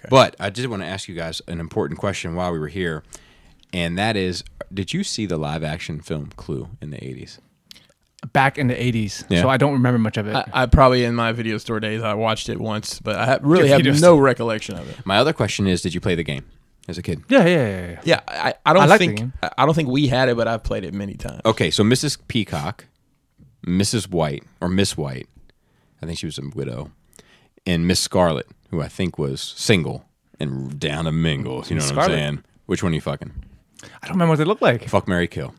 Okay. But I did want to ask you guys an important question while we were here, and that is, did you see the live action film Clue in the eighties? back in the 80s. Yeah. So I don't remember much of it. I, I probably in my video store days I watched it once, but I ha- really Your have video no store. recollection of it. My other question is, did you play the game as a kid? yeah, yeah, yeah, yeah. Yeah, I, I don't I like the think game. I I don't think we had it, but I've played it many times. Okay, so Mrs. Peacock, Mrs. White or Miss White, I think she was a widow, and Miss Scarlet, who I think was single and down to mingle. You know what Scarlet. I'm saying? Which one are you fucking? I don't remember what they looked like. Fuck Mary Kill.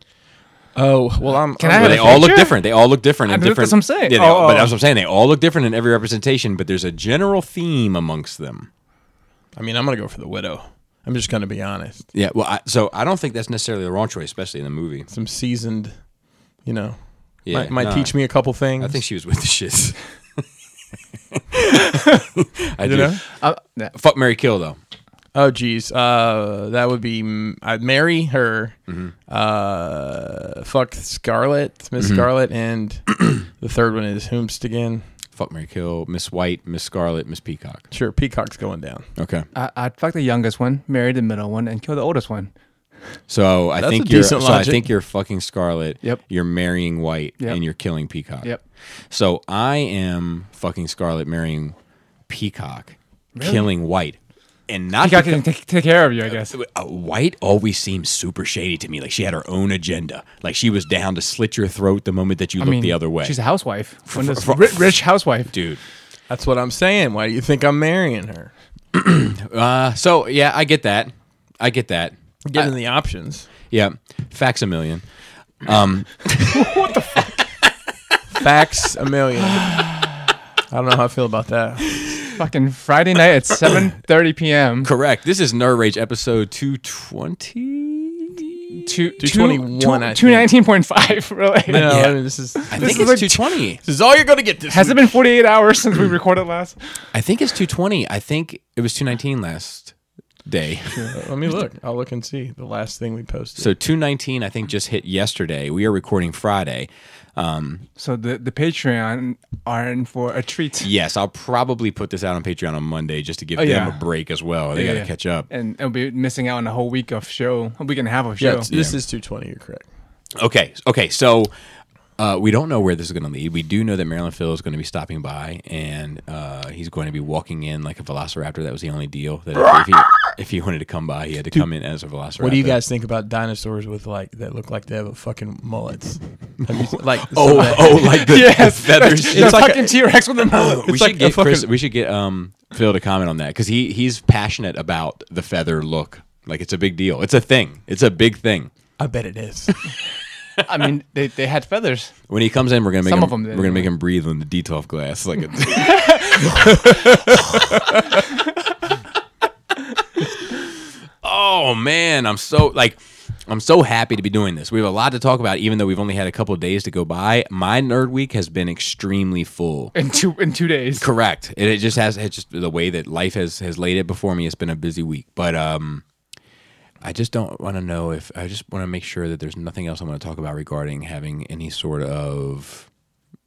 Oh well, I'm. Can I'm I But have they a all look picture? different. They all look different. In I- that's different what I'm saying. Yeah, they all- Oh, but oh. that's what I'm saying. They all look different in every representation, but there's a general theme amongst them. I mean, I'm gonna go for the widow. I'm just gonna be honest. Yeah. Well, I, so I don't think that's necessarily the wrong choice, especially in the movie. Some seasoned, you know, Yeah, might, might nah. teach me a couple things. I think she was with the shits. I you do. know. Uh, yeah. Fuck Mary Kill though. Oh geez, uh, that would be m- I'd marry her. Mm-hmm. Uh, fuck Scarlet, Mm-hmm. Miss Scarlet, and the third one is whomst again. Fuck Mary Kill, Miss White, Miss Scarlet, Miss Peacock. Sure, Peacock's going down. Okay. I, I'd fuck the youngest one, marry the middle one, and kill the oldest one. So I That's think a you're decent so I logic. think you're fucking Scarlet. Yep. You're marrying White Yep. and you're killing Peacock. Yep. So I am fucking Scarlet marrying Peacock, killing White. And not Peacock because- can take, take care of you, I guess. Uh, White always seems super shady to me. Like she had her own agenda. Like she was down to slit your throat the moment that you I looked mean, the other way. She's a housewife. One of those for- ri- rich housewife. dude. That's what I'm saying. Why do you think I'm marrying her? Uh, so yeah, I get that. I get that. Given the options, Yeah, facts a million. Um, facts a million. I don't know how I feel about that. Fucking Friday night at 7:30 p.m. Correct. This is Nerd Rage episode two twenty. Two, 221, I think. 219.5, really. No, Yeah. I mean, this is I this think is it's like- two twenty. This is all you're gonna get. This Has it been 48 hours since we recorded last? I think it's two twenty. I think it was two nineteen last day. been? Let me look. I'll look and see the last thing we posted. So two nineteen, I think, just hit yesterday. We are recording Friday. Um, So the, the Patreon are in for a treat. Yes, I'll probably put this out on Patreon on Monday just to give Oh, them yeah. a break as well. They Yeah, got to yeah. catch up. And it'll be missing out on a whole week of show, a week and a half of yeah, show. it's- this is 220. You're correct. Okay, okay. So uh, we don't know where this is going to lead. We do know that Marilyn Phil is going to be stopping by, and uh, he's going to be walking in like a Velociraptor. That was the only deal that if, if he if he wanted to come by, he had to come in as a Velociraptor. What do you guys think about dinosaurs with like that look like they have a fucking mullets? Have you- like Oh, some of that- oh, like the, yes, the feathers. It's like like a- fucking T Rex with a mullet. we it's should like a get Chris, fucking- we should get um, Phil to comment on that because he he's passionate about the feather look. Like it's a big deal. It's a thing. It's a big thing. I bet it is. I mean, they, they had feathers. When he comes in, we're gonna make Some him, of them we're did, gonna yeah. make him breathe on the Detolf glass like a Oh man, I'm so like I'm so happy to be doing this. We have a lot to talk about, even though we've only had a couple of days to go by. My nerd week has been extremely full. in two in two days. Correct. It, it just has it's just the way that life has has laid it before me. It's been a busy week, but um, I just don't want to know if I just want to make sure that there's nothing else I want to talk about regarding having any sort of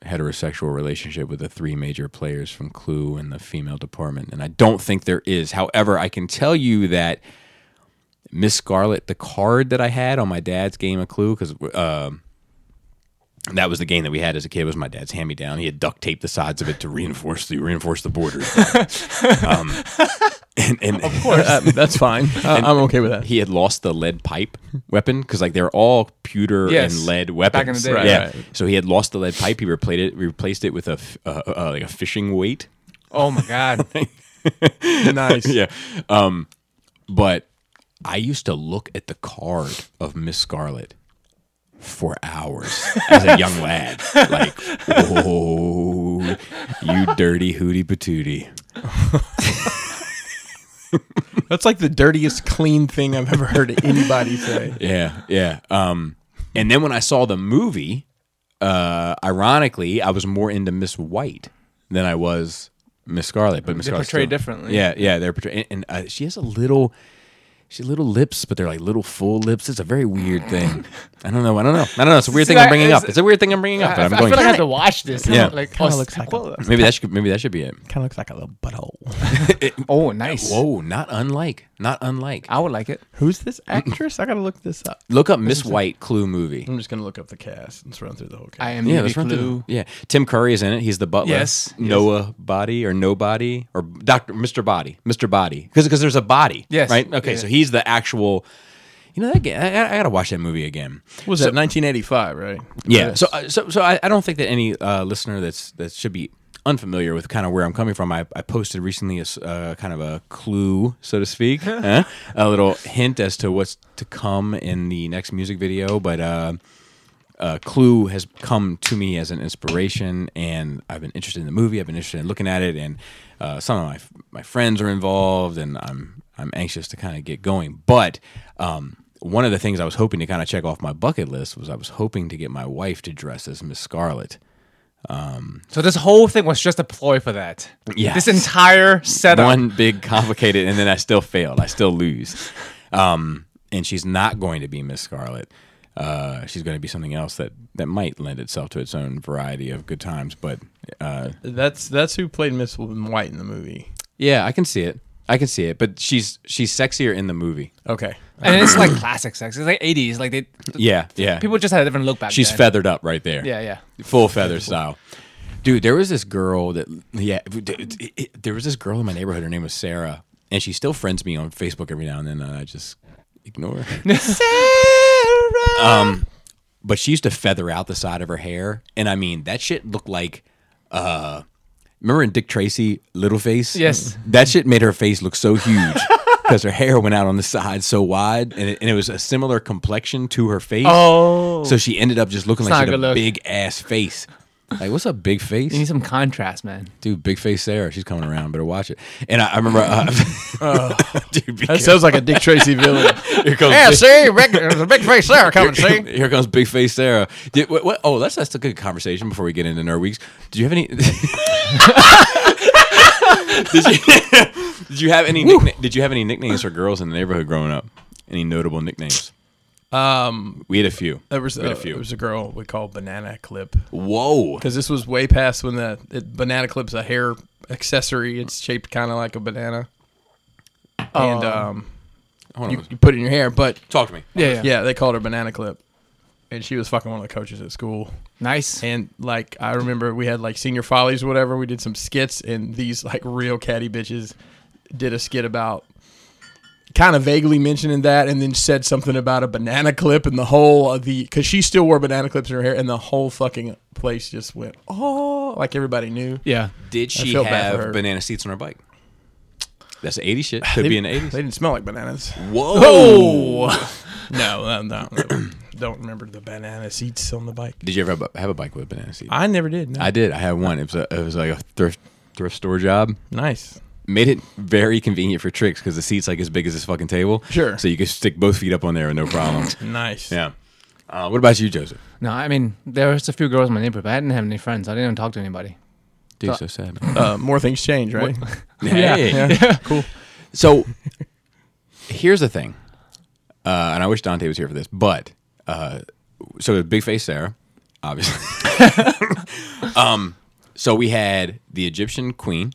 heterosexual relationship with the three major players from Clue and the female department, and I don't think there is. However, I can tell you that. Miss Scarlet, the card that I had on my dad's game of Clue, because um, that was the game that we had as a kid. Was my dad's hand me down? He had duct taped the sides of it to reinforce the reinforce the borders. um, and, and of course, Uh, that's fine. I, I'm okay with that. he had lost the lead pipe weapon because like they're all pewter Yes. and lead weapons. Back in the day. Right, yeah. right. So he had lost the lead pipe. He replaced it. Replaced it with a f- uh, uh, like a fishing weight. Oh my god. nice. yeah. Um, but I used to look at the card of Miss Scarlet for hours as a young lad. Like, oh, you dirty hootie patootie. That's like the dirtiest clean thing I've ever heard anybody say. Yeah, yeah. Um, and then when I saw the movie, uh, ironically, I was more into Miss White than I was Miss Scarlet. But Miss They're Scarlet's portrayed still- differently. Yeah, yeah. They're portrayed, and, and uh, she has a little. She had little lips, but they're like little full lips. It's a very weird thing. I don't know. I don't know. I don't know. It's a weird See, thing I'm I- bringing is- up. It's a weird thing I'm bringing up, but I, I'm I going. feel like I have to watch this. Yeah. like Kinda oh, looks like well, maybe that should maybe that should be it. Kind of looks like a little butthole. Oh, nice. Whoa, not unlike, not unlike. I would like it. Who's this actress? I gotta look this up. Look up Miss White Clue movie. I'm just gonna look up the cast and just run through the whole cast. I am Yeah, yeah, let's run through. Clue. Yeah, Tim Curry is in it. He's the butler. Yes. Noah Body or Nobody or Doctor Mr. Body, Mr. Body, because there's a body. Yes. Right. Okay, so he's the actual. You know that ga- I, I gotta watch that movie again. was that 1985, right? Yeah. So, uh, so, so I, I don't think that any uh, listener that's that should be unfamiliar with kind of where I'm coming from. I, I posted recently a s- uh, kind of a clue, so to speak, huh? a little hint as to what's to come in the next music video. But uh, uh, Clue has come to me as an inspiration, and I've been interested in the movie. I've been interested in looking at it, and uh, some of my my friends are involved, and I'm I'm anxious to kind of get going. But um, one of the things I was hoping to kind of check off my bucket list was I was hoping to get my wife to dress as Miss Scarlet. So this whole thing was just a ploy for that. Yes. This entire setup. One big complicated, and then I still failed. I still lose. Um, and she's not going to be Miss Scarlet. Uh, she's going to be something else that, that might lend itself to its own variety of good times. But uh, That's that's who played Miss White in the movie. Yeah, I can see it. I can see it, but she's she's sexier in the movie. Okay. And it's like classic sex. It's like 80s. Like they Yeah, yeah. people just had a different look back she's then. feathered up right there. Yeah, yeah. Full feather style. Dude, there was this girl that yeah, it- it- it- there was this girl in my neighborhood. Her name was Sarah, and she still friends me on Facebook every now and then. And I just ignore her. Sarah. Um, but she used to feather out the side of her hair, and I mean that shit looked like uh. Remember in Dick Tracy, Little Face? Yes. That shit made her face look so huge because her hair went out on the side so wide, and it, and it was a similar complexion to her face. Oh. So she ended up just looking not like she a had good a look. big ass face. Like, what's up, big You need face? some contrast, man. Dude, big face Sarah. She's coming around. Better watch it. And I, I remember, uh, Oh. dude, be That sounds like a Dick Tracy villain. careful. here comes big, see, big, there's a big face there coming. here comes big face Sarah. Did, what, what, oh, that's that's a good conversation before we get into nerd weeks. Did you have any? did you did you have any nickna- did you have any nicknames for girls in the neighborhood growing up? Any notable nicknames? Um, We had a few. there was we a, had a few. there was a girl we called Banana Clip Whoa. because this was way past when the it, Banana Clip's a hair accessory. It's shaped kind of like a banana, and um, Hold you, on. you put it in your hair. But Talk to me. Yeah, yeah. yeah, they called her Banana Clip, and she was fucking one of the coaches at school. Nice. And like I remember we had like senior follies or whatever, we did some skits and these like real catty bitches did a skit about kind of vaguely mentioning that and then said something about a banana clip and the whole of the cuz she still wore banana clips in her hair and the whole fucking place just went oh like everybody knew. yeah. Did she feel bad for have her. banana seats on her bike? That's 80 shit. Could They- be in the 80s. They didn't smell like bananas. Whoa. No, no, no. don't remember the banana seats on the bike. Did you ever have a, have a bike with a banana seat? I never did. No. I did. I had one. It was a, it was like a thrift thrift store job. nice. Made it very convenient for tricks because the seat's like as big as this fucking table. Sure. So you could stick both feet up on there with no problem. Nice. yeah. Uh, what about you, Joseph? No, I mean, there was a few girls in my neighborhood, but I didn't have any friends. I didn't even talk to anybody. Dude, so sad. Man. Uh, more things change, right? Hey. Cool. So here's the thing, uh, and I wish Dante was here for this, but uh, so big face Sarah, obviously. um, so we had the Egyptian queen,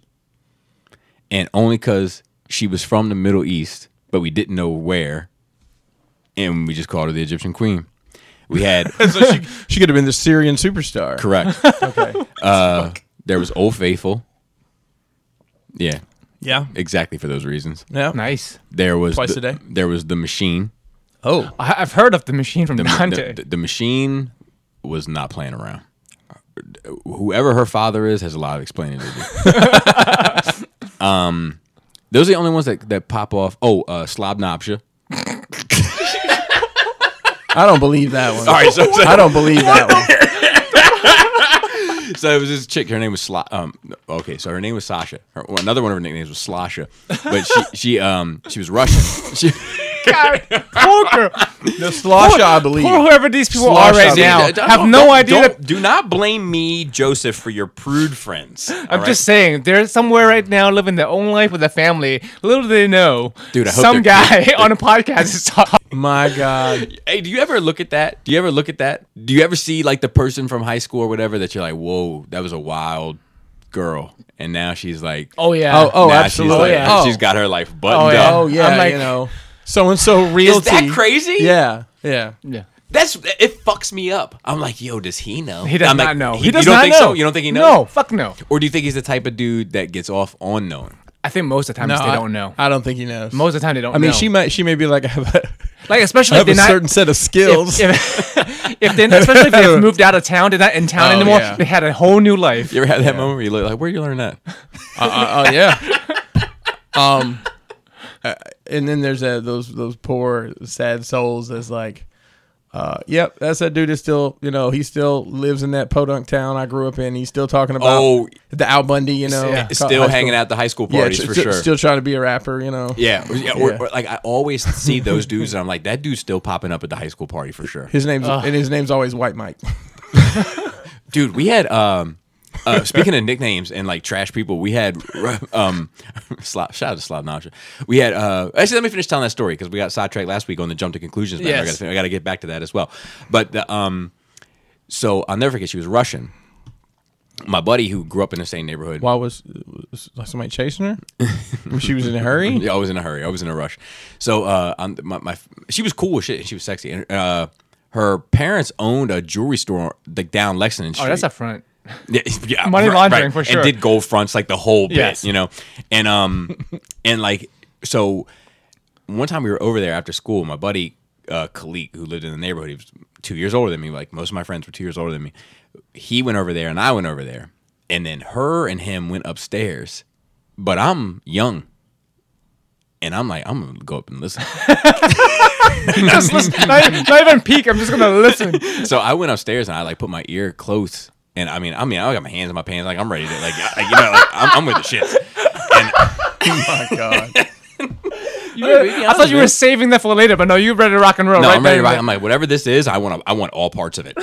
and only because she was from the Middle East, but we didn't know where, and we just called her the Egyptian queen. We had so she, she could have been the Syrian superstar. correct. Okay. Uh, there was Old Faithful. Yeah, Yeah. exactly for those reasons. Yeah. Nice. There was Twice the- a day? There was the machine. Oh. I- I've heard of the machine from Dante. The, the- the machine was not playing around. Whoever her father is has a lot of explaining to do. um, those are the only ones that, that pop off. Oh, uh, Slobnopsha. I don't believe that one. All right, so, so, I don't believe that one. so it was this chick. Her name was Sla- um, okay. So her name was Sasha. Her, well, another one of her nicknames was Slosha, but she she um she was Russian. She, God, poor girl. The slosha, I believe. Poor whoever these people Slosh are right shop. now. Don't- have don't- no don't- idea. don't- that- do not blame me, Joseph, for your prude friends. I'm just saying, they're somewhere right now living their own life with a family. Little do they know, Dude, I hope some they're- guy on a podcast is talking. My God. Hey, do you ever look at that? Do you ever look at that? Do you ever see like the person from high school or whatever that you're like, whoa, that was a wild girl, and now she's like, Oh yeah. Oh, oh, now absolutely. she's like, oh. she's got her life buttoned Oh, yeah. Oh, up. Oh yeah, I'm like- you know, so and so Is realty. that crazy? Yeah, yeah. yeah. That's it. Fucks me up. I'm like, yo, does he know? He does I'm not like, know. He, He does you don't not think know. so? You don't think he knows? No, fuck no. Or do you think he's the type of dude that gets off on knowing? I think most of the time they I don't know. I don't think he knows. most of the time they don't. I mean, know. she might. She may be like, I have a, like I especially if have they're a not. certain set of skills. if, if, if then especially if they've moved out of town, they're not in town Oh, anymore. yeah. They had a whole new life. You ever had that moment where you look like, where you learn that? uh, uh, uh, yeah. Um, uh, and then there's uh, those those poor sad souls that's like, uh, yep, that's that dude is still you know he still lives in that podunk town I grew up in. He's still talking about Oh. the Al Bundy, you know, Yeah. co- Still high hanging school. out at the high school Yeah, parties st- for st- sure. Still trying to be a rapper, you know. yeah, or- yeah, or- Yeah. or, like I always see those dudes, and I'm like, that dude's still popping up at the high school party for sure. His name's and his name's always White Mike. Dude, we had um, uh, speaking of nicknames and like trash people, we had um, Slop, shout out to Slop Nasha. We had uh, actually let me finish telling that story because we got sidetracked last week on the jump to conclusions. but I Yes. gotta fin- I got to get back to that as well. But the, um, so I'll never forget she was Russian. My buddy who grew up in the same neighborhood. Why was, was somebody chasing her? Was she was in a hurry. Yeah, I was in a hurry. I was in a rush. So uh, I'm, my, my she was cool as shit. and She was sexy. And uh, her parents owned a jewelry store like down Lexington Street. Oh, that's a front. Yeah, yeah, Money right, laundering right. for sure. And did gold fronts like the whole bit, Yes. you know, and um, and like so, one time we were over there after school. My buddy uh, Khalik, who lived in the neighborhood, he was two years older than me. Like most of my friends were two years older than me. He went over there, and I went over there, and then her and him went upstairs. But I'm young, and I'm like, I'm gonna go up and listen. just listen. Not even, not even peek. I'm just gonna listen. so I went upstairs and I like put my ear close, and I mean, I mean, I got my hands in my pants, like I'm ready to, like, I, you know, like, I'm, I'm with the shit. Oh my God. I thought you were saving that for later, but no, you're ready to rock and roll. No, right I'm ready to there. rock. I'm like, whatever this is, I want. I want all parts of it.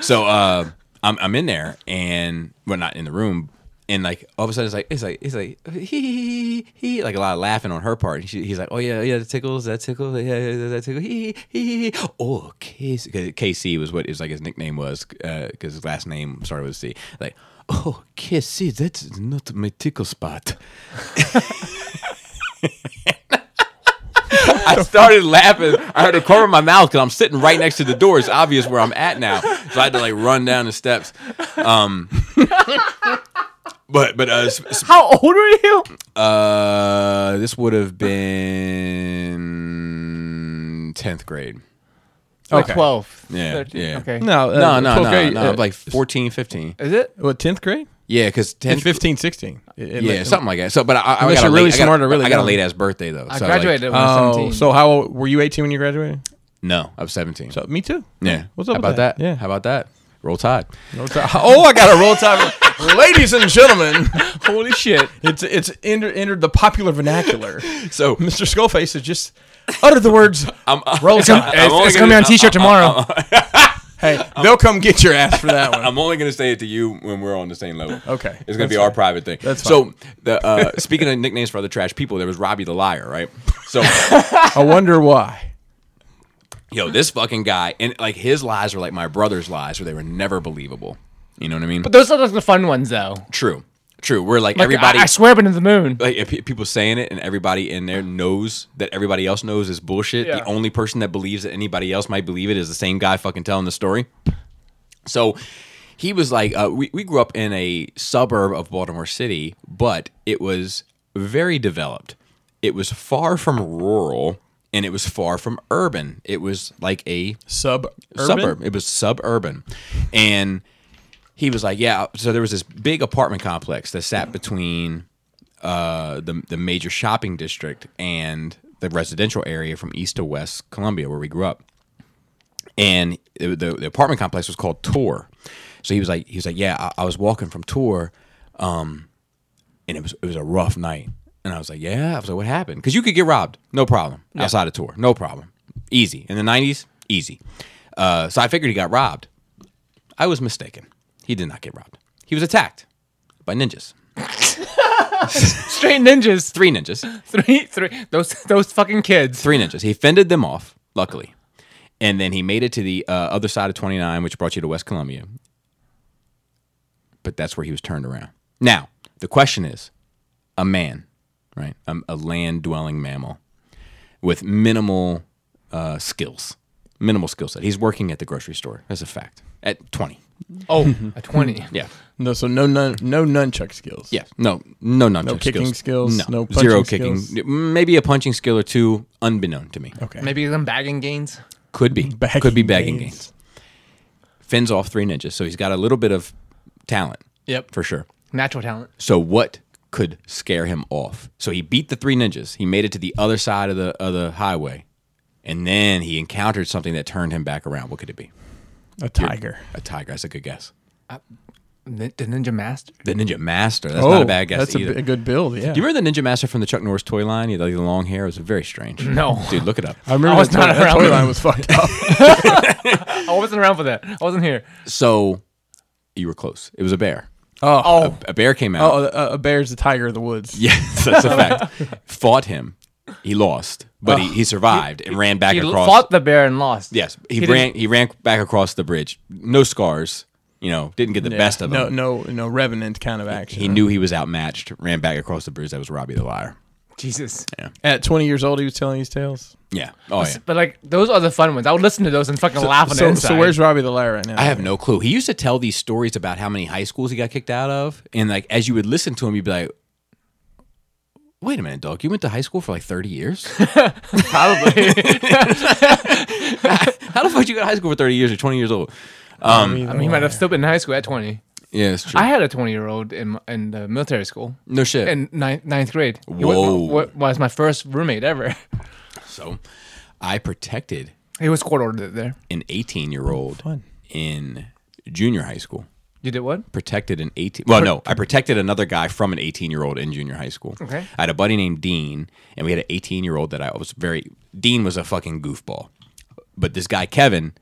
so uh, I'm I'm in there, and well, not in the room, and like all of a sudden it's like it's like it's like he he he, he like a lot of laughing on her part. And she, he's like, oh yeah yeah that tickles that tickles yeah, yeah that tickles he he he. Oh KC 'cause KC was what is like his nickname was because his last name started with C. Like oh KC that's not my tickle spot. I started laughing. I heard a corner of my mouth because I'm sitting right next to the door. It's obvious where I'm at now, so I had to like run down the steps. Um, but but uh, s- s- How old are you? uh, this would have been tenth grade. Like Okay. 12. Yeah, 13. yeah. Okay. No, No, uh, no, no, 12th grade, no. uh, Like 14, 15. Is it? what tenth grade? Yeah, because 10, It's 15, 16. It- it- Yeah, like- something like that. So, but I, I, I Unless got a you're late, really I got, smart or really I got a dumb. late ass birthday though. I so, like, graduated when I was Oh, 17. so how old, were you 18 when you graduated? no, I was seventeen. So me too. yeah, What's up How with about that? that? Yeah. how about that? Roll Tide. No time. Oh, I got a roll time. Ladies and gentlemen, holy shit. it's it's entered, entered the popular vernacular. So Mr. Skullface has just uttered the words I'm, roll It's, time. only it's gonna be gonna- on T-shirt tomorrow. Hey, they'll come get your ass for that one. I'm only gonna say it to you when we're on the same level. Okay. it's gonna That's be our private thing. That's so. The uh, speaking of nicknames for other trash people, there was Robbie the Liar, right? So, I wonder why. yo, this fucking guy, and like his lies were like my brother's lies, where they were never believable. You know what I mean? But those are like the fun ones, though. true, true. We're like, Like, everybody. I, I swear, but to the moon. like if pe- people saying it and everybody in there knows that everybody else knows is bullshit. Yeah. The only person that believes that anybody else might believe it is the same guy fucking telling the story. So he was like, uh, we, we grew up in a suburb of Baltimore City, but it was very developed. It was far from rural and it was far from urban. It was like a Sub suburb. It was suburban, and he was like, "Yeah." So there was this big apartment complex that sat between uh, the the major shopping district and the residential area from east to west Columbia, where we grew up. And the, the, the apartment complex was called Tour. So he was like, he was like, "Yeah, I, I was walking from Tour." and it was it was a rough night. And I was like, yeah. I was like, what happened? Because you could get robbed, no problem, outside of tour, no problem, easy. In the '90s, easy. Uh, so I figured he got robbed. I was mistaken. He did not get robbed. He was attacked by ninjas. Straight ninjas. Three ninjas. Three, three. Those, those fucking kids. Three ninjas. He fended them off, luckily, and then he made it to the uh, other side of 29, which brought you to West Columbia. But that's where he was turned around. Now the question is, a man, right? A, a land-dwelling mammal with minimal uh, skills, minimal skill set. He's working at the grocery store. That's a fact. At 20, Oh, a twenty. yeah. No, so no nun, no nunchuck skills. Yes. No. No. Nunchuck No kicking skills, no punching zero kicking. skills. Maybe a punching skill or two, unbeknown to me. Okay. Maybe some bagging gains. Could be. Bagging Could be bagging gains. gains. Fins off three ninjas, so he's got a little bit of talent Yep. for sure. Natural talent. So what could scare him off? So he beat the three ninjas. He made it to the other side of the of the highway, and then he encountered something that turned him back around. What could it be? A tiger. A tiger. That's a good guess. Nin- The ninja master. The ninja master. That's not a bad guess Oh, That's a, either. b- a good build. Yeah. Do you remember the Ninja Master from the Chuck Norris toy line? He had like the long hair. It was very strange. No. dude, look it up. I remember I was that not toy- that around. toy line was fucked up. I wasn't around for that. I wasn't here. So you were close. It was a bear. Oh, Oh, A bear came out. oh, a, a bear's the tiger of the woods. Yes, that's a fact. Fought him. He lost, but he, he survived and ran back he across. fought the bear and lost. yes, he, didn't- ran. He ran back across the bridge. No scars. You know, didn't get the Yeah. best of no, him. no, no revenant kind of action. He knew he was outmatched. Ran back across the bridge. That was Robbie the liar. Jesus. At 20 years old, he was telling these tales. Yeah. Oh yeah. But like those are the fun ones. I would listen to those and fucking laugh on the So, inside. so where's Robbie the liar right now? I have no clue. He used to tell these stories about how many high schools he got kicked out of, and like as you would listen to him, you'd be like, "Wait a minute, dog! You went to high school for like thirty years? probably? How the fuck you go to high school for thirty years? You're twenty years old." I mean, he might have still been in high school at twenty. Yeah, it's true. I had a twenty-year-old in my- in the military school no shit. in ninth, ninth grade. He wa- Whoa. wa- was my first roommate ever. so, I protected He was court ordered there. an eighteen-year-old in junior high school. You did what? protected an 18 well no i protected another guy from an 18 year old in junior high school Okay. i had a buddy named dean and we had an 18 year old that i was very dean was a fucking goofball but this guy kevin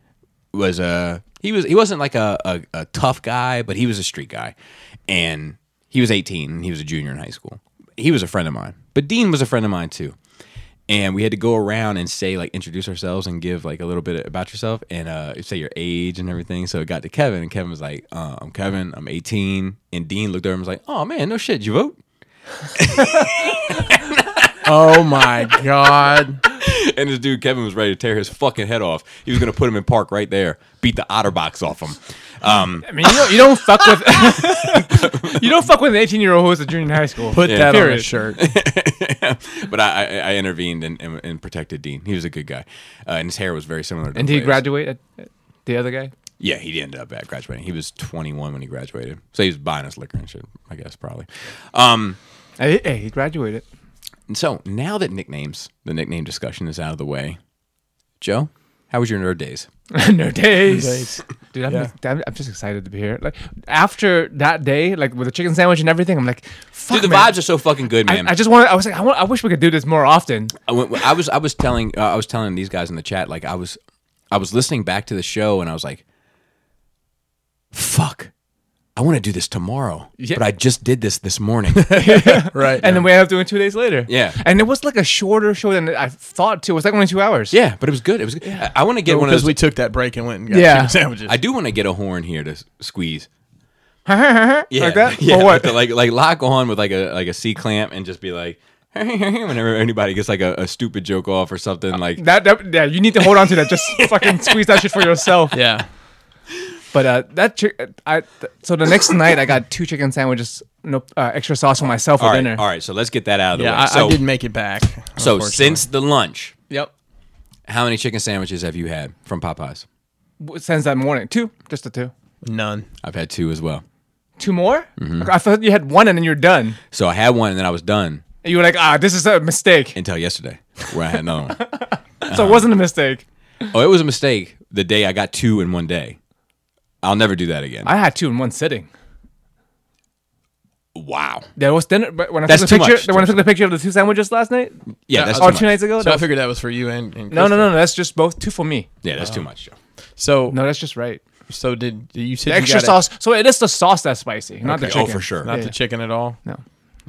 was a he was he wasn't like a, a, a tough guy but he was a street guy and he was 18 and he was a junior in high school he was a friend of mine but dean was a friend of mine too and we had to go around and say like introduce ourselves and give like a little bit about yourself and uh, say your age and everything. So it got to Kevin, and Kevin was like, uh, "I'm Kevin, I'm 18." And Dean looked over and was like, "Oh man, no shit, you vote?" Oh my god! And this dude Kevin was ready to tear his fucking head off. He was gonna put him in park right there, beat the OtterBox off him. Um, I mean, you don't, you don't fuck with you don't fuck with an eighteen-year-old who was a junior in high school. Put that on Period. his shirt. but I, I, I intervened and, and, and protected Dean. He was a good guy, uh, and his hair was very similar. to and did he Blaze. graduate? At, at the other guy. Yeah, he ended up at graduating. He was 21 when he graduated, so he was buying us liquor and shit. I guess probably. Um, Hey, hey, he graduated. And so now that nicknames, the nickname discussion is out of the way, Joe, how was your nerd days? no days. Days. Dude, I'm, Yeah. just, I'm, I'm just excited to be here. Like after that day, like with the chicken sandwich and everything, I'm like, fuck, Dude, the man. vibes are so fucking good, man. I, I just want. I was like, I, want, I wish we could do this more often. I, went, I was I was telling uh, I was telling these guys in the chat like I was I was listening back to the show and I was like, fuck, I want to do this tomorrow, Yeah. but I just did this this morning. Right. And then we ended up doing two days later. Yeah. And it was like a shorter show than I thought too. It was like only two hours. yeah, but it was good. It was good. I, want to get one of because those. we took that break and went and got Yeah. chicken sandwiches. I do want to get a horn here to s- squeeze. yeah. Like that? Yeah, Or what? with the, like like lock on with like a like a C clamp and just be like whenever anybody gets like a, a stupid joke off or something like That, that yeah, you need to hold on to that. Just fucking squeeze that shit for yourself. yeah. But uh, that chick, I th- so the next night I got two chicken sandwiches, no uh, extra sauce for myself for all right, dinner. all right. So let's get that out of the Yeah. way. I, so I didn't make it back. so unfortunately. since the lunch, Yep. how many chicken sandwiches have you had from Popeyes? W- Since that morning, two, just the two, none. I've had two as well. two more. Mm-hmm. Okay, I thought you had one and then you're done. So I had one and then I was done And you were like, ah, this is a mistake. until yesterday where I had another one. So it wasn't a mistake. Oh, it was a mistake. The day I got two in one day. I'll never do that again. I had two in one sitting. Wow. There was then but when I That's took too the picture much. when I took the picture of the two sandwiches last night. Uh, Yeah, that's too or much. two nights ago. So that I was- figured that was for you and, and no, no, Kristen. no, no. That's just both two for me. Yeah, that's too much, Joe. So No, that's just right. so did you The said you extra got it- sauce. So it is the sauce that's spicy, not the Okay. Oh, chicken. for sure. not Yeah, the yeah. chicken at all. No.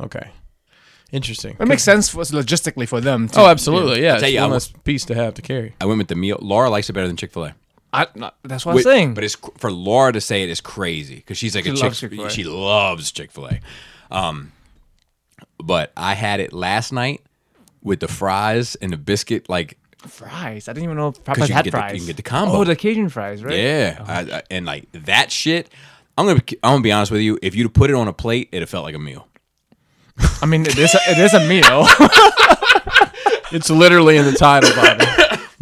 Okay, interesting. It makes sense for, logistically for them. Too. Oh, absolutely. Yeah, I'll tell it's you, one I less piece to have to carry. I went with the meal. Laura likes it better than Chick Fil A. I, no, that's what I'm saying. But it's cr- for Laura to say it is crazy because she's like She a loves Chick. Chick-fil-A. She loves Chick Fil A. Um, but I had it last night with the fries and the biscuit. Like, fries. I didn't even know you Popeyes can had get the- you fries. can get the combo. Oh, the Cajun fries, right? yeah, I, I, and like that shit. I'm gonna. be- I'm gonna be honest with you. If you'd put it on a plate, it'd have felt like a meal. I mean, it is a, it is a meal. It's literally in the title, Bobby.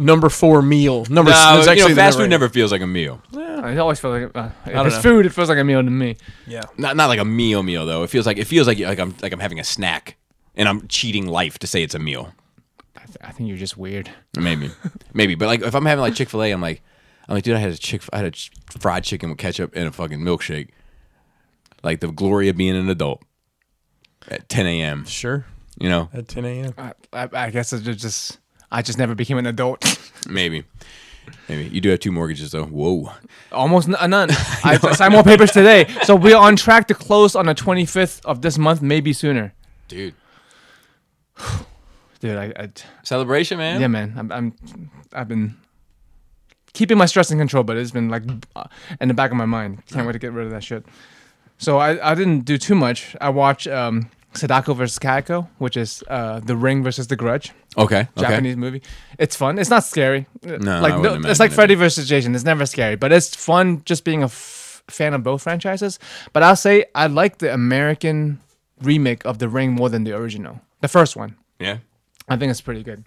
Number four meal. No, Number. that's you actually know, the fast food number never feels like a meal. it always feels like uh, if don't it's know. food. It feels like a meal to me. eight. Yeah. Not not like a meal meal though. It feels like it feels like like I'm like I'm having a snack and I'm cheating life to say it's a meal. I, th- I think you're just weird. Maybe, maybe. But like, if I'm having like Chick Fil A, I'm like, I'm like, dude, I had a chick, I had a ch- fried chicken with ketchup and a fucking milkshake. Like the glory of being an adult at 10 a.m. Sure. You know, At 10 a.m. I, I, I guess it's just I just never became an adult. maybe, maybe you do have two mortgages though. Whoa, Almost n- uh, none. I I signed more papers today, so we're on track to close on the 25th of this month, maybe sooner. dude, Dude, I, I celebration, man. Yeah, man. I'm, I'm, I've been keeping my stress in control, but it's been like uh, in the back of my mind. Can't wait to get rid of that shit. So I, I didn't do too much. I watched um, Sadako versus Kaiko, which is uh, The Ring versus The Grudge, Okay, okay. Japanese movie. It's fun. It's not scary. No, I like wouldn't it's imagine like it. Freddy versus Jason. It's never scary, but it's fun just being a f- fan of both franchises. But I'll say I like the American remake of The Ring more than the original, the first one. Yeah, I think it's pretty good.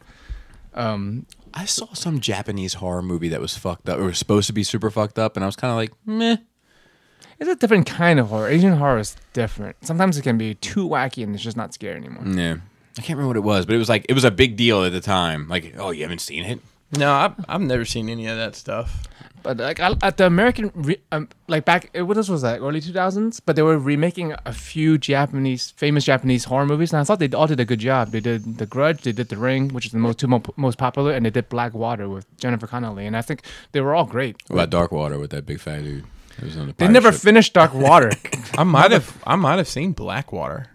Um, I saw some Japanese horror movie that was fucked up. It was supposed to be super fucked up, and I was kind of like, meh. It's a different kind of horror. Asian horror is different. Sometimes it can be too wacky and it's just not scary anymore. Yeah, I can't remember what it was, but it was like it was a big deal at the time. Like, oh, you haven't seen it? No, I've, I've never seen any of that stuff. But like I, at the American, re, um, like back, it, what this was that early two thousands. But they were remaking a few Japanese, famous Japanese horror movies, and I thought they all did a good job. They did The Grudge, they did The Ring, which is the most two mo- most popular, and they did Black Water with Jennifer Connelly, and I think they were all great. What about Dark Water with that big fat dude? It was on the They pirate never ship. finished Dark Water. I might have I might have seen Blackwater.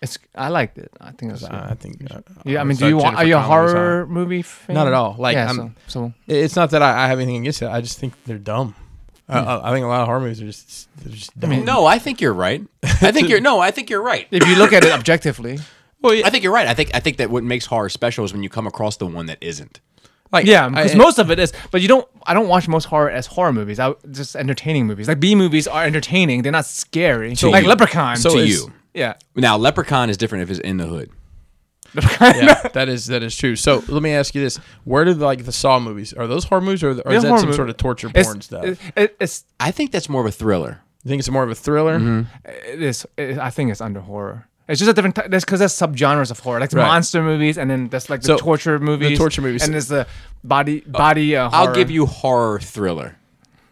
it's I liked it. I think it was. good. I think. uh, yeah, I was mean, do that you want, Jennifer are you a Connelly's horror movie fan? Not at all. Like, yeah, I'm- so, so horror? It's not that I, I have anything against it. I just think they're dumb. I- Hmm. I, I think a lot of horror movies are just, they're just dumb. No, I think you're right. I think you're no, I think you're right. if you look at it objectively. I think you're right. I think I think that what makes horror special is when you come across the one that isn't. like Yeah, I- because most of it is. But you don't. I don't watch most horror as horror movies. I just entertaining movies. Like B movies are entertaining. They're not scary. To like you. Leprechaun. So to is- you. yeah, Now, Leprechaun is different if it's in the hood. Leprechaun. yeah, that is that is true. So let me ask you this: Where did like the Saw movies are those horror movies, or, or They're is that horror some movie- sort of torture It's, porn stuff? it- it- it's I think that's more of a thriller. you think it's more of a thriller? it is. It, I think it's under horror. It's just a different. T- that's because there's subgenres of horror, like Right. monster movies, and then there's like the So, torture movies, torture movies. and there's the body body. Uh, I'll horror. give you horror thriller.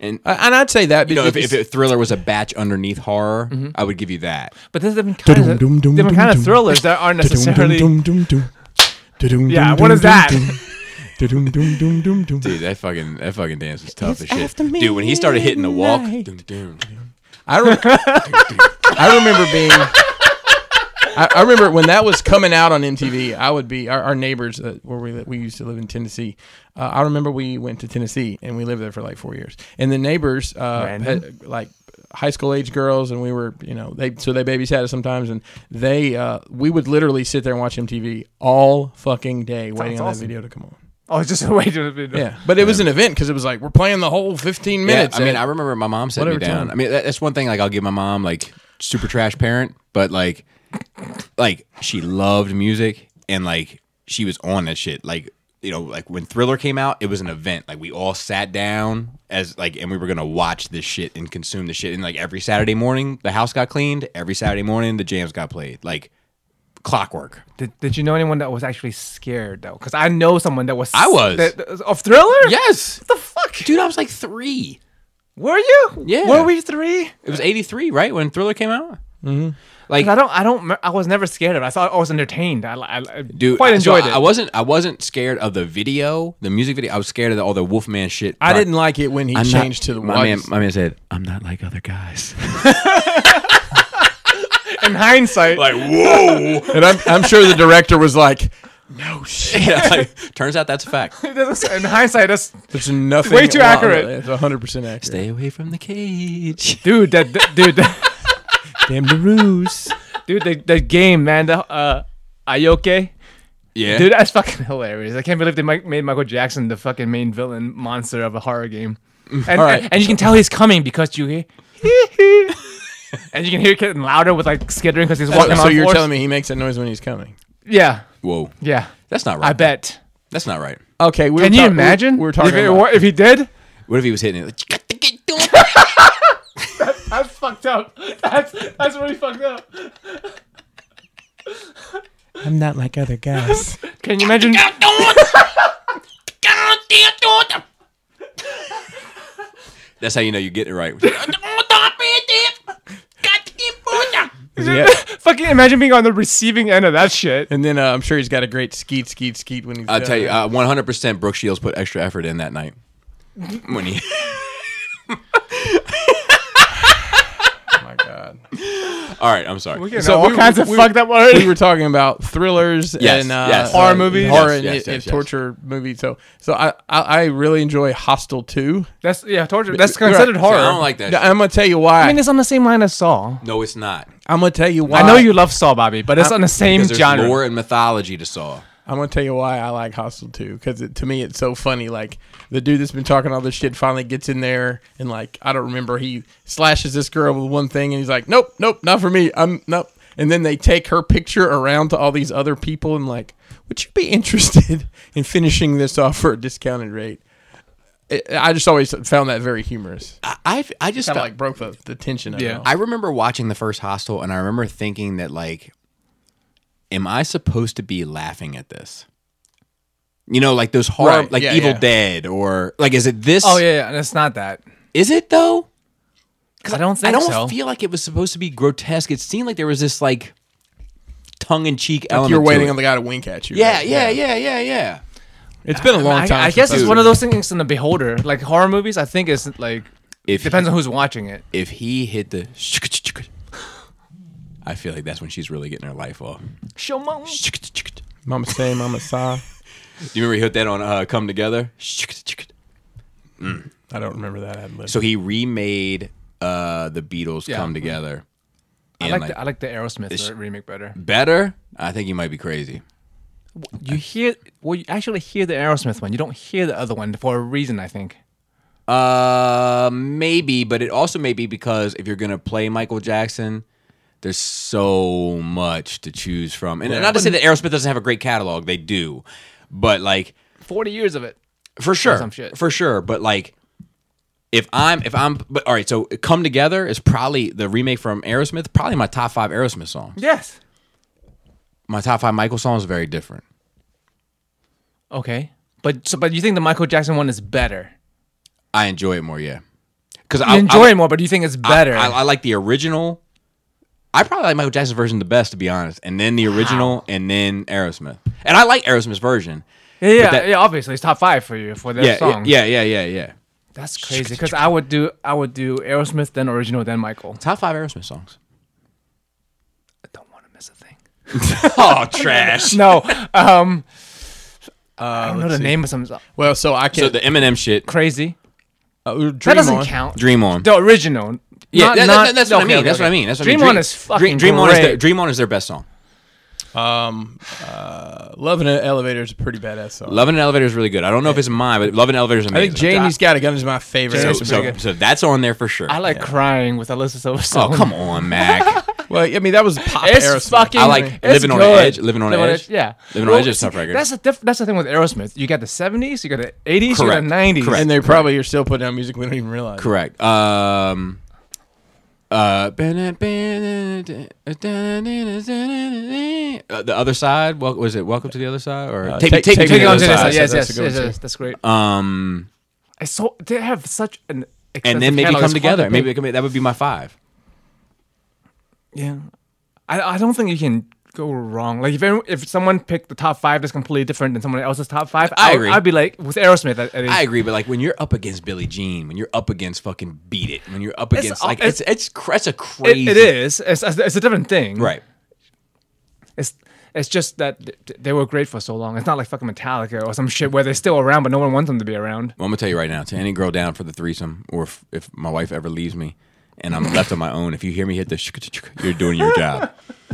And I- And I'd say that you know, because if, if a thriller was a batch underneath horror, Mm-hmm. I would give you that. But there's different kind of Dum, dum, different dum, kind of dum. thrillers that aren't necessarily. Yeah, Yeah, what is that? Dude, that fucking that fucking dance was tough It's as shit. after Dude, when he started hitting the walk, midnight. dun, dun. I, re- I remember being. I, I remember when that was coming out on MTV. I would be our, our neighbors uh, where we li- we used to live in Tennessee. Uh, I remember we went to Tennessee and we lived there for like four years. And the neighbors, uh, Random. had, like high school age girls, and we were you know they so they babysat us sometimes, and they uh, we would literally sit there and watch MTV all fucking day waiting on awesome. that video to come on. Oh, it's just a way to. Yeah, but it was an event because it was like we're playing the whole fifteen Yeah, minutes. I mean, and- I remember my mom sat me Whatever down. time. I mean, that, that's one thing. Like, I'll give my mom like super trash parent, but like, like she loved music and like she was on that shit. Like, you know, like when Thriller came out, it was an event. Like, we all sat down as like, and we were gonna watch this shit and consume the shit. And like every Saturday morning, the house got cleaned. Every Saturday morning, the jams got played. Like clockwork. Did, did you know anyone that was actually scared though? Because I know someone that was. I was. that- that- of thriller. Yes, What the fuck? dude, I was like three. Were you? Yeah. Were we three? It was eighty three, right? When Thriller came out. Like, 'Cause I don't, I don't, me- I was never scared of it. I thought I was entertained. I, I, I dude, quite so enjoyed it. I wasn't. I wasn't scared of the video, the music video. I was scared of the, all the Wolfman shit. I but didn't like it when he I'm not- changed to the my man. whites. My man said, "I'm not like other guys." In hindsight, like, whoa! and I'm, I'm sure the director was like, "No shit, yeah, like, turns out that's a fact. in hindsight, that's there's nothing." Way too wrong accurate. with it. It's 100 percent accurate. Stay away from the cage. dude. That, that- dude, that, Damn the ruse. dude, that, that game, man. The uh, Ayoke. Yeah, Dude, that's fucking hilarious. I can't believe they mi- made Michael Jackson the fucking main villain monster of a horror game. And, right. and, you can tell he's coming because you hear. and you can hear it getting louder with like skittering because he's walking so on you're fours. telling me he makes that noise when he's coming? Yeah. Whoa, Yeah. that's not right. I bet. that's not right. Okay, we Can were you ta- we- imagine? We were talking. if, it about- wa- if he did? What if he was hitting it? Like, That's fucked up. That's that's really fucked up. I'm not like other guys. Can you imagine? That's how you know you get it right. Yeah. fucking imagine being on the receiving end of that shit. And then uh, I'm sure he's got a great skeet, skeet, skeet when he's. I'll done. Oh tell you, uh, 100% Brooke Shields put extra effort in that night. When he, Oh my god. all right, I'm sorry. You know, So all we- kinds of we- fucked up words. we were talking about thrillers Yes, and uh, yes. uh, Horror movies. horror Yes, and, yes, and yes, yes. torture movies. So, so I, I, I really enjoy Hostel Two. that's yeah, torture. That's You're right. considered horror. I don't like that. shit. I'm gonna tell you why. I I mean, it's on the same line as Saw. no, it's not. am gonna tell you why. I know you love Saw, Bobby, but it's on the same Because there's genre. lore and mythology to Saw. I'm gonna tell you why I like Hostel 2 because to me it's so funny. Like the dude that's been talking all this shit finally gets in there and like I don't remember he slashes this girl with one thing and he's like, nope, nope, not for me. I'm nope. And then they take her picture around to all these other people and like, would you be interested in finishing this off for a discounted rate? I- I just always found that very humorous. I, I, I just Kind felt of like broke the, the tension. Of Yeah. yeah, it all. I remember watching the first Hostel, and I remember thinking that like, am I supposed to be laughing at this? You know, like those horror, Right, like yeah, Evil yeah. Dead, or like, is it this? Oh yeah, yeah, and it's not that. is it though? Because I don't I think don't so. feel like it was supposed to be grotesque. It seemed like there was this like tongue in cheek Like element. you're waiting to it. on the guy to wink at you. yeah, right? yeah, yeah, yeah, yeah. It's been a long I, time. I since guess it's I've one of seen those things in the beholder. Like horror movies, I think it's like If depends on who's watching it. if he hit the, I feel like that's when she's really getting her life off. Show mom. it. Mama say, Mama sigh. Do you remember he hit that on uh, "Come Together"? I don't remember that ad lib. So he remade uh, the Beatles Yeah. come together. I And, like, like, the, I like the Aerosmith remake better. better. I think you might be crazy. You hear well, you actually hear the Aerosmith one. You don't hear the other one for a reason, I think. Uh, maybe, but it also may be because if you're gonna play Michael Jackson, there's so much to choose from. And not to say that Aerosmith doesn't have a great catalog, they do, but like Forty years of it. for sure, some shit. for sure. But like, if I'm if I'm, but all right. So come together is probably the remake from Aerosmith. Probably my top five Aerosmith songs. Yes. My top five Michael songs are very different. Okay. But so, but you think the Michael Jackson one is better? I enjoy it more, yeah. Because You I enjoy I, it more, but do you think it's better? I, I like the original. I probably like Michael Jackson's version the best, to be honest, and then the original, and then Aerosmith. And I like Aerosmith's version. yeah, yeah, that- yeah, Obviously, it's top five for you for that Yeah, song. yeah, yeah, yeah, yeah. That's crazy. Because I would do I would do Aerosmith, then original, then Michael. Top five Aerosmith songs. I don't want to miss a thing. oh, trash. No. Um Uh, I don't know the name of some well, so I So can. the Eminem shit, crazy. uh, Dream That doesn't On. count. Dream On. The original. Yeah, Not- that- that- not- that's what I okay, mean. okay, that's what I okay. mean. That's what I Dream mean. On is fucking Dream, Dream On is their, great. Dream On is their best song. Um, uh, Love in an Elevator is a pretty badass song. Love in an Elevator is really good. I don't know if it's mine, but Love in an Elevator is I amazing. think Janie's Got a Gun is my favorite. so, Janie's pretty so, good. so that's on there for sure. I like crying with Alyssa Oh Silverstone. come on, Mac. well, I mean that was pop It's Aerosmith. fucking. I like it's Living on good. Edge, Living on Edge. Yeah, Living on Edge is a tough see, record. That's the diff- that's the thing with Aerosmith. You got the seventies, you got the eighties, you got Correct. the nineties. Correct. and they probably are still putting out music we don't even realize. Correct. Um, uh, ben- ben- uh, the other side. What was it? Welcome to the other side, or Uh, take, take- take, take me Take to it the on other to Other this. Side. side. Yes, That's a yes, good yes, one, yes. That's great. Um, It's so they have such an. and extensive then maybe catalog, come it's hard to together. Maybe pick. it could be- that would be my five. yeah, I, I don't think you can go wrong. Like if everyone, if someone picked the top five that's completely different than someone else's top five, I would- agree. I'd be like with Aerosmith. I, I, I agree, but like when you're up against Billie Jean, when you're up against fucking Beat It, when you're up against all- like it's it's- it's cr- it's a it, crazy it is. It's, it's, it's a different thing. right. It's it's just that th- th- they were great for so long. It's not like fucking Metallica or some shit where they're still around, but no one wants them to be around. Well, I'm gonna tell you right now, to any girl down for the threesome, or if, if my wife ever leaves me and I'm left on my own, if you hear me hit the, shukata shukata, you're doing your job.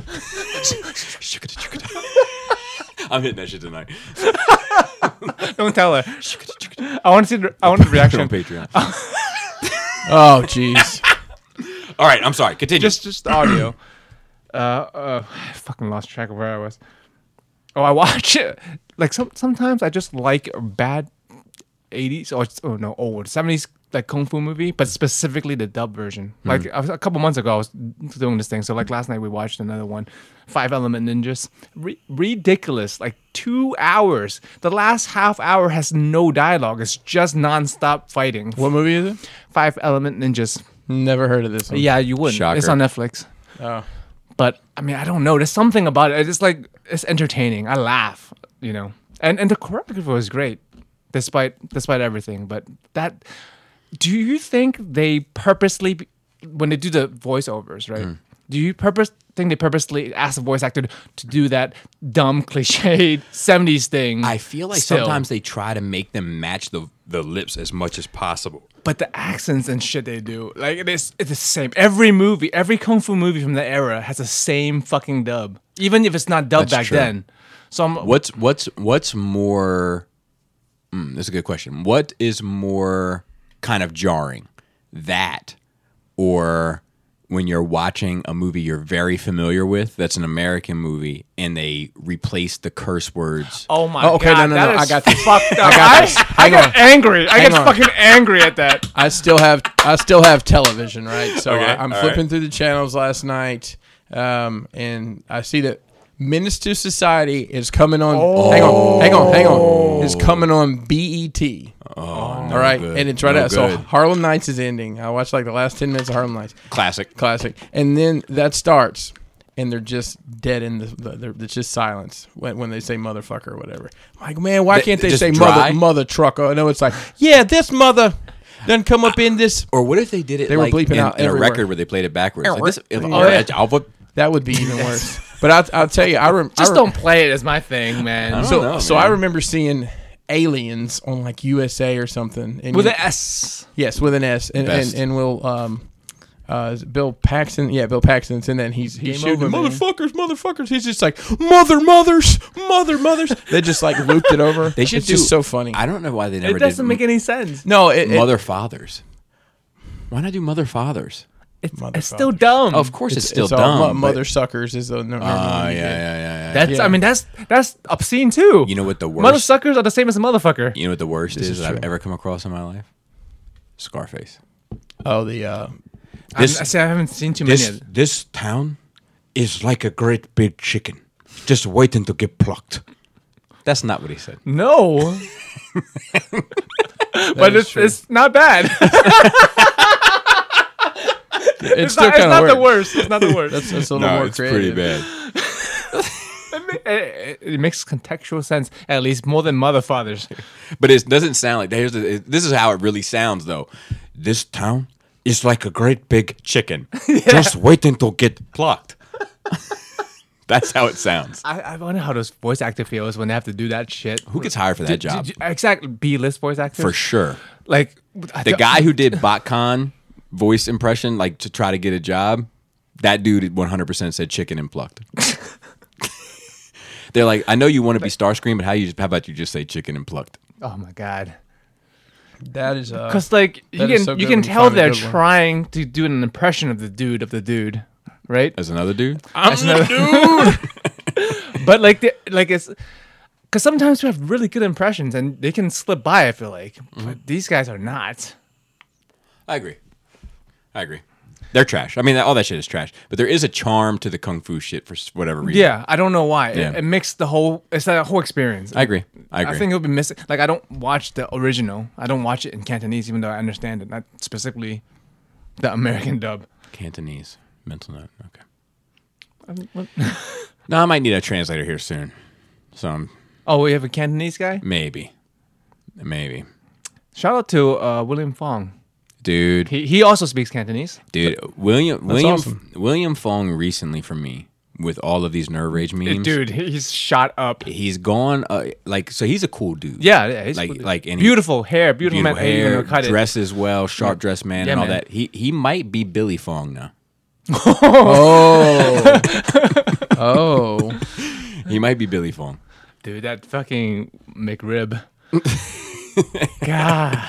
Shukata shukata. I'm hitting that shit tonight. Don't tell her. I want to see. The, I want the Action on reaction. Patreon. Oh, jeez. All right, I'm sorry. Continue. Just just the audio. uh, uh, I fucking lost track of where I was. Oh, I watch it. Like some sometimes I just like bad '80s or oh no old '70s like kung fu movie, but specifically the dub version. Like I was, a couple months ago, I was doing this thing. So like last night we watched another one, Five Element Ninjas. Ri- ridiculous. Like two hours. The last half hour has no dialogue. It's just nonstop fighting. what movie is it? Five Element Ninjas. Never heard of this one. Yeah, you wouldn't. It's Shocker. on Netflix. Oh. But I mean, I don't know. There's something about it. It's like it's entertaining. I laugh, you know. And and the choreography was great, despite despite everything. But that, do you think they purposely, when they do the voiceovers, Hmm. right? Do you purpose think they purposely ask the voice actor to do that dumb cliched '70s thing? I feel like still? sometimes they try to make them match the the lips as much as possible. but the accents and shit they do, like it is, it's the same. Every movie, every kung fu movie from the era has the same fucking dub, even if it's not dubbed That's back true. then. So I'm, What's what's what's more? Mm, that's a good question. What is more kind of jarring, that or when you're watching a movie you're very familiar with that's an American movie and they replace the curse words? oh my Oh, okay, god, no, no, that no, I is got this. fucked up. I got got, this. I, Hang got angry. I Hang get on. fucking angry at that. I still have I still have television, right? So Okay, I, am all flipping right. through the channels last night, um, and I see that Menace to Society is coming on. Hang on, hang on, hang on. Is coming on BET. Oh, all right, good, and it's right Oh. no out. So good. Harlem Nights is ending. I watched like the last ten minutes of Harlem Nights, Classic. classic, and then that starts. And they're just dead in the, the they're, it's just silence when, when they say motherfucker or whatever. I'm like, man, why They- can't they they just say dry? mother mother trucker? I know it's like, yeah, this mother doesn't come up in this Or what if they did it They were like bleeping in, out in a every record word. where they played it backwards? Like Every- this, if, Yeah. oh, yeah, I'll put- That would be even worse. But I'll, I'll tell you, I, rem- I Just rem- don't play it as my thing, man. don't So, know, so man. I remember seeing aliens on like USA or something. And With you- an S. yes, with an S, and Best. and, and will um, uh, is it Bill Paxton, yeah, Bill Paxton's, and then he's he's Game shooting over, man. motherfuckers, motherfuckers. He's just like mother mothers, mother mothers. they just like looped it over. They should it's do just so funny. I don't know why they never It doesn't did make any sense. no, it, it- mother fathers. Why not do mother fathers? It's, Motherfucker. it's still dumb. Of course, it's, still all dumb. mo- but- mother suckers is the no, Oh yeah, yeah, yeah, yeah, yeah. That's. Yeah. I mean, that's that's obscene too. You know what the worst? mother suckers are the same as a motherfucker. you know what the worst is, is that I've true. ever come across in my life? Scarface. Oh, the uh, I'm- This- I say I haven't seen too many. This of this town is like a great big chicken, just waiting to get plucked. That's not what he said. No. That but is it's, true. it's not bad. It's, it's, still not, it's kind of not weird. the worst. It's not the worst. That's, that's a little more creative. bad. it, it- it makes contextual sense, at least more than mother fathers. But it doesn't sound like. Here's the, it- this is how it really sounds though. This town is like a great big chicken, just waiting to get plucked. That's how it sounds. I, I wonder how those voice actor feels when they have to do that shit. Who gets hired for that job? exactly. B list voice actors. for sure. Like the guy who did BotCon voice impression, like to try to get a job, that dude 100% said chicken and plucked. They're like, I know you want to be Starscream, but how you how about you just say chicken and plucked? Oh my god. That is uh, Because like you That is can so you good can when you tell find a they're good one. trying to do an impression of the dude of the dude, right? As another dude, I'm the dude. but like the, like it's because sometimes we have really good impressions and they can slip by i feel like Mm-hmm. but these guys are not I agree. I agree. They're trash. I mean, all that shit is trash. But there is a charm to the kung fu shit for s- whatever reason. yeah i don't know why Yeah. it, it makes the whole it's that whole experience I agree. I agree. I think it'll be missing. Like I don't watch the original. I don't watch it in Cantonese, even though I understand it. Not specifically the American dub. Cantonese mental note. Okay. No, I might need a translator here soon. So um, Oh, we have a Cantonese guy. maybe, maybe, Shout out to uh, William Fong. dude, He he also speaks Cantonese. dude, William, William, awesome. William Fong recently for me with all of these nerve rage memes. Dude, he's shot up. he's gone. Uh, like, so he's a cool dude. Yeah, yeah. He's Like- like any- beautiful hair, beautiful, beautiful man. Hey, you're hair, gonna cut it. dresses well, sharp dressed man, Yeah, and all man. that. He he might be Billy Fong now. Oh. oh. He might be Billy Fong. Dude, that fucking McRib. God,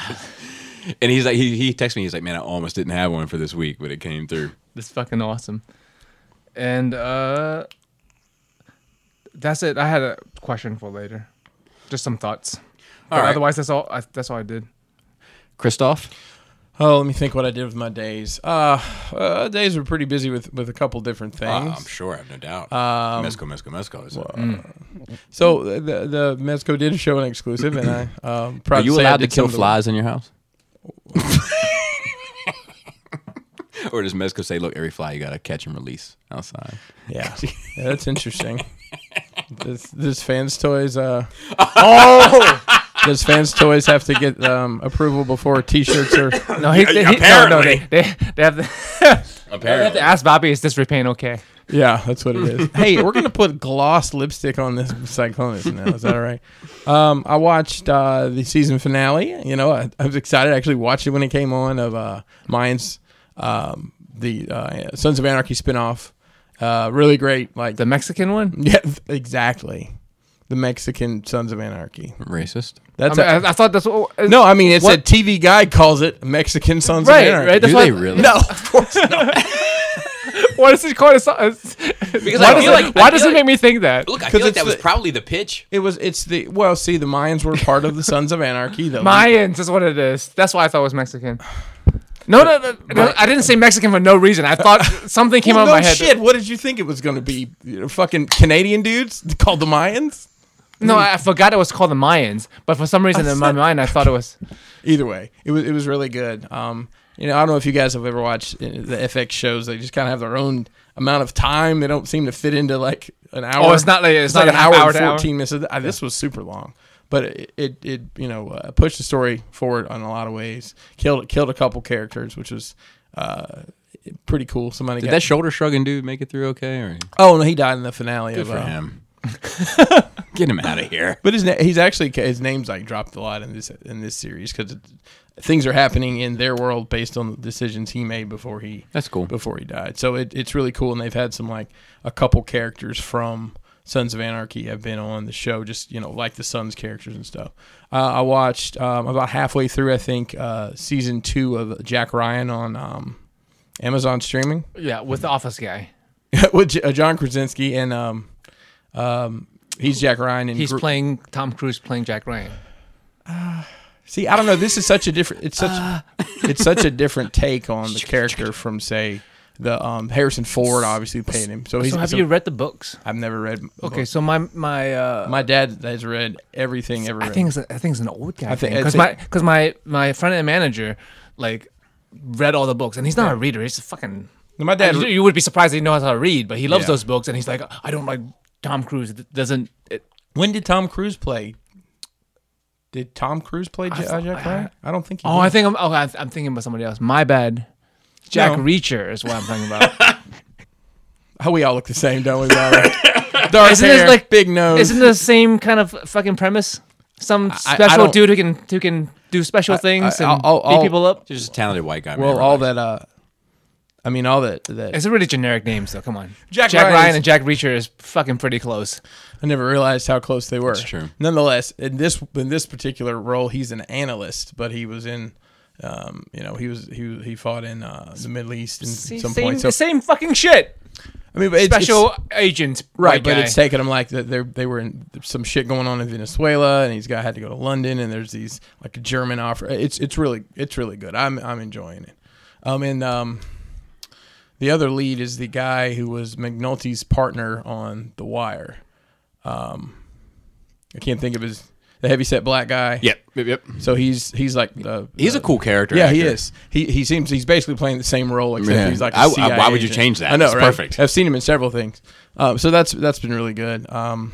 And he's like, he he texted me. He's like, man, I almost didn't have one for this week, but it came through. that's fucking awesome. And uh, that's it. I had a question for later. Just some thoughts. but right. Otherwise, that's all. I, that's all I did. Christoph, Oh, let me think what I did with my days. Uh, uh days were pretty busy with with a couple different Uh, things. I'm sure, I have no doubt. Um, Mesco, Mesco, Mesco. Is it? So the the, the Mezco did show an exclusive, and I um, proud Are you say I allowed to did kill some of the- flies in your house? or does Mezco say, look, every fly you got to catch and release outside? Yeah. Yeah, that's interesting. does does fans toys uh Oh does fans toys have to get um, approval before T-shirts or no, he, he, no, no, Apparently. they, they, they have to. they have to ask Bobby, is this repaint okay? yeah, that's what it is. hey, we're gonna put gloss lipstick on this Cyclonus now. Is that all right? Um, I watched uh, the season finale. You know, I, I was excited. I actually watched it when it came on of uh, Mayans, um, the uh, Sons of Anarchy spinoff. Uh, really great, like The Mexican one? yeah, exactly. The Mexican Sons of Anarchy. Racist. That's I, mean, a, I, I thought oh, that's what. no, I mean it's What? a TV guide calls it Mexican Sons Right, of Anarchy. right, that's Do why- they really? No, of course not. Why does it call it? so- It's, because I why does, feel it, like- I why does feel it make me think that? Look, I 'Cause it's the- probably the pitch. It was. It's the well. See, the Mayans were part of the Sons of Anarchy. The Mayans is what it is. That's why I thought it was Mexican. No, no, no, no, I didn't say Mexican for no reason. I thought something came Well, out no of my head. shit. What did you think it was going to be? You know, fucking Canadian dudes called the Mayans. No, I I forgot it was called the Mayans, but for some reason in my mind I thought it was. Either way, it was it was really good. Um, you know, I don't know if you guys have ever watched uh, the FX shows. They just kind of have their own amount of time. They don't seem to fit into like an hour. Oh, it's not like it's, It's not like an hour, and to hour. fourteen minutes. Uh, This was super long, but it it, it you know uh, pushed the story forward on a lot of ways. Killed killed a couple characters, which was uh, pretty cool. Somebody Did got that shoulder shrugging dude make it through okay? Or oh no, he died in the finale of uh, him. Get him out of here. But his na- he's actually his name's like dropped a lot in this in this series because things are happening in their world based on the decisions he made before he That's cool. before he died. So it, it's really cool, and they've had some like a couple characters from Sons of Anarchy have been on the show, just you know like the Sons characters and stuff. Uh, I watched um, about halfway through, I think, uh, season two of Jack Ryan on um, Amazon streaming Yeah, with the office guy. with J- uh, John Krasinski and um, um, he's Jack Ryan and He's Gru- playing Tom Cruise playing Jack Ryan. See, I don't know. This is such a different. It's such. Uh. it's such a different take on the character from say the um, Harrison Ford obviously paid him. So he's. So have so- you read the books? I've never read. the Okay, book. so my my uh, my dad has read everything ever. I think it's a, I think it's an old guy I thi- thing I because thi- my because my my friend and manager like read all the books and he's not a reader. He's a fucking my dad. you, you would be surprised that he knows how to read, but he loves Yeah. those books and he's like, I don't like Tom Cruise. It doesn't. It, when did Tom Cruise play? Did Tom Cruise play J- thought- Jack Ryan? I don't think. He oh, did. I think I'm. Oh, I- I'm thinking about somebody else. My bad. Jack No. Reacher is what I'm thinking about. Oh, we all look the same, don't we? Bobby? Dark Isn't this hair, like- big nose. Isn't it the same kind of fucking premise? Some I special don't- dude who can who can do special things I'll- and I'll- beat I'll- people up. Just a talented white guy. well, all that. Uh, I mean, all that. That It's a really generic name, so come on. Jack Jack Ryan Ryan is- and Jack Reacher is fucking pretty close. I never realized how close they were. true. Nonetheless, in this in this particular role, he's an analyst, but he was in, um, you know, he was he he fought in uh, the Middle East in See, some same, point. So the same fucking shit. I mean, but it's, Special it's- agent, right? But guy. it's taken him like that. They they were in some shit going on in Venezuela, and he's got had to go to London, and there's these like a German offer. It's it's really it's really good. I'm I'm enjoying it. Um, and um, the other lead is the guy who was McNulty's partner on The Wire. Um, I can't think of his the heavyset black guy. Yep. Yep. Yep. So he's he's like the He's the- a cool character. Yeah, he actor. is. He he seems he's basically playing the same role except Yeah. he's like. a I- I- CIA why would you agent. change that? I know, It's right? perfect. I've seen him in several things, um, so that's that's been really good. Um,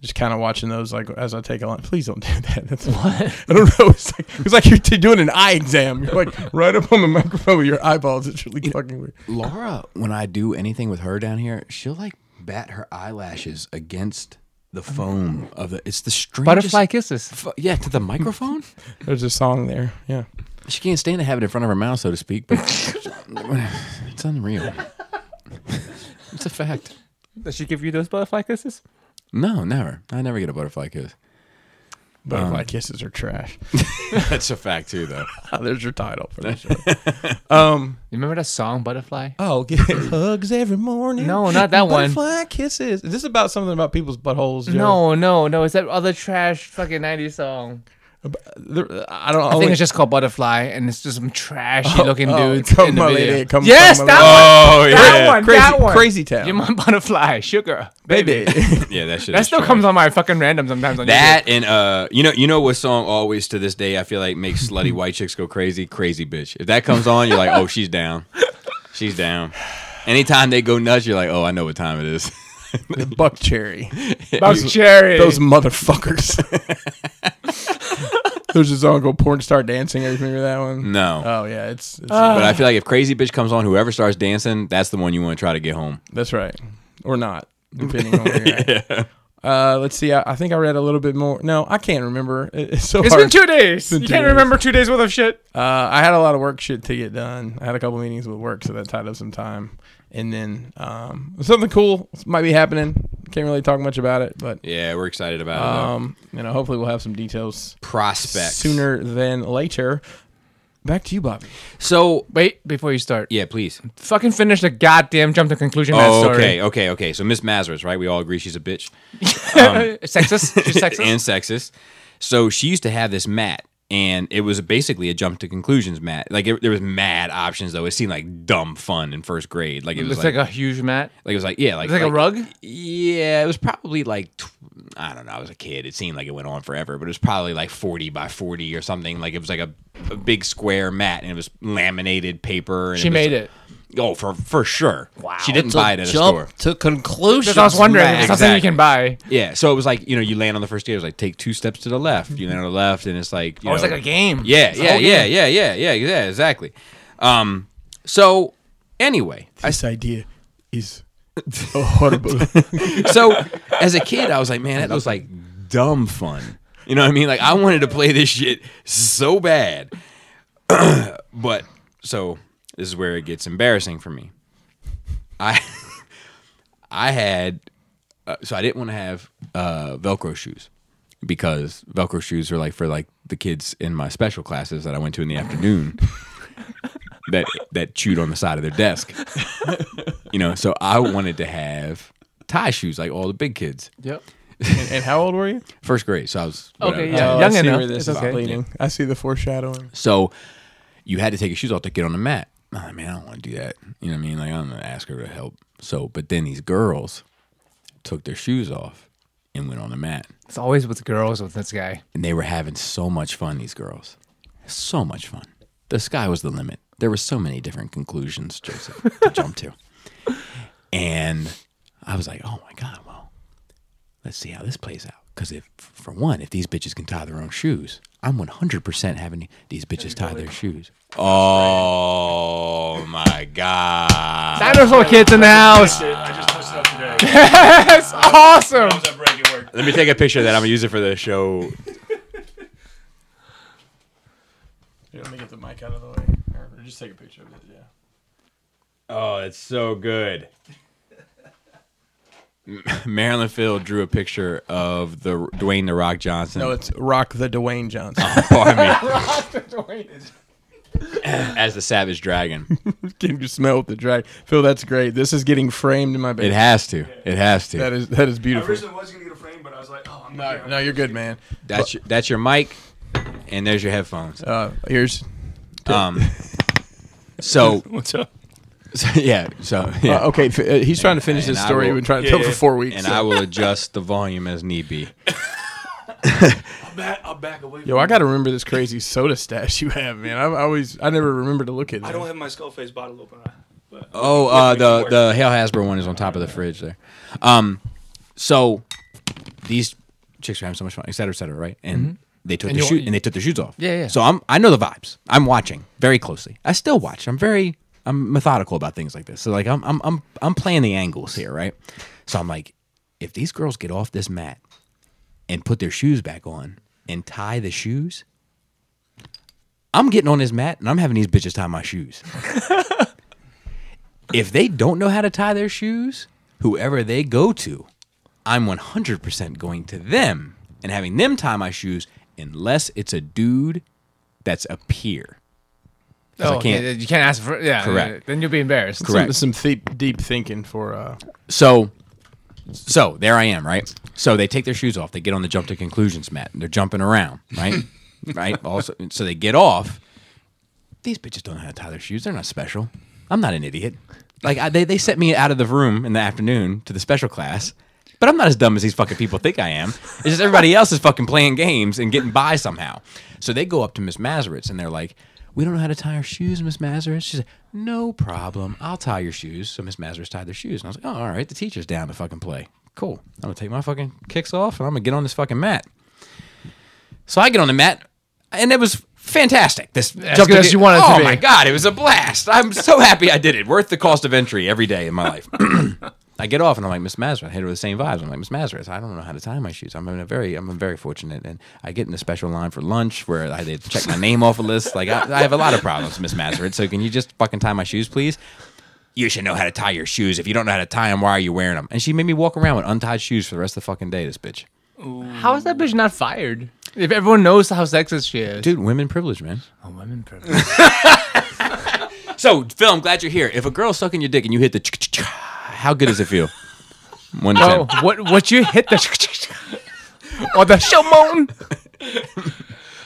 just kind of watching those like as I take a line. Please don't do that. That's what I don't know. It's like it's like you're t- doing an eye exam. You're like right up on the microphone with your eyeballs. It's really fucking weird. Laura, when I do anything with her down here, she'll like bat her eyelashes against the foam of the. It's the strangest. Butterfly kisses. F- yeah, to the microphone. There's a song there. Yeah. she can't stand to have it in front of her mouth, so to speak. But it's unreal. it's a fact. Does she give you those butterfly kisses? No, never. I never get a butterfly kiss. Um. Butterfly kisses are trash. That's a fact too, though. There's your title for the show. um, You remember that song, Butterfly? Oh, get hugs every morning. No, not that one. Butterfly kisses. Is this about something about people's buttholes? Joe? No, no, no. It's that other trash fucking 90s song. There- I don't. I think it's just called Butterfly, and it's just some trashy looking dudes come in the my video. lady, come- yes, come my that Oh one. That one. crazy, that one. crazy town, You're my butterfly, sugar, baby. baby. Yeah, that shit. That is still trash. comes on my fucking random sometimes. On That and uh, you know, you know what song always to this day I feel like makes slutty white chicks go crazy, crazy bitch. If that comes on, you're like, oh, she's down, she's down. Anytime they go nuts, you're like, oh, I know what time it is. the buck cherry. YouTube. Bugs Cherry. Those motherfuckers. There's this song called "Porn Star Dancing." You remember that Mm. one? No, Oh yeah, it's, it's Uh. but I feel like if crazy bitch comes on, whoever starts dancing, that's the one you want to try to get home. that's right, or not, depending on where you're at. Uh, let's see. I, I think I read a little bit more. No, I can't remember. It- it's so It's hard. been two days. been you two can't days. remember two days worth of shit. Uh, I had a lot of work shit to get done. I had a couple meetings with work, so that tied up some time. And then um, something cool might be happening. Can't really talk much about it, but Yeah, we're excited about it. um, you know, hopefully we'll have some details though. Prospects sooner than later. Back to you, Bobby. So Wait, before you start, yeah, please. fucking finish the goddamn jump to conclusion. of that Oh, story. okay, okay, okay. So Miss Mazurus, right? We all agree she's a bitch. Um, sexist. She's sexist. and sexist. So she used to have this mat, and it was basically a jump to conclusions mat. Like it, there was mad options though. It seemed like dumb fun in first grade. Like it was it's like, like, like, a huge mat. it was like yeah, like It's like, a rug. Yeah, it was probably like tw- I don't know. I was a kid. It seemed like it went on forever, but it was probably like forty by forty or something. Like it was like a, a big square mat, and it was laminated paper. And She was- made it. Oh, for for sure. Wow. She didn't buy it at a store. to conclusion. Because I was wondering, if it's something you Exactly. can buy. Yeah, so it was like you know you land on the first day. It was like take two steps to the left. You land on the left, and it's like you Oh, it's know- like a game. Yeah, It's a yeah, whole yeah, game. yeah, yeah, yeah, yeah, exactly. Um, so anyway, This idea is horrible. so as a kid, I was like, man, that was like dumb fun. You know what I mean? Like I wanted to play this shit so bad, but so this is where it gets embarrassing for me. I I had uh, so I didn't want to have uh, Velcro shoes because Velcro shoes are like for like the kids in my special classes that I went to in the afternoon that that chewed on the side of their desk. you know, so I wanted to have tie shoes like all the big kids. Yep. and, and how old were you? First grade, so I was Okay, whatever. yeah. Oh, I young see enough. where this It's is okay. leading. I see the foreshadowing. So you had to take your shoes off to get on the mat. I'm like, man, I don't want to do that. You know what I mean? Like, I'm going to ask her to help. So, but then these girls took their shoes off and went on the mat. It's always with girls with this guy. And they were having so much fun, these girls. So much fun. The sky was the limit. There were so many different conclusions, Joseph, to jump to. And I was like, oh my God, well, let's see how this plays out. Because if, for one, if these bitches can tie their own shoes, I'm 100% having these bitches tie their shoes. Oh my God. Dinosaur kids in the house. Uh, I just posted up today. That's awesome. Thumbs up break at work. Let me take a picture of that. I'm going to use it for the show. Here, let me get the mic out of the way. Or just take a picture of it. Yeah. Oh, it's so good. Marilyn Field drew a picture of the Dwayne the Rock Johnson. No, it's Rock the Dwayne Johnson. pardon me, as the Savage Dragon. Can you smell the drag? Phil, that's great. This is getting framed in my It bed. has to. It has to. That is that is I beautiful. originally was gonna get a frame, but I was like, oh, I'm No, not. no, you're good, man. that's your, that's your mic, and there's your headphones. Uh, here's Um, so, What's up? so, yeah, so yeah, uh, okay. F- uh, he's trying to finish And this I story will- we've been trying to Yeah, tell yeah. for four weeks. and so- I will adjust the volume as need be. I'll back, I'll back away. Yo, I gotta remember this crazy soda stash you have, man. I always, I never remember to look at. I that. don't have my skull face bottle open. But Oh, we uh, can the work. the Hail Hasbro one is on top of the fridge there. Um, so these chicks are having so much fun, et cetera, et cetera, right? And they took Mm-hmm. And their you- shoe and they took their shoes off. Yeah, yeah. So I'm I know the vibes. I'm watching very closely. I still watch. I'm very I'm methodical about things like this. So like I'm I'm I'm I'm playing the angles here, right? So I'm like, if these girls get off this mat and put their shoes back on and tie the shoes, I'm getting on this mat and I'm having these bitches tie my shoes. if they don't know how to tie their shoes, whoever they go to, I'm 100% going to them and having them tie my shoes unless it's a dude that's a peer. 'Cause I Oh, can't- yeah, You can't ask for. Yeah. Correct. yeah, Then you'll be embarrassed. Correct. Some, some deep, deep thinking for. uh So, so there I am, right? So they take their shoes off. They get on the jump to conclusions mat. And they're jumping around, right? right. Also, so they get off. These bitches don't know how to tie their shoes. They're not special. I'm not an idiot. Like I, they, they sent me out of the room in the afternoon to the special class. But I'm not as dumb as these fucking people think I am. It's just everybody else is fucking playing games and getting by somehow. So they go up to Miss Mazeritz and they're like, "We don't know how to tie our shoes, Miss Mazeritz." She's like, "No problem. I'll tie your shoes." So Miss Mazeritz tied their shoes, and I was like, "Oh, all right. The teacher's down to fucking play. Cool. I'm gonna take my fucking kicks off and I'm gonna get on this fucking mat." So I get on the mat, and it was fantastic. This jump good to as get- you want it to Oh be. my god, it was a blast! I'm so happy I did it. Worth the cost of entry every day in my life. I get off and I'm like Miss Mazareth. I hit her with the same vibes. I'm like Miss Mazareth. I don't know how to tie my shoes. I'm in a very, I'm very fortunate, and I get in a special line for lunch where I had to check my name off a list. Like I, I have a lot of problems, Miss Mazareth. So can you just fucking tie my shoes, please? You should know how to tie your shoes. If you don't know how to tie them, why are you wearing them? And she made me walk around with untied shoes for the rest of the fucking day. This bitch, How is that bitch not fired? If everyone knows how sexist she is. dude, women privilege, man. Oh, women privilege. So, Phil, I'm glad you're here. If a girl's sucking your dick and you hit the, ch-ch-ch, how good does it feel? One to oh, ten. what? What you hit the? or the show moan?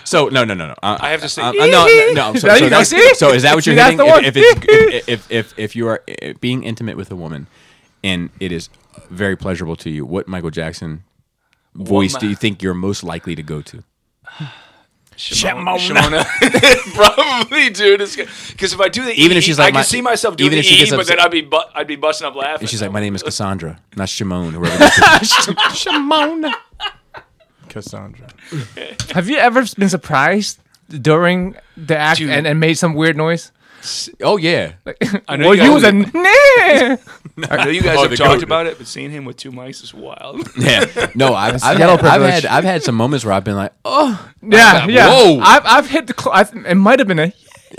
So, no, no, no, no. I, I have to say, I- I- no, no, no. So, There so, you go. that's- See? so is that what See, you're that's hitting? the one. If, if, it's, if, if, if you are uh, being intimate with a woman and it is very pleasurable to you, what Michael Jackson voice do you think you're most likely to go to? Shimona. Shimona. Probably, dude. Because if I do the Even E, if she's I like my- can see myself doing even the if she E, gets but upset- then I'd be bu- I'd be busting up laughing. And she's like, my name is Cassandra, not Shimon. Whoever that Shimon. Cassandra. Have you ever been surprised during the act Dude. and, and made some weird noise? is. oh, yeah. I know Well, you guys, was a nah. I know you guys Oh, have the talked goat. about it, but seeing him with two mics is wild. Yeah. No, I've, I've, yellow had, I've, privilege. had, I've had some moments where I've been like, oh. Yeah, yeah. Whoa. I've, I've hit the. Cl- i it might have been a.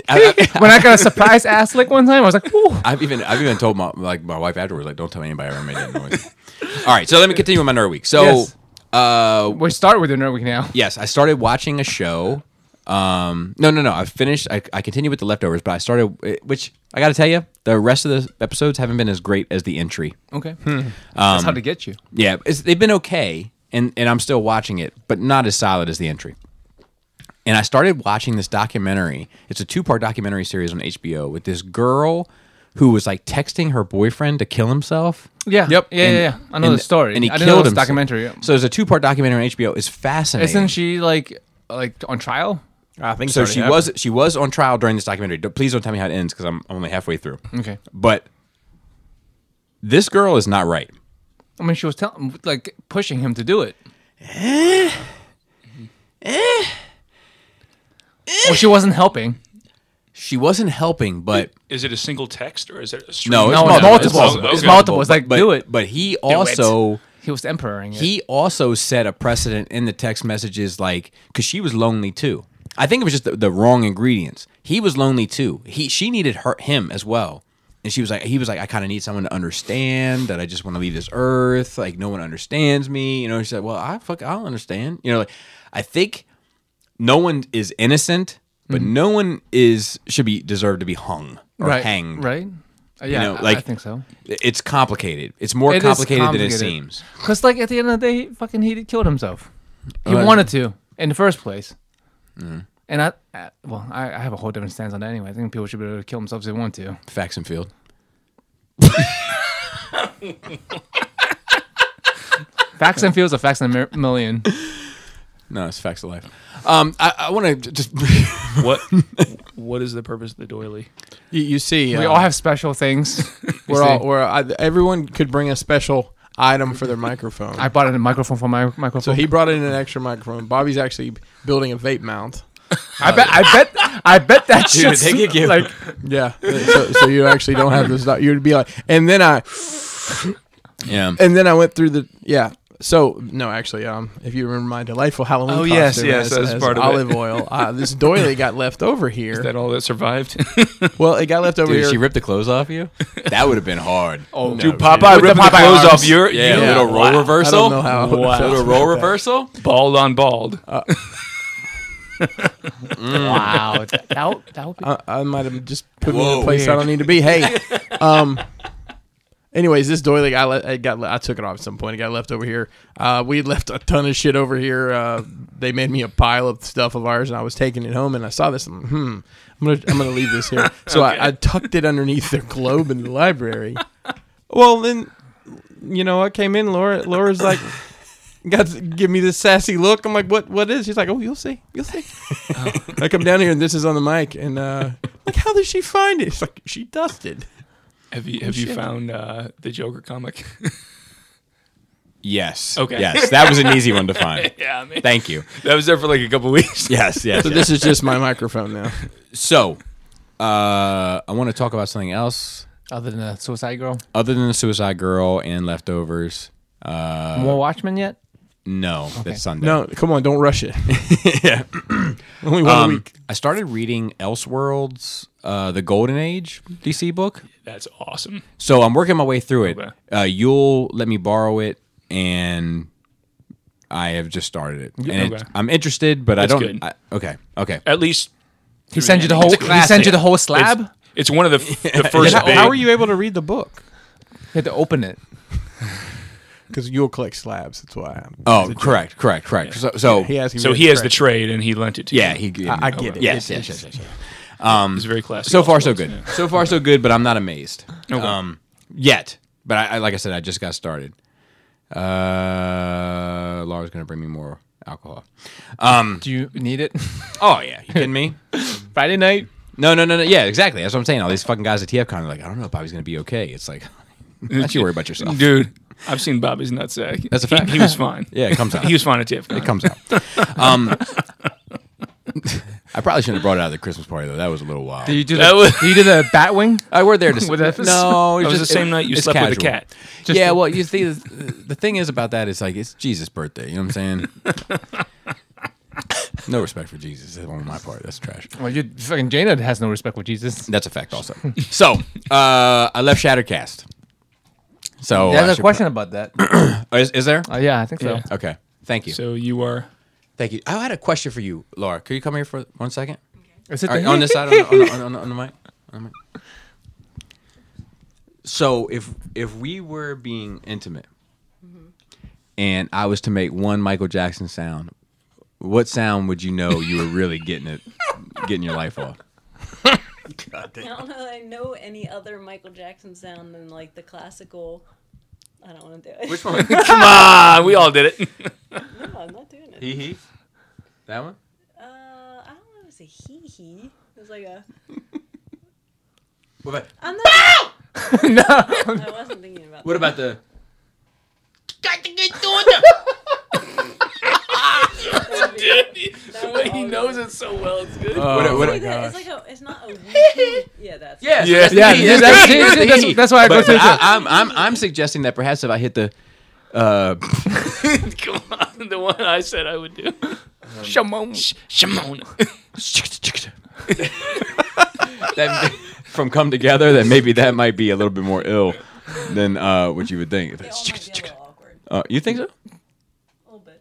I- I- when I got a surprise ass lick one time, I was like, "Ooh, I've even I've even told my like my wife afterwards like don't tell anybody I ever made that noise. All right, so let me continue with my nerd week. So Yes. uh we start with your nerd week now." yes, I started watching a show. Um no no no, I finished I I continued with the leftovers, but I started it- which I got to tell you, the rest of the episodes haven't been as great as the entry. Um, Okay, Hmm. that's how to get you. Yeah, it's, they've been okay and and I'm still watching it, but not as solid as the entry. And I started watching this documentary. It's a two-part documentary series on HBO with this girl who was like texting her boyfriend to kill himself. Yeah. Yep. Yeah, And- yeah, yeah. I know and- the story. And he I didn't know killed it was a him. documentary. Yeah. So there's a two part documentary on HBO. It's fascinating. Isn't she like like on trial? I think so she was she was on trial during this documentary. Don't- Please don't tell me how it ends because I'm I'm only halfway through. Okay. But this girl is not right. I mean, she was telling like pushing him to do it. Well, she wasn't helping. She wasn't helping, but Is it a single text or is it a stream? no, it's No, multiple. multiple. It's multiple. It's It's multiple. It's like, but, do it. But he also. He was emperoring it. he also set a precedent in the text messages like because she was lonely too i think it was just the, the wrong ingredients he was lonely too he she needed her him as well and she was like he was like i kind of need someone to understand that i just want to leave this earth like no one understands me you know she said well i fuck i'll understand you know like i think no one is innocent but no one is should be deserved to be hung or Mm-hmm. right, hanged Right. Uh, yeah, know, I- like- I think so. it's complicated it's more It is complicated, than it complicated. seems Cause like at the end of the day, he- fucking he killed himself. He Right. Mm. wanted to in the first place. And I, I well, I, I have a whole different stance on that anyway. I think people should be able to kill themselves if they want to. facts and field Facts and feels are facts and a mi- million. No, it's facts of life. Um, I, I want to just. What what is the purpose of the doily? You, you see, We uh, all have special things. You We're see, all we're I, everyone could bring a special item for their microphone. I bought a microphone for my microphone. so he brought in an extra microphone. Bobby's actually building a vape mount. I bet. I bet. I bet that shit's they could give- like Yeah. so, so you actually don't have this. You'd be like, and then I yeah. and then I went through the yeah. So no, actually, um, if you remember my delightful Halloween Oh, costume, yes, yes, as- that's as part of it. olive oil. Uh, this doily got left over Is here. that all that survived? well, it got left over Dude, here. she ripped the clothes off you? That would have been hard. oh, Dude, Popeye With the ripping the, Popeye clothes arms. off your Yeah, Yeah. a little roll Wow. reversal. I don't know how I would've Wow. A felt little about roll that. reversal. bald on bald. wow. That, that would- that would be. I, I might have just put me in a Whoa. place I Weird. don't need to be. Hey, um. Anyways, this doily I let, it got I took it off at some point. It got left over here. Uh, we had left a ton of shit over here. Uh, they made me a pile of stuff of ours, and I was taking it home, and I saw this. And, hmm, I'm gonna I'm gonna leave this here. So I, I tucked it underneath their globe in the library. Well, then, you know, I came in. Laura Laura's like, got to give me this sassy look. I'm like, what What is? She's like, oh, you'll see, you'll see. I come down here and this is on the mic, and uh, like, how did she find it? It's like she dusted. Have you have you found uh, the Joker comic? Yes. Okay. Yes, that was an easy one to find. yeah, I mean, Thank you. that was there for like a couple weeks. Yes, yes. So yes. this is just my microphone now. So, uh, I want to talk about something else Other than a Suicide Girl, other than the Suicide Girl and leftovers. Uh, more Watchmen yet? no, that's Sunday. No, come on, don't rush it. yeah. Only one Um, week. I started reading Elseworlds, uh, the Golden Age DC book. That's awesome. So I'm working my way through it. Okay. Uh, you'll let me borrow it, and I have just started it. And okay. it, I'm interested, but It's I don't. good. I, okay, okay. At least He sends you the whole. It's a He sends you classic. the whole slab. It's, it's one of the the first. How, big- how are you able to read the book? you had to open it. Because you'll collect slabs. That's why. I'm, Oh, correct, correct, correct. So, so he asked me. So he has the trade and he lent it to yeah, you. he. I, I get it. Yes, It- yes, yes, yes, yes. It's very classic. So far, so Elseworlds, good. yeah. So far, so good. But I'm not amazed. Okay. Um, yet, but I, I like I said, I just got started. Uh, Laura's gonna bring me more alcohol. Um, Do you need it? oh yeah, you kidding me? Friday night. No, no, no, no. Yeah, exactly. That's what I'm saying. All these fucking guys at TFCon are like, I don't know if Bobby's gonna be okay. It's like, why don't you worry about yourself? Dude, I've seen Bobby's nutsack. That's a He- fact. He, was fine. Yeah, it comes out. He was fine at TFCon. It comes out. Um, I probably shouldn't have brought it out of the Christmas party though. That was a little wild. Do you do That the? was- do you do the Batwing? I were there to With that- no. That it's was just- the same night you it's slept with a casual. cat. Just yeah, the- well, you see, the, the thing is about that is like it's Jesus' birthday. You know what I'm saying? no respect for Jesus on my part. That's trash. Well, you fucking Jaina has no respect for Jesus. That's a fact, also. so uh, I left Shattercast. Oh, So I There's a should- question about that. Oh, Is, is there? Uh, yeah, I think so. Yeah. Okay. Thank you. So you are. Thank you. I had a question for you, Laura. Could you come here for one second? Is it All right, the- on this side, on the, on, the, on, the, on the mic. On the mic. So if if we were being intimate, and I was to make one Michael Jackson sound, what sound would you know you were really getting it, getting your life off? I don't know that I know any other Michael Jackson sound than like the classical. I don't want to do it. Which one? Come on, Uh, we all did it. No, I'm not doing it. Hee hee. That one. Uh, I don't know. It was a hee hee. It was like a. What about, I'm not. no. I wasn't thinking about. what about the? that. He knows it. what, Oh, what, It's like a. It's, like a, it's not a. wee hee. Yeah, that's. yeah, Yeah. that's the Yeah, hee, yeah, that's- the hee, see, see, the that's- hee. that's why I go But- through but it. I, I'm, I'm I'm suggesting that perhaps if I hit the. Uh, Come on, the one I said I would do. Um, Shimon. Shimon. that from come together that maybe that might be a little bit more ill than uh, what you would think. They all might be a little awkward. Uh, you think so? A little bit.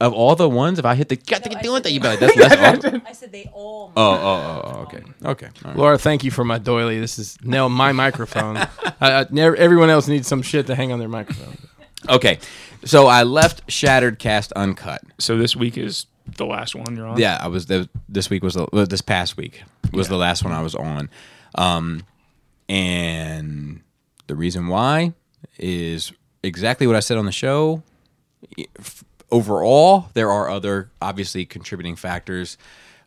Of all the ones, if I hit the got No, I doing that, said- you be like that's less. awkward. I said they all. Oh, Might. oh, oh, oh, okay, okay. all right. Laura, thank you for my doily. This is now my microphone. I, I, never, everyone else needs some shit to hang on their microphone. Okay, so I left Shattered Cast uncut. So this week is the last one you're on. Yeah, I was there, this week was the, well, this past week was the last one I was on, um, and the reason why is exactly what I said on the show. overall, there are other obviously contributing factors,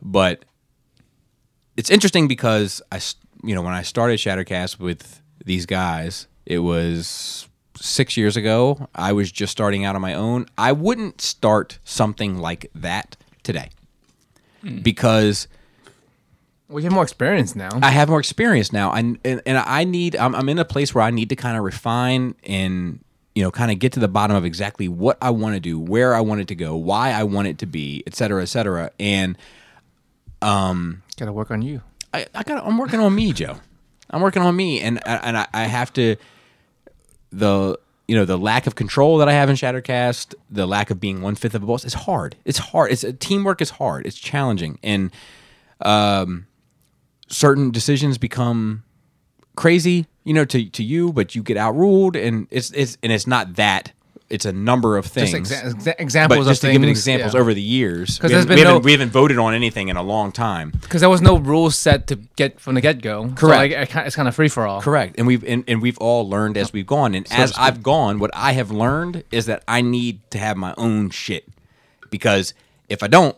but it's interesting because I, s- you know, when I started Shattercast with these guys, it was six years ago. I was just starting out on my own. I wouldn't start something like that today because We have more experience now. I have more experience now, and and, and I need. I'm, I'm in a place where I need to kind of refine and you know kind of get to the bottom of exactly what I want to do, where I want it to go, why I want it to be, et cetera, et cetera. And Gotta work on you. I, I got. I'm working on me, Joe. I'm working on me, and uh, and I, I have to. The you know the lack of control that I have in Shattercast, the lack of being one fifth of a boss. It's hard. It's hard. It's teamwork is hard. It's challenging, and um, certain decisions become crazy, you know, to to you, but you get outruled, and it's it's and it's not that. It's a number of things. Just exa- exa- But examples of just to give an things, examples yeah. over the years, we, 'Cause there's haven't- we been no- haven't, we haven't voted on anything in a long time. because there was no rules set to get from the get go. Correct. it's kind of free for all. Correct. And we've and, and we've all learned as we've gone. And as speak. I've gone, what I have learned is that I need to have my own shit. Because if I don't,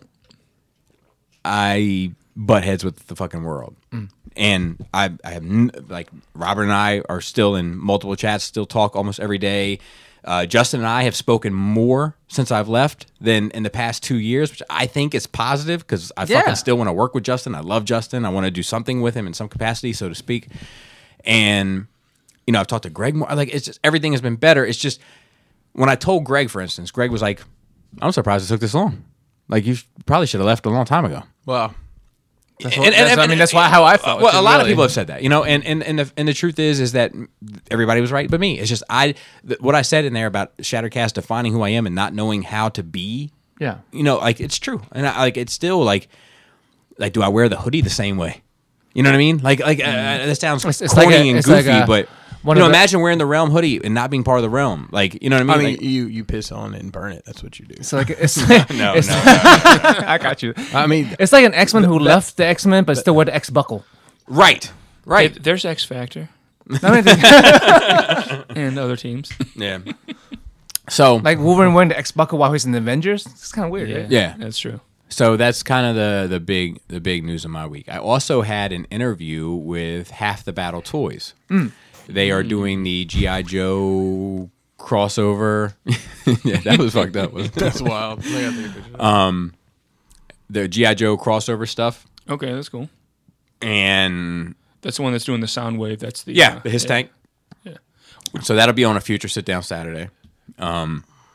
I butt heads with the fucking world. Mm. And I, I have n- like Robert and I are still in multiple chats, still talk almost every day. Uh, Justin and I have spoken more since I've left than in the past two years, which I think is positive because I Yeah. fucking still want to work with Justin. I love Justin. I want to do something with him in some capacity, so to speak. And you know, I've talked to Greg more. Like it's just everything has been better. It's just when I told Greg, for instance, Greg was like, "I'm surprised it took this long. Like you sh- probably should have left a long time ago." Wow. That's what- that's- I mean, that's why how I felt. uh, Well, a lot of really. people have said that, you know, and and and the, and the truth is, is that everybody was right, but me. It's just I, th- what I said in there about Shattercast defining who I am and not knowing how to be Yeah. you know, like it's true, and I, like it's still like, like do I wear the hoodie the same way? You know what I mean? Like, like uh, uh, that sounds Mm. It's- it's corny like a- and it's goofy, like a- but one you know, of the- imagine wearing the realm hoodie and not being part of the realm. Like, you know what I mean? I mean, Like, you you piss on and burn it. That's what you do. It's like it's like, no, it's, no, I got you. I mean, It's like an X Men who left the X Men but still wore the X buckle. right, right, There's X Factor I mean, and other teams. yeah. So, like Wolverine wearing the X buckle while he's in the Avengers. It's kind of weird. Right? Yeah. that's true. so that's kind of the the big the big news of my week. I also had an interview with Half the Battle Toys. They are doing the GI Joe crossover. yeah, that was fucked up. Wasn't it? that's wild. I gotta take a picture. Um, the GI Joe crossover stuff, Okay, that's cool. and That's the one that's doing the sound wave. That's the yeah, uh, the his tank. So that'll be on a future sit down Saturday.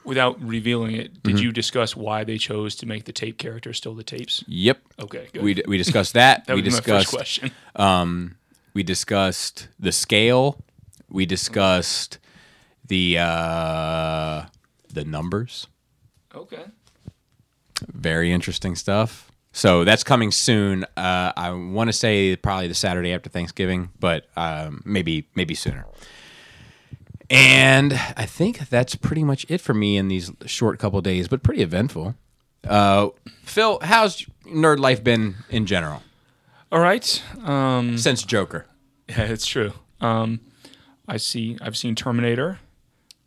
Without revealing it, Mm-hmm. did you discuss why they chose to make the tape character still the tapes? Yep. Okay, good. We, d- we discussed that. that we was my first discussed question. we discussed the scale. We discussed the uh, the numbers. Okay, Very interesting stuff. So that's coming soon. Uh, I want to say probably the Saturday after Thanksgiving, but um, maybe maybe sooner. And I think that's pretty much it for me in these short couple days, but pretty eventful. Uh, Phil, how's nerd life been in general all right. Um, since Joker? yeah, it's true. Um, I see. I've seen Terminator,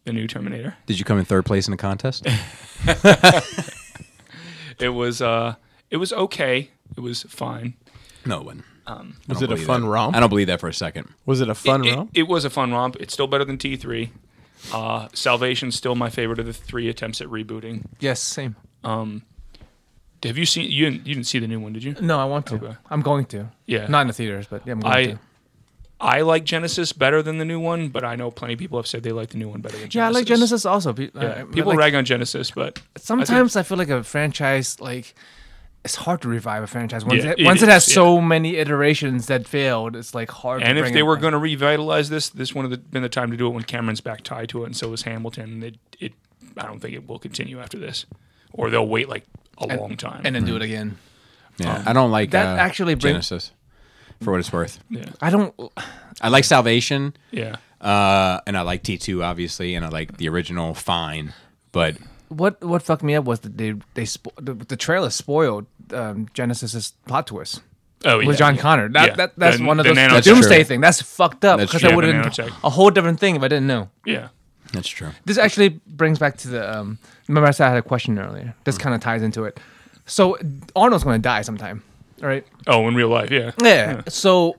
the new Terminator. Did you come in third place in a contest? It was uh, it was okay. It was fine. No one. Um, I was don't it a believe fun that. romp? I don't believe that for a second. Was it a fun it, romp? it was a fun romp. It's still better than T3. Uh, Salvation's still my favorite of the three attempts at rebooting. Yes. Same. Have you seen? You didn't, you didn't see the new one, did you? No, I want to. I'm going to. Yeah. Not in the theaters, but yeah, I'm going I to. I like Genesis better than the new one, but I know plenty of people have said they like the new one better than Genesis. Yeah, I like Genesis also. Pe- Yeah, uh, people like, rag on Genesis, but Sometimes I, feel like a franchise like. It's hard to revive a franchise once, Yeah, it, it once it, is, has yeah. so many iterations that failed. It's like hard. to and if bring they it were back. going to revitalize this, this would have been the time to do it when Cameron's back tied to it, and so was Hamilton. It, it I don't think it will continue after this, or they'll wait like a long time. and then do it again. Yeah, I don't like that uh, actually bring- Genesis. For what it's worth, I don't. I like Salvation, yeah, uh, and I like T two obviously, and I like the original Fine, but What what fucked me up was that they they spo- the, the trailer spoiled um, Genesis' plot twist. oh yeah, with John yeah. Connor. That, Yeah. that that's The- one of the those the nanotech. doomsday That's true. thing. That's fucked up That's because true. I Yeah, would the have nanotech. a whole different thing if I didn't know. yeah. That's true. This actually brings back to the. Um, remember, I said I had a question earlier. This Hmm. kind of ties into it. So Arnold's going to die sometime, right? Oh, in real life, yeah. Yeah. So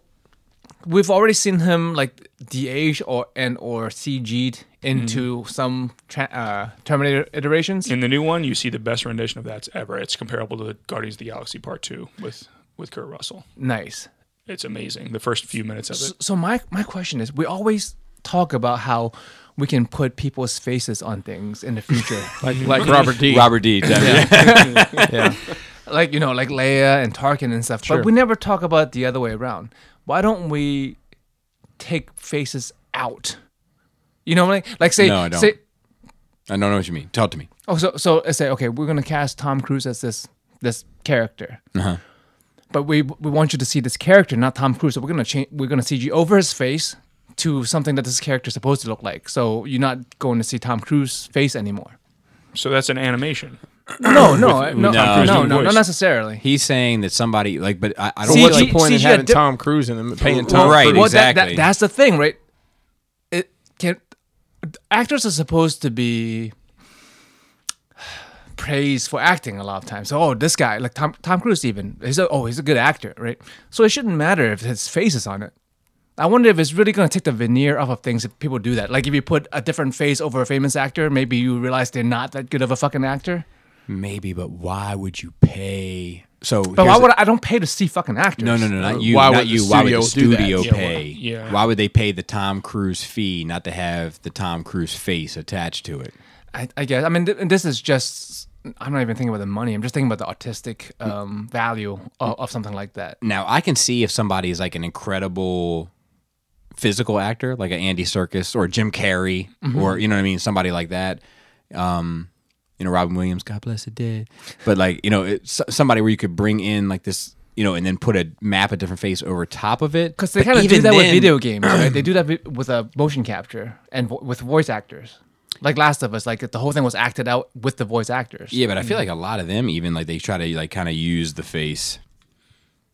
we've already seen him like de-aged or and or CG'd into some tra- uh, Terminator iterations. In the new one, you see the best rendition of that's ever. It's comparable to Guardians of the Galaxy Part Two with with Kurt Russell. nice. It's amazing. The first few minutes of So, it. so my my question is, we always talk about how we can put people's faces on things in the future, like like Robert D. Robert D. Definitely. Yeah. like you know, like Leia and Tarkin and stuff. But we never talk about it the other way around. Why don't we take faces out? You know, like like say No, I don't. say I don't know what you mean. Talk to me. oh so so let's say okay, we're gonna cast Tom Cruise as this this character. Uh-huh. But we we want you to see this character, not Tom Cruise. So we're gonna change. We're gonna CG over his face to something that this character is supposed to look like. So you're not going to see Tom Cruise's face anymore. So that's an animation. No, no, I- no, Tom no, Cruise no, in no, voice. not necessarily. He's saying that somebody like, but I, I don't. But See, want what's CG the point in CG having dip- Tom Cruise in them paying Tom? Well, right, Cruise? well, that- that, exactly. that's the thing, right? It can actors are supposed to be praised for acting a lot of times. So, oh, this guy, like Tom Tom Cruise, even he's a, oh he's a good actor, right? So it shouldn't matter if his face is on it. I wonder if it's really going to take the veneer off of things if people do that. Like if you put a different face over a famous actor, maybe you realize they're not that good of a fucking actor. maybe, but why would you pay? So, But why would I, I don't pay to see fucking actors? No, no, no, not you. Why not would the you. Why would the studio studio do that? Yeah, why- pay? yeah. Why would they pay the Tom Cruise fee not to have the Tom Cruise face attached to it? I, I guess. I mean, th- and this is just. I'm not even thinking about the money. I'm just thinking about the artistic um, value of, of something like that. Now, I can see if somebody is like an incredible physical actor, like an Andy Circus or Jim Carrey, Mm-hmm. or you know what I mean, somebody like that. Um, you know, Robin Williams, God bless the dead. But like, you know, it's so- somebody where you could bring in like this, you know, and then put a map a different face over top of it. Because they But kind of do even that with then- video games, right? They do that vi- with a motion capture and vo- with voice actors. Like Last of Us, like the whole thing was acted out with the voice actors. Yeah, but I feel like a lot of them even like they try to like kind of use the face.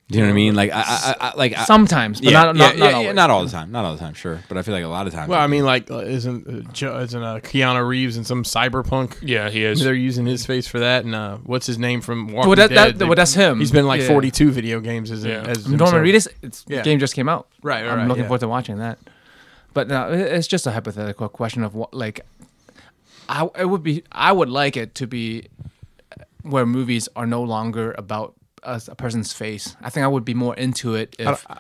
Do you know what I mean? Like I, I, I I- like I- Sometimes, but yeah, not, yeah, yeah, not, not yeah, always. not all the time, not all the time, sure. But I feel like a lot of times. Well, I mean, like, uh, isn't uh, Jo- isn't uh, Keanu Reeves in some cyberpunk? Yeah, he is. They're using his face for that, and uh, what's his name from Walking well, that, Dead? that, They- well, that's him. He's been in, like Yeah. 42 video games as, Yeah. as Norman himself. Reedus, it's Yeah. game just came out. Right, right, I'm right, looking yeah. forward to watching that. But no, it- it's just a hypothetical question of what, like, I it would be, I would like it to be uh, where movies are no longer about a, a person's face. I think I would be more into it if. uh,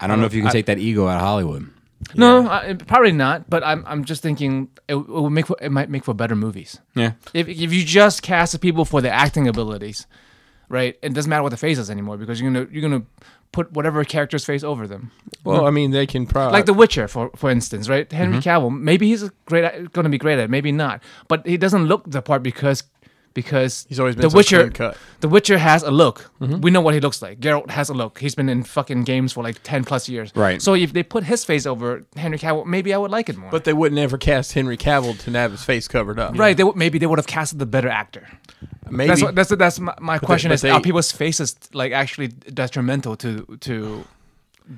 I don't know if you can take that ego out of Hollywood. no, I, probably not. But I'm, I'm just thinking it, it would make for, it might make for better movies. Yeah, If if you just cast the people for their acting abilities, right? It doesn't matter what the face is anymore because you're gonna you're gonna put whatever character's face over them. Well, I mean, they can probably like The Witcher, for for instance, right? Henry Mm-hmm. Cavill, maybe he's a great at, gonna be great at, it, maybe not, but he doesn't look the part because because He's always been The so Witcher. clean-cut. Mm-hmm. The Witcher has a look. We know what he looks like. Geralt has a look. He's been in fucking games for like ten plus years. Right. So if they put his face over Henry Cavill, maybe I would like it more. but they wouldn't ever cast Henry Cavill to have his face covered up. right, they would maybe they would have casted the better actor. Maybe. That's what, that's that's my, my question but is they- are people's faces like actually detrimental to to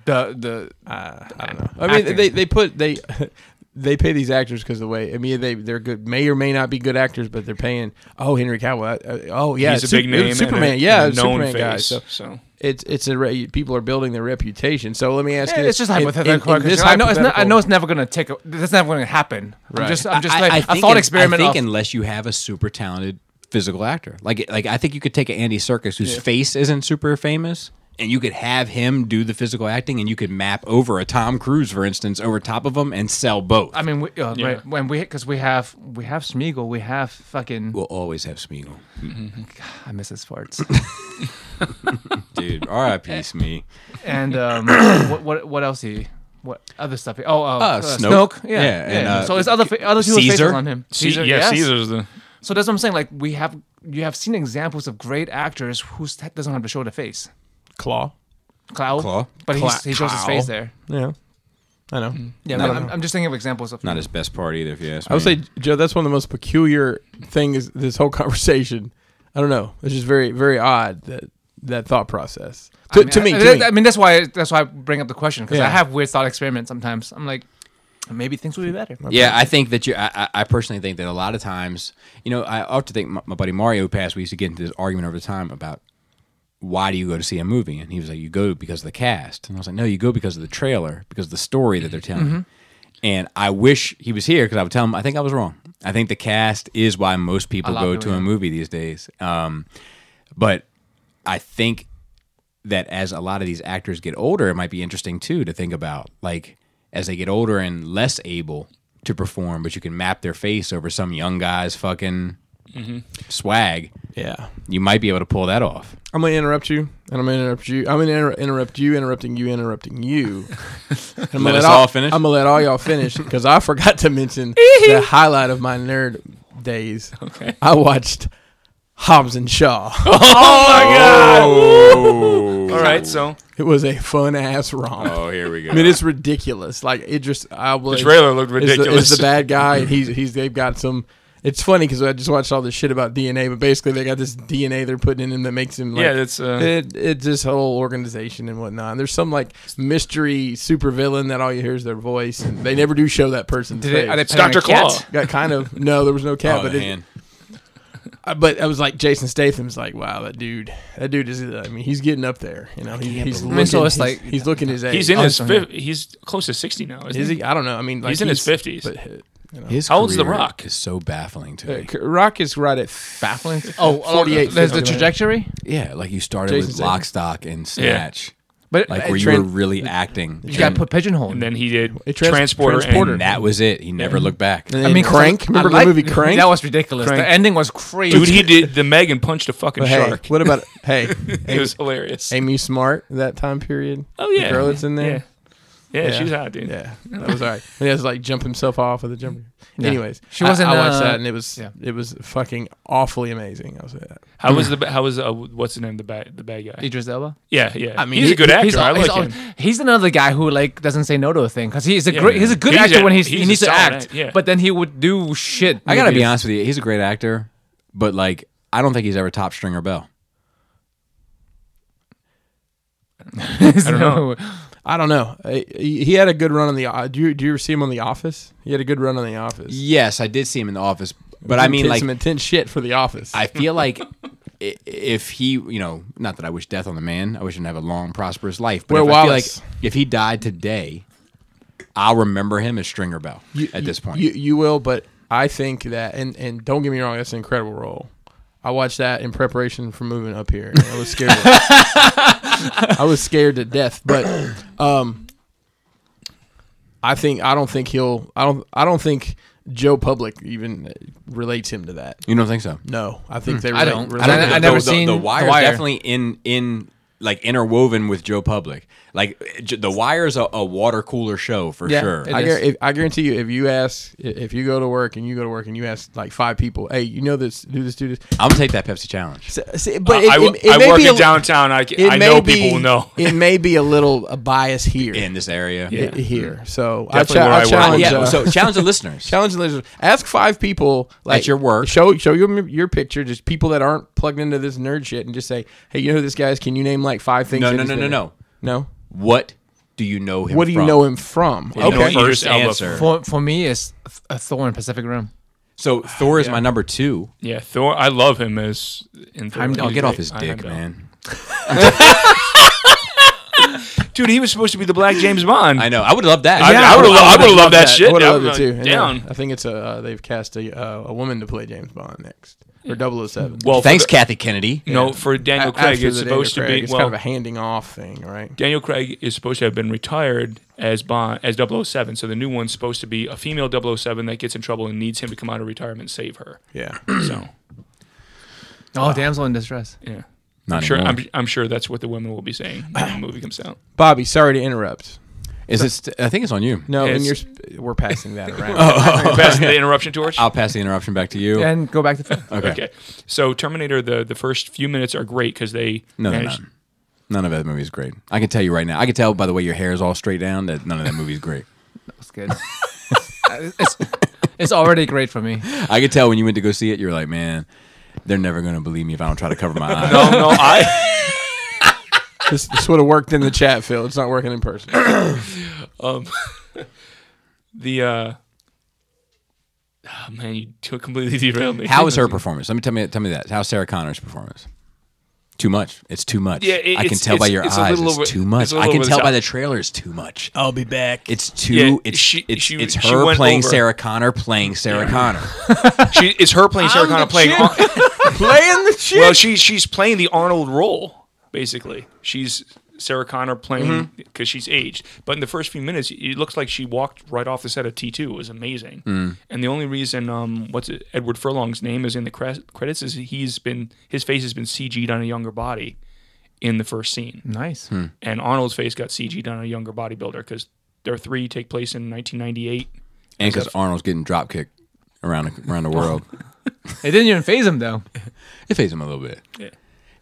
the the I don't know. I mean, acting. they, they put they they pay these actors because the way I mean they they're good may or may not be good actors, but they're paying. Oh, Henry Cavill. uh, uh, oh yeah, He's a Su- big it name. was and a- Superman. and yeah, a it was known Superman face, guy. So it's it's a re- people are building their reputation. So let me ask you. Yeah, this. it's just In- in- hypothetical. in this I know it's not, I hypothetical- know it's never gonna take. A, that's never gonna happen. I'm Right. just, I'm just I- like I a think thought un- experiment. I Of, think unless you have a super talented physical actor, like like I think you could take an Andy Circus whose face isn't super famous. And you could have him do the physical acting, and you could map over a Tom Cruise, for instance, over top of him and sell both. I mean, we, uh, right, when we because we have we have Smeagol, we have fucking. we'll always have Smeagol. I miss his farts. Dude, RIP Smee. and um, what what what else he what other stuff? he- Oh, uh, uh, Snoke. Snoke. Yeah, Yeah, and, yeah. uh, so it's other fa- other people's faces Caesar? on him. Caesar, yeah, yes. Caesar's the. So that's what I'm saying. Like we have you have seen examples of great actors who st- doesn't have to show the face. Claw. Clow, Claw. but he's, Cla- he shows his Clow. face there. Yeah, I know. Yeah, No. I'm, I'm just thinking of examples of Not his best part either, if you ask me. I would say, Joe, that's one of the most peculiar things. This whole conversation, I don't know. It's just very, very odd that that thought process. To, I mean, to me, I, to me. I mean, that's why that's why I bring up the question because I Yeah. have weird thought experiments sometimes. I'm like, maybe things will be better. Yeah, I think that you. I, I- I personally think that a lot of times, you know, I often think my, my buddy Mario who passed. We used to get into this argument over the time about why do you go to see a movie, and he was like, "You go because of the cast," and I was like, "No, you go because of the trailer, because of the story that they're telling." Mm-hmm. And I wish he was here because I would tell him. I think I was wrong. I think the cast is why most people lot go of to people, a yeah. movie these days. Um, but I think that as a lot of these actors get older, it might be interesting too to think about, like as they get older and less able to perform, but you can map their face over some young guy's fucking Mm-hmm. swag. Yeah. You might be able to pull that off. I'm gonna interrupt you, and I'm gonna interrupt you. I'm gonna inter- interrupt you, interrupting you, interrupting you. And I'm Let us all, all finish? I'm gonna let all y'all finish because I forgot to mention the highlight of my nerd days. Okay, I watched Hobbs and Shaw. All right, so it was a fun ass romp. Oh, here we go. I mean, it's ridiculous. Like it just, I was. the trailer looked is the, ridiculous. is the bad guy, and he's he's they've got some. It's funny because I just watched all this shit about DNA, but basically they got this DNA they're putting in him that makes him like eh, yeah, that's uh, it, it's this whole organization and whatnot. And there's some like mystery supervillain that all you hear is their voice, and they never do show that person's Did face. they, are they It's planning Dr. a cat? Claw. Got kind of no, there was no cat, oh, but the it, hand. I- but I was like Jason Statham's like, wow, that dude, that dude is. I mean, he's getting up there, you know. He, he's believe- I mean, so looking- it's he's- like- he's looking his age. he's in his Oh, fif- he's close to sixty now, isn't Is he? he? I don't know. I mean, like He's in his 50s. but, uh, you know. His How old's The career Rock? Is so baffling to me. Uh, Rock is right at Baffling. Oh, oh, 48, There's the 50. trajectory, Yeah, like you started Jason with Statham. Lock, Stock, and Snatch. but Like uh, where you tran- were really acting. you got put pigeonhole. And then he did It trans- transporter, Transporter. and that was it. He never looked back. I mean, Crank. Remember the movie Crank? That was ridiculous. Crank. The ending was crazy. and dude, he did the Megan punched a fucking But hey, shark. what about hey? It was hilarious. Amy Smart that time period. Oh, yeah. the girl that's in there. Yeah. Yeah, Yeah. she's hot, dude. Yeah, that was all right. And he has to like jump himself off of the jumper. Yeah. Anyways, She wasn't, I, I watched uh, that and it was yeah. it was fucking awfully amazing. I was like, How was the how was uh, what's the name the bad the bad guy? Idris Elba. Yeah, yeah. I mean, he's he- a good actor. He's, I al- he's, like al- him. he's another guy who like doesn't say no to a thing because he's a Yeah, great, man. he's a good He's actor a- when he's, he he's a needs to solid act, act, yeah. but then he would do shit. I gotta be movies. honest with you. He's a great actor, but like I don't think he's ever top stringer Bell. I don't know. I don't know. I- He he had a good run on the. O- Do you do you ever see him on The Office? He had a good run on The Office. Yes, I did see him in the office, but I He mean, did like, some intense shit for The Office. I feel like i- if he, you know, not that I wish death on the man, I wish him to have a long, prosperous life. But Where if I feel like Wallace? if he died today, I'll remember him as Stringer Bell at this point. You you will, but I think that and and don't get me wrong, that's an incredible role. I watched that in preparation for moving up here. I was scared. I was scared to death, but um, I think I don't think he'll. I don't. I don't think Joe Public even relates him to that. You don't think so? No, I think they. I relate- don't. relate I don't to think that. I never the, the- seen the The wire. Wire. Definitely in in like interwoven with Joe Public. Like J- the wire's a, a water cooler show for Yeah, sure. I, It guar- is. if, I guarantee you, if you ask, i- if you go to work and you go to work and you ask like five people, hey, you know this, do this, Uh, do this. I'm gonna take that Pepsi challenge. S- see, but I- it, I, it, it I may work be in a- downtown. I, can- it I may know be- people will know. it may be a little a bias here. in this area. I- Here, so Definitely I, cha- I where I work. Uh, challenge. yeah, uh, so challenge the listeners. challenge the listeners. Ask five people like At your work. Show show your your picture. Just people that aren't plugged into this nerd shit, and just say, hey, you know who this guy is? Can you name like five things? No, that no, he's no, been no, in?" no. No. What do you know him? What do you from? know him from? You know Okay. him first Idris Elba answer. For for me, it's th- a Thor in Pacific Rim. So Thor is my number two. Yeah, Thor. I love him as in Thor. I'll He's get off great. his dick, Heimdall. man. Dude, he was supposed to be the Black James Bond. I know. I would love that. I, I would have. I would have loved that shit. I would Yeah, love it I'm too. And, uh, Down. I think it's a uh, they've cast a uh, a woman to play James Bond next or 007. Well, for Thanks, the- Kathy Kennedy. No, for Daniel A- Craig, after it's the Daniel supposed Craig, to It's be well. kind of a handing off thing, right? Daniel Craig is supposed to have been retired as Bond as 007, so the new one's supposed to be a female 007 that gets in trouble and needs him to come out of retirement and save her. Yeah. So, Ah. Oh, damsel in distress. yeah. Not I'm sure, anymore. I'm, I'm sure that's what the women will be saying when the movie comes out. Bobby, sorry to interrupt. Is it? St- I think it's on you. No, Yes. and you're sp- we're passing that around. Passing the interruption torch. I'll pass the interruption back to you. And go back to film. okay. Okay. So Terminator, the the first few minutes are great because they No, no, no. manage- None of that movie is great. I can tell you right now. I can tell by the way your hair is all straight down that none of that movie is great. That's good. it's, it's already great for me. I could tell when you went to go see it, you were like, man, they're never going to believe me if I don't try to cover my eyes. no, no, I this this would have worked in the chat, Phil. It's not working in person. the uh, oh, man, you t- completely derailed me. How is her performance? Let me tell me tell me that. How's Sarah Connor's performance? Too much. It's too much. Yeah, it- I can it's- tell by it's- your it's a eyes. little It's over- too much. it's a I little can over the tell by top. Oh. the trailer. It's too much. I'll be back. It's too. Yeah, it's she- it's, she- it's she her went playing over. Sarah Connor playing Sarah Connor. She is her playing Sarah Connor playing. Ar- Playing the shit. well, she's she's playing the Arnold role basically. She's Sarah Connor playing Mm-hmm. because she's aged. But in the first few minutes, it looks like she walked right off the set of T two. It was amazing. Mm. And the only reason um, what's it, Edward Furlong's name is in the cre- credits is he's been his face has been CG'd on a younger body in the first scene. Nice. and Arnold's face got CG'd on a younger bodybuilder because their three take place in 1998. and because Arnold's getting drop kicked around around the Oh. world, It didn't even phase him though. it fazed him a little bit. Yeah.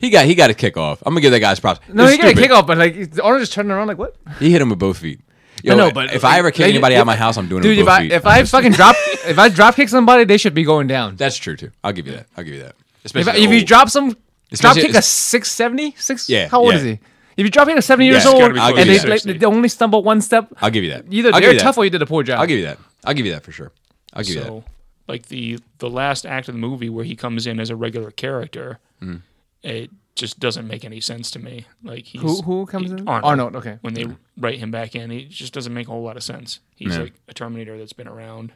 He got he got a kick off. I'm gonna give that guy's props. No, It's he got a stupid. kick off, but like Arnold just turned around like what? He hit him with both feet. Yo, know, but- if I ever kick Like, anybody out of if- my house, I'm doing it Dude, with if both I feet. if I fucking drop if I drop kick somebody, they should be going down. that's true too. I'll give you that. I'll give you that. If, Especially if you old- drop some drop Especially- kick a 670, six, Yeah, how old yeah. is he? If you drop kick a 70 years it's gotta old be close and to they, 60. like, they only stumble one step, I'll give you that. either I'll give they're you that. tough or you did a poor job. I'll give you that. I'll give you that for sure. I'll give you that. So, like the the last act of the movie where he comes in as a regular character, Mm. it just doesn't make any sense to me. Like he's, who who comes in? Arnold. Arnold, okay. When they write him back in, it just doesn't make a whole lot of sense. He's like a Terminator that's been around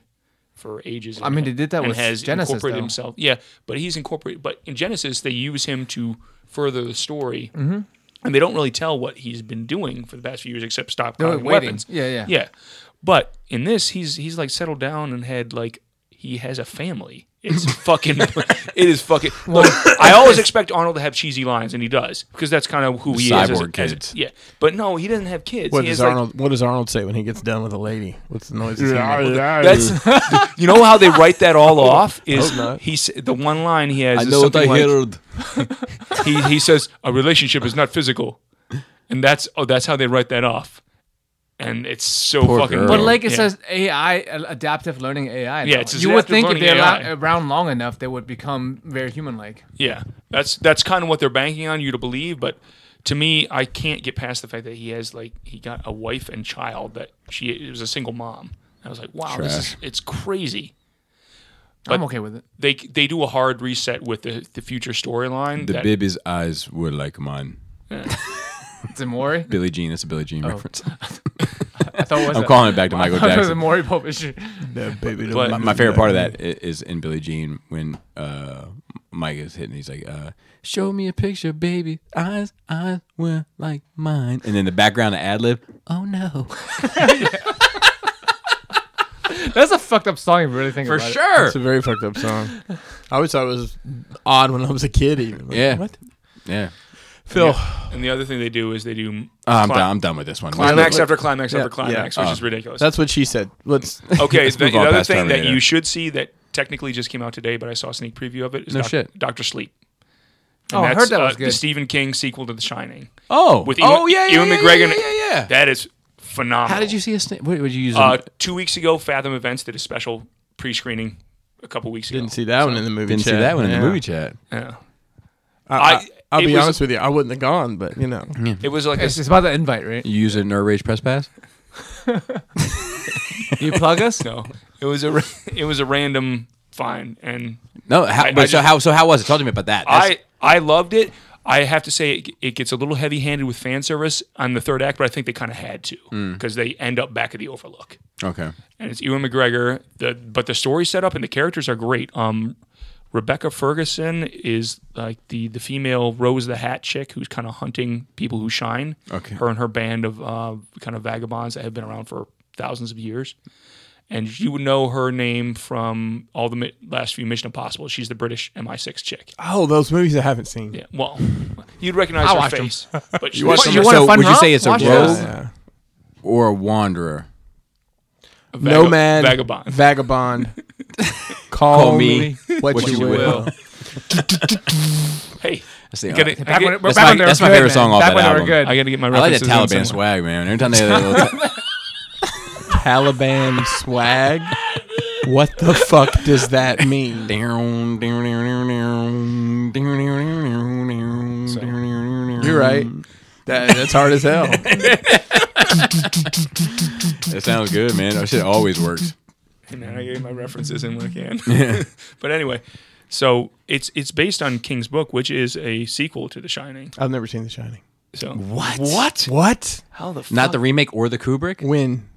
for ages. I mean, they did that and with has Genesis, incorporated though. himself. Yeah, but he's incorporated. But in Genesis, they use him to further the story, Mm-hmm. and they don't really tell what he's been doing for the past few years except stop They're clogging waiting. weapons. Yeah, yeah. Yeah. But in this, he's he's like settled down and had like he has a family. It's fucking. it is fucking. look, I always expect Arnold to have cheesy lines, and he does because that's kind of who he is. Cyborg as a- kids. As a, yeah, but no, he doesn't have kids. What he does has, like- Arnold? what does Arnold say when he gets done with a lady? What's the noise? that's you know how they write that all off is hope not. he's the one line he has. is something like, he he says a relationship is not physical, and that's oh that's how they write that off, and it's so Poor fucking. girl. But Bro. like it Yeah. says, AI uh, adaptive learning AI. Yeah, though. it's you would adaptive think if learning they're AI. allo- around long enough, they would become very human-like. Yeah, that's that's kind of what they're banking on you to believe. But to me, I can't get past the fact that he has like he got a wife and child that she it was a single mom. I was like, wow, this is Trash. it's crazy. I'm But- okay with it. They they do a hard reset with the the future storyline. The that- Bibby's eyes were like mine. Zamori, Billie Jean. That's a Billie Jean reference. I thought it was I'm a- calling it back to Michael Oh. I thought it was Jackson. Zamori Pope issue. That baby But- don't- My favorite part of Uh, that i- is in Billie Jean when uh, Mike is hitting. He's like, uh, "Show me a picture, baby. Eyes, eyes were like mine." And then the background, the ad lib. Oh no, That's a fucked up song if you really think about it. It's a very fucked up song. I always thought it was odd when I was a kid. Even Like, Yeah. What? Yeah, Phil. and the other thing they do is they do Uh, I'm cli- done. I'm done with this one. climax after climax Yeah, after climax, yeah. Uh, which is ridiculous. That's what she said. Let's. okay. Let's the, move the on other past thing that Terminator. you should see that technically just came out today, but I saw a sneak preview of it is No Doc- shit. Doctor Sleep. Oh, I heard that's, uh, that was The good. Stephen King sequel to The Shining. Oh, with Ewan, oh yeah, yeah, Ewan yeah, McGregor. Yeah, yeah, yeah. That is phenomenal. How did you see a snake? What would you use? Uh, them- two weeks ago, Fathom Events did a special pre-screening. A couple weeks ago. Didn't see that one in the movie. didn't see chat. that one in Yeah. the movie chat. Yeah. I, I- I, will it be was- honest with you. I wouldn't have gone, but you know, It was like a, It's, it's about the invite, right? You use a nerd rage press pass. You plug us? no. It was a ra- it was a random find, and No, how, I- but I so just- how so how was it? Talk to me about that. That's- I I loved it. I have to say it, it gets a little heavy-handed with fan service on the third act, but I think they kind of had to because they end up back at the Overlook. okay. and it's Ewan McGregor. The but the story setup and the characters are great. Um, Rebecca Ferguson is like the the female Rose the Hat chick who's kind of hunting people who shine. Okay. her and her band of uh, kind of vagabonds that have been around for thousands of years. And you would know her name from all the mi- last few Mission Impossible. She's the British MI6 chick. oh, those movies I haven't seen. Yeah, well, you'd recognize I her watched 'em. face. But watched she's them? some- You want a so fun would you romp? say it's a Watch rogue those. Yeah. or a wanderer? a vaga- Nomad, vagabond. vagabond. Call, Call me me what, you, will. hey, That's, the, I that's Back when, we're back gotta- I gotta- my- when they were that's my good, favorite man. song off back that when album. They were I good. gotta get my I like that references in Taliban somewhere. swag, man. Every time they had a little Taliban swag. What the fuck does that mean? You're You're right. That, that's hard as hell. That sounds good, man. That shit always works. Hey man, I gave my references in when I can. but anyway, so it's it's based on King's book, which is a sequel to The Shining. I've never seen The Shining. So What? What? What? how the Not the remake or the Kubrick? When?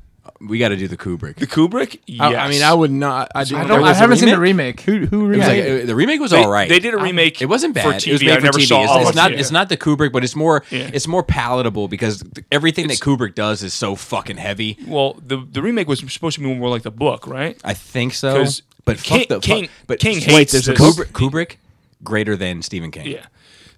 We got to do the Kubrick. the Kubrick? Yes. I, I mean, I would not. I, didn't I there don't. I was a haven't seen the remake? remake. Who who It was like, remade it? uh, the remake was they, all right. They did a remake. It wasn't bad. For TV. It was made I for never TV. saw It's, all it's of not. it. It's not the Kubrick, but it's more. Yeah. It's more palatable because th- everything It's- that Kubrick does is so fucking heavy. Well, the the remake was supposed to be more like the book, right? I think so. 'Cause But King- fuck the fuck- King- But King wait, hates there's a this. Kubrick, Kubrick greater than Stephen King. Yeah.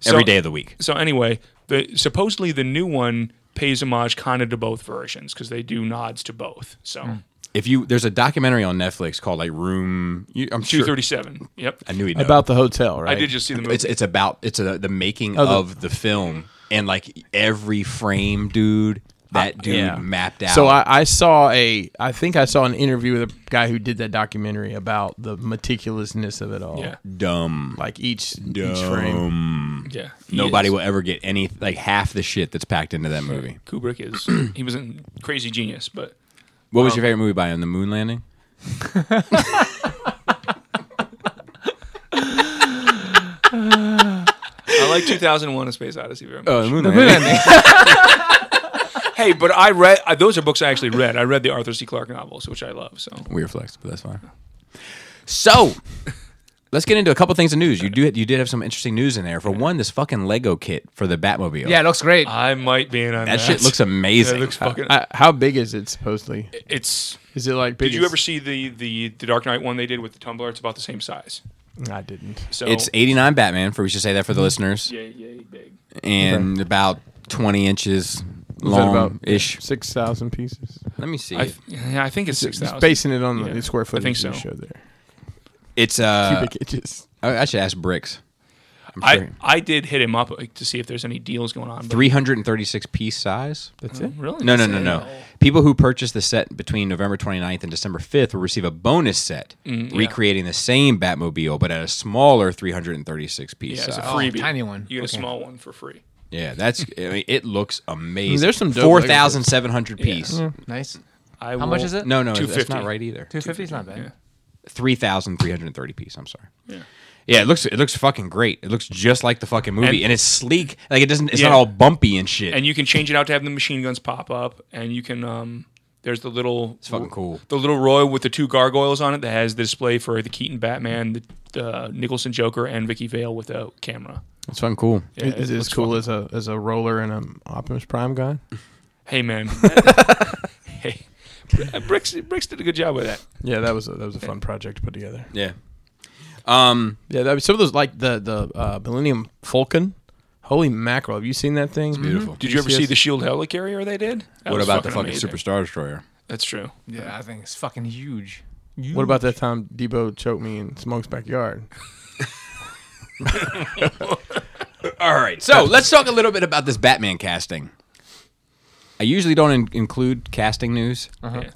Every So- day of the week. So anyway, the supposedly the new one pays homage kind of to both versions because they do nods to both. So Hmm. If you there's a documentary on Netflix called like Room. You, I'm two sure. thirty seven. Yep. I knew he About the hotel, right? I did just see the movie. It's it's about it's a, the making the- of the film and like every frame, dude. That dude Uh, yeah. mapped out. So I, I saw a, I think I saw an interview with a guy who did that documentary about the meticulousness of it all. yeah. dumb. Like each each frame. Yeah. He Nobody is- will ever get any like half the shit that's packed into that movie. Kubrick is he was a crazy genius, but What was your favorite movie by him? The Moon Landing. I like 2001: A Space Odyssey very Oh, much. Moon hey, but I read I, those are books I actually read. I read the Arthur C. Clarke novels, which I love. So Weird flex, but that's fine. So, let's get into a couple things of news. You do you did have some interesting news in there. For one, this fucking Lego kit for the Batmobile. Yeah, it looks great. Uh, I might be in on that that. shit looks Yeah, amazing. Uh, it looks fucking. I, how big is it supposedly? it's. Is it like big? Did you as- ever see the the the Dark Knight one they did with the tumbler? It's about the same size. I didn't. So it's 89 Batman. For we should say that for the Mm-hmm. listeners, yay yay big. and about 20 inches long ish. six thousand pieces? Let me see. I, th- yeah, I think it's six Just thousand. basing it on Yeah. the square I think footage you so. showed there. it's uh, Cubic inches. I I should ask Bricks. I'm I sure. I did hit him up like, to see if there's any deals going on. but- 336 piece size. That's Oh, it. Really? No, no, no, no. People who purchase the set between November 29th and December 5th will receive a bonus set Mm, recreating the same Batmobile but at a smaller 336 piece Yeah, it's size. a freebie. Oh, tiny one. You get Okay. a small one for free. Yeah, that's I mean, it looks amazing. There's some dope Lego 4,700 piece. nice. I How much is it? No, no, that's 250. not right either. two fifty is not bad. 3,330 piece, I'm sorry. Yeah. it looks it looks fucking great. It looks just like the fucking movie, and, And- it's sleek. Like it doesn't. It's Yeah. not all bumpy and shit. And you can change it out to have the machine guns pop up, and you can um. There's the little. It's fucking cool. The little Roy with the two gargoyles on it that has the display for the Keaton Batman, the, the Nicholson Joker, and Vicky Vale with a camera. it's fucking cool. Yeah, Is- is it it as looks cool as a as a roller and an Optimus Prime guy? Hey man. hey. Br- Bricks, Bricks did a good job with that. Yeah, that was a, that was a fun project to put together. Yeah. Um. Yeah, that was some of those like the the uh, Millennium Falcon. Holy mackerel! Have you seen that thing? Beautiful. Did you ever Yes. see the Shield helicarrier they did? That what was about the fucking amazing. Superstar Destroyer? That's true. Yeah, I think it's fucking huge. What about that time Debo choked me in Smoke's backyard? All right. So let's talk a little bit about this Batman casting. I usually don't in- include casting news, Uh-huh. Yeah.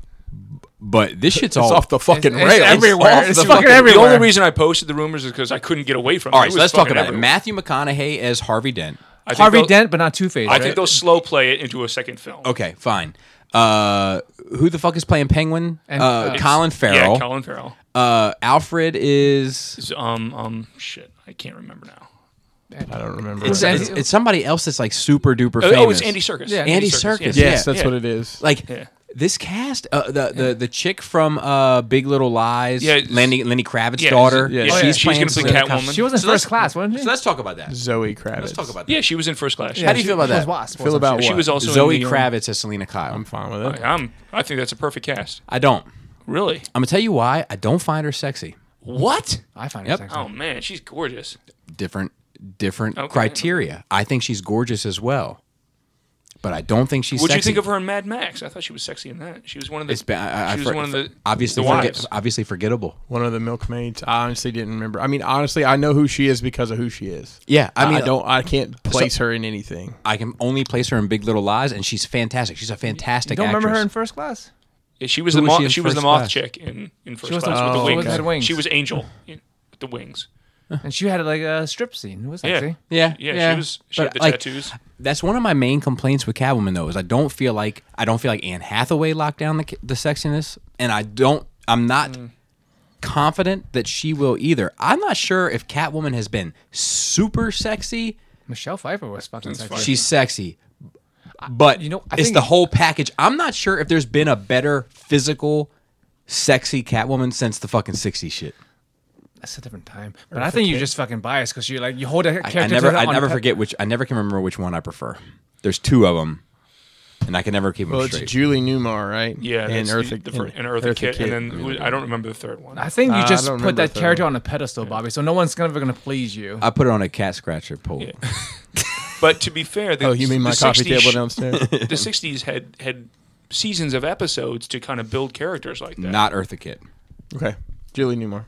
but this shit's all It's off the fucking it's rails. everywhere. Off It's the fucking everywhere. The only reason I posted the rumors is because I couldn't get away from it. All right. It So was let's talk fucking about it. everywhere. Matthew McConaughey as Harvey Dent. I think Harvey they'll- Dent, but not Two Face. I think they'll slow play it into a second film. Okay, fine. Uh, who the fuck is playing Penguin? And- uh, Colin Farrell. Yeah, Colin Farrell. uh, Alfred is. It's, Um, um, shit, I can't remember now. I don't remember. It's, what it it's, it's somebody else that's like super duper Oh, famous. oh, it's Andy Circus. Yeah, Andy is. Serkis, yes. yeah. yes, that's yeah. what it is. Like Yeah. this cast, uh, the the the chick from uh, Big Little Lies, Yeah, it's- Lenny Lenny Kravitz's Yeah, daughter. yeah, she's- she's, she's playing gonna play some- Catwoman. She was in So let's- first class, wasn't she? So let's talk about that. Zoe Kravitz. Let's talk about that. Yeah, she was in First Class. Yeah, How do you she- feel about she was that? Wasp, Feel wasn't about She what? was also Zoe in the, um, Kravitz as Selena Kyle. I'm fine with it. I'm, I think that's a perfect cast. I don't. Really? I'm gonna tell you why. I don't find her sexy. What? I find Yep. it sexy. Oh man, she's gorgeous. Different different Okay. criteria. I think she's gorgeous as well, but I don't think she's. What'd sexy. you think of her in Mad Max? I thought she was sexy in that. She was one of the. It's been, I, I, she was for- one of the obviously the forget- wives. obviously forgettable. One of the milkmaids. I honestly didn't remember. I mean, honestly, I know who she is because of who she is. Yeah, I mean, I don't. I can't place her in anything. I can only place her in Big Little Lies, and she's fantastic. She's a fantastic. You don't actress. remember her in first class? Yeah, she was Who the was moth. she She, in was the First moth Class? chick in in First was the- Class with oh, the wings. okay. had wings. She was Angel in- with the wings. and she had like a strip scene. It was Yeah. sexy. Yeah, Yeah, yeah. she was. She But, had the like, tattoos. That's one of my main complaints with Catwoman though is I don't feel like I don't feel like Anne Hathaway locked down the the sexiness, and I don't. I'm not Mm. confident that she will either. I'm not sure if Catwoman has been super sexy. Michelle Pfeiffer was fucking sexy. She's sexy, but you know, I it's think- the whole package. I'm not sure if there's been a better physical, sexy Catwoman since the fucking '60s shit. That's a different time. But I think you're just fucking biased because you like you hold a I- character. I never, to- I on a never pe- forget which. I never can remember which one I prefer. There's two of them, and I can never keep them Well, it's straight. Julie Newmar, right? Yeah, and that's Eartha, the, the fir- and Eartha, Kitt, and then who- I don't remember the third one. I think you I just don't put remember that the character on a pedestal, Bobby. So no one's ever gonna please you. I put it on a cat scratcher pole. But to be fair, the, oh, you mean my the coffee 60s table downstairs? the '60s had had seasons of episodes to kind of build characters like that. Not Eartha Kitt. okay, Julie Newmar.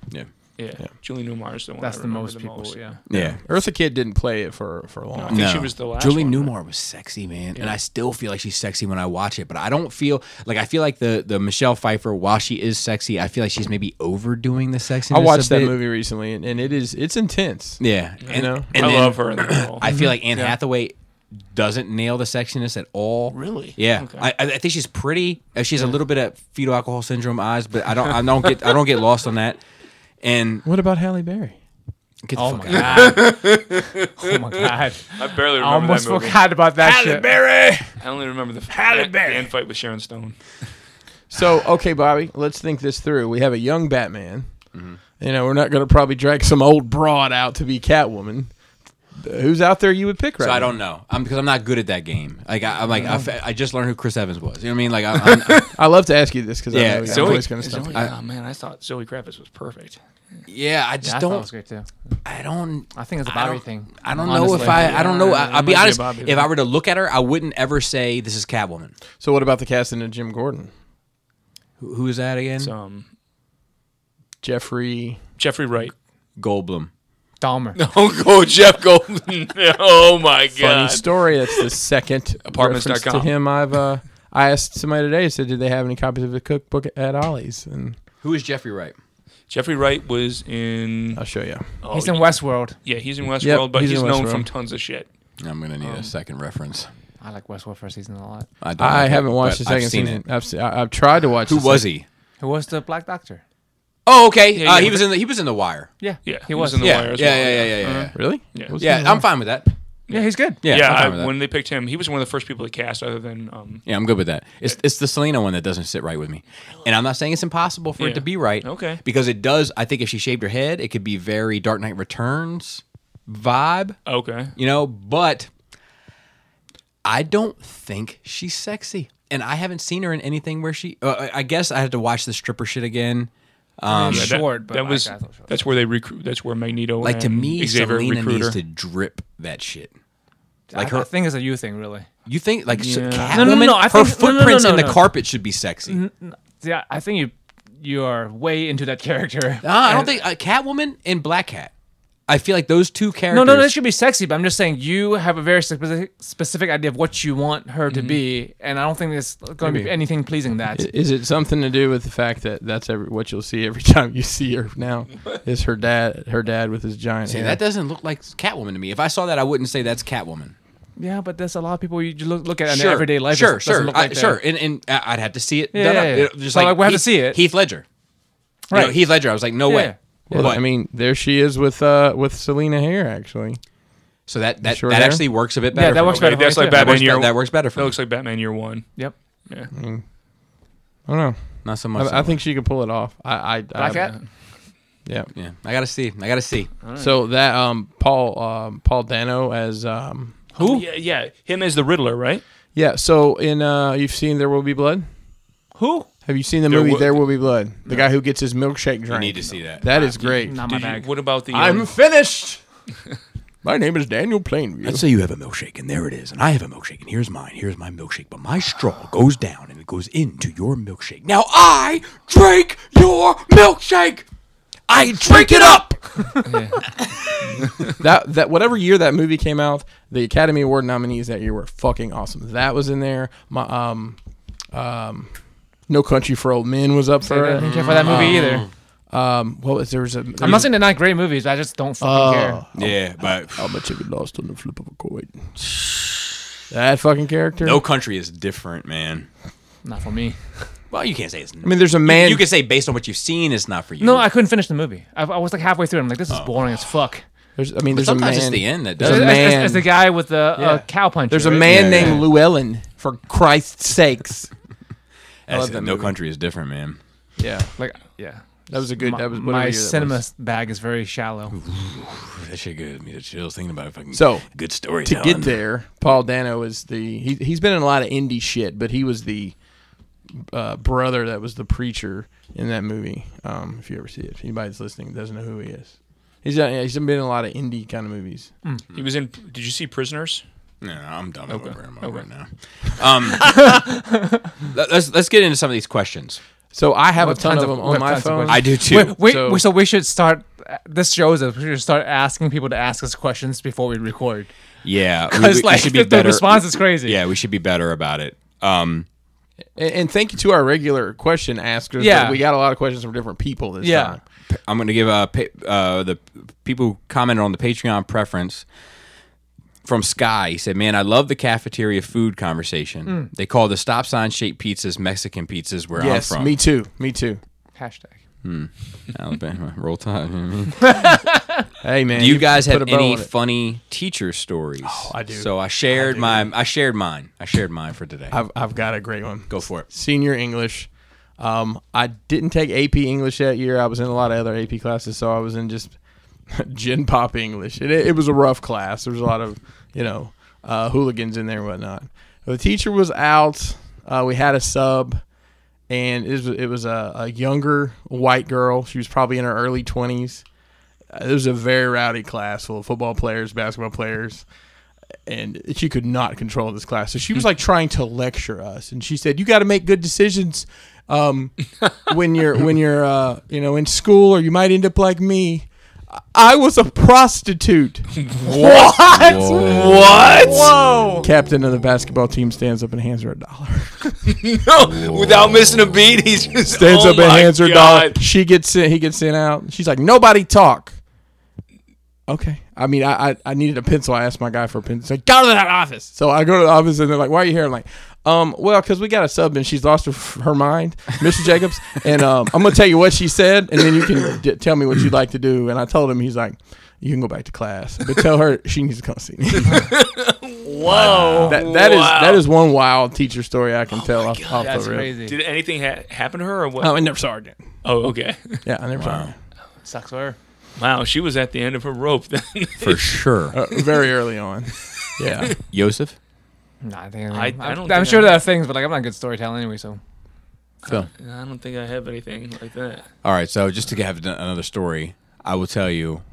Yeah. yeah. Julie Newmar is the one. That's the I remember most the people. most. Yeah. Yeah. Eartha Kitt didn't play it for for long. I think she was the last. Julie one, right? Newmar was sexy, man, and I still feel like she's sexy when I watch it. But I don't feel like I feel like the the Michelle Pfeiffer. While she is sexy, I feel like she's maybe overdoing the sexiness. I a watched that bit. movie recently, and, and it is it's intense. Yeah, and, know? and I then love her. In that role. I feel like Anne Hathaway doesn't nail the sexiness at all. Really? Yeah. Okay. I, I think she's pretty. Uh, She has a little bit of fetal alcohol syndrome eyes, but I don't. I don't get. I don't get lost on that. And What about Halle Berry? get the Oh fuck my out. god. oh my god. I I barely remember almost that movie. forgot about that shit. Berry. I only remember the Halle the, the Berry. end fight with Sharon Stone. So okay, Bobby, let's think this through. We have a young Batman. You know, we're not going to probably drag some old broad out to be Catwoman. Uh, Who's out there you would pick right So I now? don't know. I'm because I'm not good at that game. Like I, I'm like I, fa- I just learned who Chris Evans was. You know what I mean? Like I, I'm, I love to ask you this because Yeah, I know Zoe- I'm always going to Zoe, stop. you. oh man, I thought Zoe Kravitz was perfect. yeah. I just Yeah, I thought it was don't. great too. I don't. I think it's a I Bobby don't- thing. I don't know honestly. if I. I don't know. I, It I'll be might be a honest. Bobby if thing. I were to look at her, I wouldn't ever say this is Catwoman. So what about the casting of Jim Gordon, Who, who is that again? It's, um, Jeffrey? Jeffrey Wright. Goldblum. Dahmer. Oh, go Jeff Goldman. oh my Funny story. That's the second Apartments.com. reference to him. I've uh, I asked somebody today. Said, did they have any copies of the cookbook at Ollie's? And Who is Jeffrey Wright? Jeffrey Wright was in. I'll show you. Oh, He's in Westworld. yeah, he's in Westworld, Yep, but he's he's, in known Westworld. from tons of shit. I'm gonna need a second reference. I like Westworld first season a lot. I, don't I like haven't it, but watched the second I've seen season. it. I've, se- I, have tried to watch. Who the was second- he? Who was the Black Doctor? Oh, okay. Yeah, uh, yeah. He was in the he was in the Wire. Yeah. Yeah, He was. in the yeah, wire as yeah, well. yeah, yeah, yeah, yeah, yeah. Really? Yeah. Was he Yeah, in I'm fine with that. Yeah, he's good. Yeah, Yeah, I'm fine I- with that. when they picked him, he was one of the first people they cast, other than um, yeah, I'm good with that. It's it's the Selena one that doesn't sit right with me, and I'm not saying it's impossible for it Yeah. to be right. Okay. because it does. I think if she shaved her head, it could be very Dark Knight Returns vibe, oh, okay, you know. But I don't think she's sexy, and I haven't seen her in anything where she. Uh, I I guess I had to watch the stripper shit again. He's Yeah, that- short, That, but like, was I thought short. that's where they recruit. That's where Magneto. Like to and me, Mm-hmm. Xavier Selena recruiter. needs to drip that shit. Like I, her I think it's a you thing, really. You think like s- Yeah. Catwoman? No, no, no, I her think- no, no, no, footprints no, in the no. Mm-hmm. carpet should be sexy. Uh, Yeah, I think you you are way into that character. Uh, I don't And- think uh, Catwoman and Black Cat. I feel like those two characters. No, no, that should be sexy, but I'm just saying you have a very specific, specific idea of what you want her to be, and I don't think there's going to be Maybe. anything pleasing that. I- Is it something to do with the fact that that's every, what you'll see every time you see her now? Is her dad her dad with his giant See, hair? that doesn't look like Catwoman to me. If I saw that, I wouldn't say that's Catwoman. yeah, but there's a lot of people you just look, look at in their everyday life. Sure, it doesn't sure, look I- like that. sure. And, and I- I'd have to see it. Yeah, done yeah, up. yeah. It- Just So, like, like, we have to Heath- see it. Heath Ledger. You know, Right. Heath Ledger. I was like, no way. Yeah. Well, But- I mean, there she is with uh with Selena Hair actually. so that that, Sure that there. actually works a bit better. that for works me. better Okay, for me that's too. like That Batman works, Year. be- that works better for That me. looks like Batman Year One. Yep. Yeah, I don't know. Not so much. I, I think she could pull it off. I I, I Black Cat? Yeah. Yeah, I gotta see. I gotta see. So that um Paul um Paul Dano as um Who? Oh, yeah, yeah, him as the Riddler, right? yeah. So in uh you've seen There Will Be Blood. Who? Have you seen the There movie Will- There Will Be Blood? The guy who gets his milkshake drink. I need to see that. That is great. Not my Did you, bag. what about the? I'm um, finished. My name is Daniel Plainview. Let's say you have a milkshake, and there it is, and I have a milkshake, and here's mine. Here's my milkshake, but my straw goes down, and it goes into your milkshake. Now I drink your milkshake. I drink it up. that that whatever year that movie came out, the Academy Award nominees that year were fucking awesome. That was in there. My um um No Country for Old Men was up for I it. Oh. didn't care for that movie either. Um, well, there was a. I'm not saying they're not great movies. I just don't fucking care. Yeah, but How much have you lost on the flip of a coin? That fucking character. no country is different, man. Not for me. Well, you can't say it's. I mean, there's a man. you can say based on what you've seen, it's not for you. No, I couldn't finish the movie. I, I was like halfway through. I'm like, this is boring as fuck. there's, I mean, But there's a man. sometimes it's the end that There's does a it. As- as- man. as the guy with the Yeah. uh, cow puncher. There's a right? man Yeah, named yeah. Llewellyn. For Christ's sakes. I love said that no movie. country is different, man. Yeah, Like, yeah. that was a good. my, that was my whatever year that cinema was. bag is very shallow. That shit gives me the chills thinking about it. Fucking So, good story to get there, Paul Dano is the he, he's been in a lot of indie shit, but he was the uh, brother that was the preacher in that movie. Um, if you ever see it, if anybody's listening that doesn't know who he is, he's done, yeah, he's been in a lot of indie kind of movies. He was in. Did you see Prisoners? No, I'm done with where I'm at right now. Um, let- let's let's get into some of these questions. So I have a ton tons of of- them we have on my tons of phone. I I, do too. Wait, wait, So- so, we should start. This shows us we should start asking people to ask us questions before we record. yeah, we- we, Because we like should be the better. response is crazy. yeah, we should be better about it. Um, and, and thank you to our regular question askers. but Yeah. we got a lot of questions from different people this Yeah. time. I'm going to give uh, pa- uh, the people who commented on the Patreon preference from Sky. He said, "Man, I love the cafeteria food conversation. They call the stop sign shaped pizzas Mexican pizzas where Yes, I'm from. me too. Me too. Hashtag. Alabama, roll tide. you know what I mean? Hey man, Do you guys put have a bow any on it. funny teacher stories? Oh, I do. So I shared my I shared mine. I shared mine for today. I've I've got a great one. Go for it. senior English. Um, I didn't take AP English that year. I was in a lot of other AP classes, so I was in just gen pop English. And it, it was a rough class. There was a lot of, you know, uh, hooligans in there and whatnot. The teacher was out. Uh, we had a sub, and it was, it was a, a younger white girl. She was probably in her early 20s. Uh, it was a very rowdy class full of football players, basketball players and she could not control this class. So she was like trying to lecture us, and she said, "You got to make good decisions um, when you're when you're uh, you know in school, or you might end up like me." I- I was a prostitute. What? What? Whoa! Captain of the basketball team stands up and hands her a dollar. No, without missing a beat, he's just Stands oh up and my hands her a dollar. God. She gets sent. He gets sent out. She's like, "Nobody talk." Okay. I mean, I, I I needed a pencil. I asked my guy for a pencil. He's like, go to that office. So I go to the office and they're like, why are you here? I'm like, um, well, because we got a sub and she's lost her, her mind, Mr. Jacobs. And um, I'm going to tell you what she said and then you can d- tell me what you'd like to do. And I told him, he's like, you can go back to class, but tell her she needs to come see me. Whoa. That, that is- that is one wild teacher story I can tell off, off That's the rip. crazy. Did anything ha- happen to her or what? Oh, I never saw her again. Oh, okay. Yeah, I never saw her. again. Sucks for her. Wow, she was at the end of her rope then. For sure. Uh, very early on. Yeah. Joseph? Nah, I think I- I, I I don't am think sure I- there are things, but like I'm not a good storyteller anyway. So Phil. I don't think I have anything like that. All right, so just to have another story, I will tell you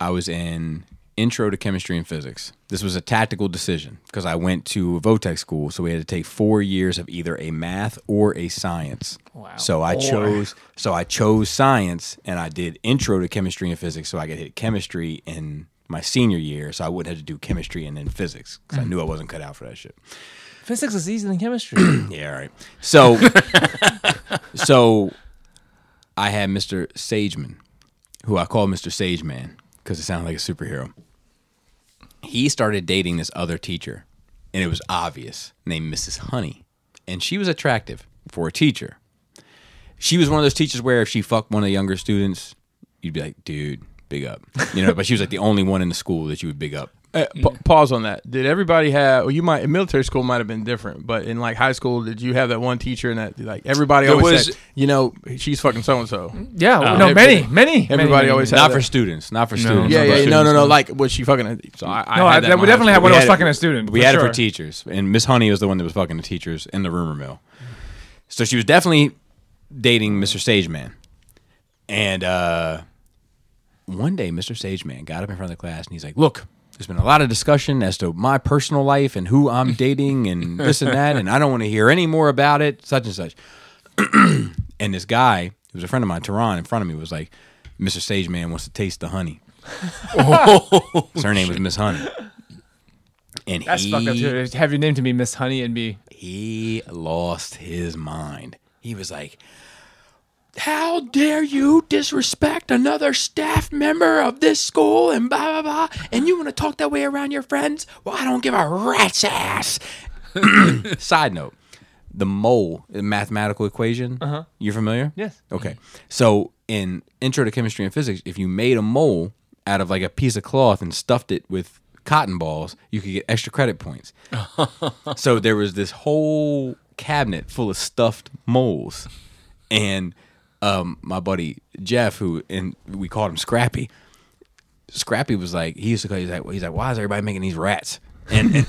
I was in intro to chemistry and physics. This was a tactical decision because I went to Votech school, so we had to take 4 years of either a math or a science. Wow. So I chose so I chose science and I did intro to chemistry and physics so I could hit chemistry in my senior year so I wouldn't have to do chemistry and then physics cuz I knew I wasn't cut out for that shit. physics is easier than chemistry. Yeah, all right. So, so I had Mr. Sageman, who I call Mr. Sageman because it sounded like a superhero. He started dating this other teacher, and it was obvious, named Mrs. Honey, and she was attractive for a teacher. She was one of those teachers where if she fucked one of the younger students, you'd be like, "Dude, big up," you know. but she was like the only one in the school that you would big up. Uh, pa- pause on that. Did everybody have? Well, you might in military school might have been different, but in like high school, did you have that one teacher and that like everybody There always was- Mm-hmm. said, you know, she's fucking so and so. yeah, no, many, many. Oh. Everybody always had Not that. for students. Not for students. yeah, not for yeah, yeah, no, students. no, no. Like, was she fucking? A, so I, I No, had I, that that we in my high definitely had school. We one that was had it- fucking a student. We for had it sure. E. for teachers, and Miss Honey was the one that was fucking the teachers in the rumor mill. So she was definitely dating Mr. Sageman. And uh, one day, Mr. Sageman got up in front of the class and he's like, "Look, there's been a lot of discussion as to my personal life and who I'm dating and this and that, and I don't want to hear any more about it, such and such." and this guy, who was a friend of mine, Tehran, in front of me, was like, "Mr. Sageman wants to taste the honey." So her name was Miss Honey. And Oh, That's he, fucked up too. Have your name to be Miss Honey and be he lost his mind. He was like, How dare you disrespect another staff member of this school and blah, blah, blah. And you want to talk that way around your friends? Well, I don't give a rat's ass. Side note the mole the mathematical equation. Uh-huh. You're familiar? Yes. Okay. Mm-hmm. So in Intro to Chemistry and Physics, if you made a mole out of like a piece of cloth and stuffed it with cotton balls, you could get extra credit points. so there was this whole cabinet full of stuffed moles, and um, my buddy Jeff, who and we called him Scrappy. Scrappy was like, he used to call. He's like, he's like, why is everybody making these rats? And, and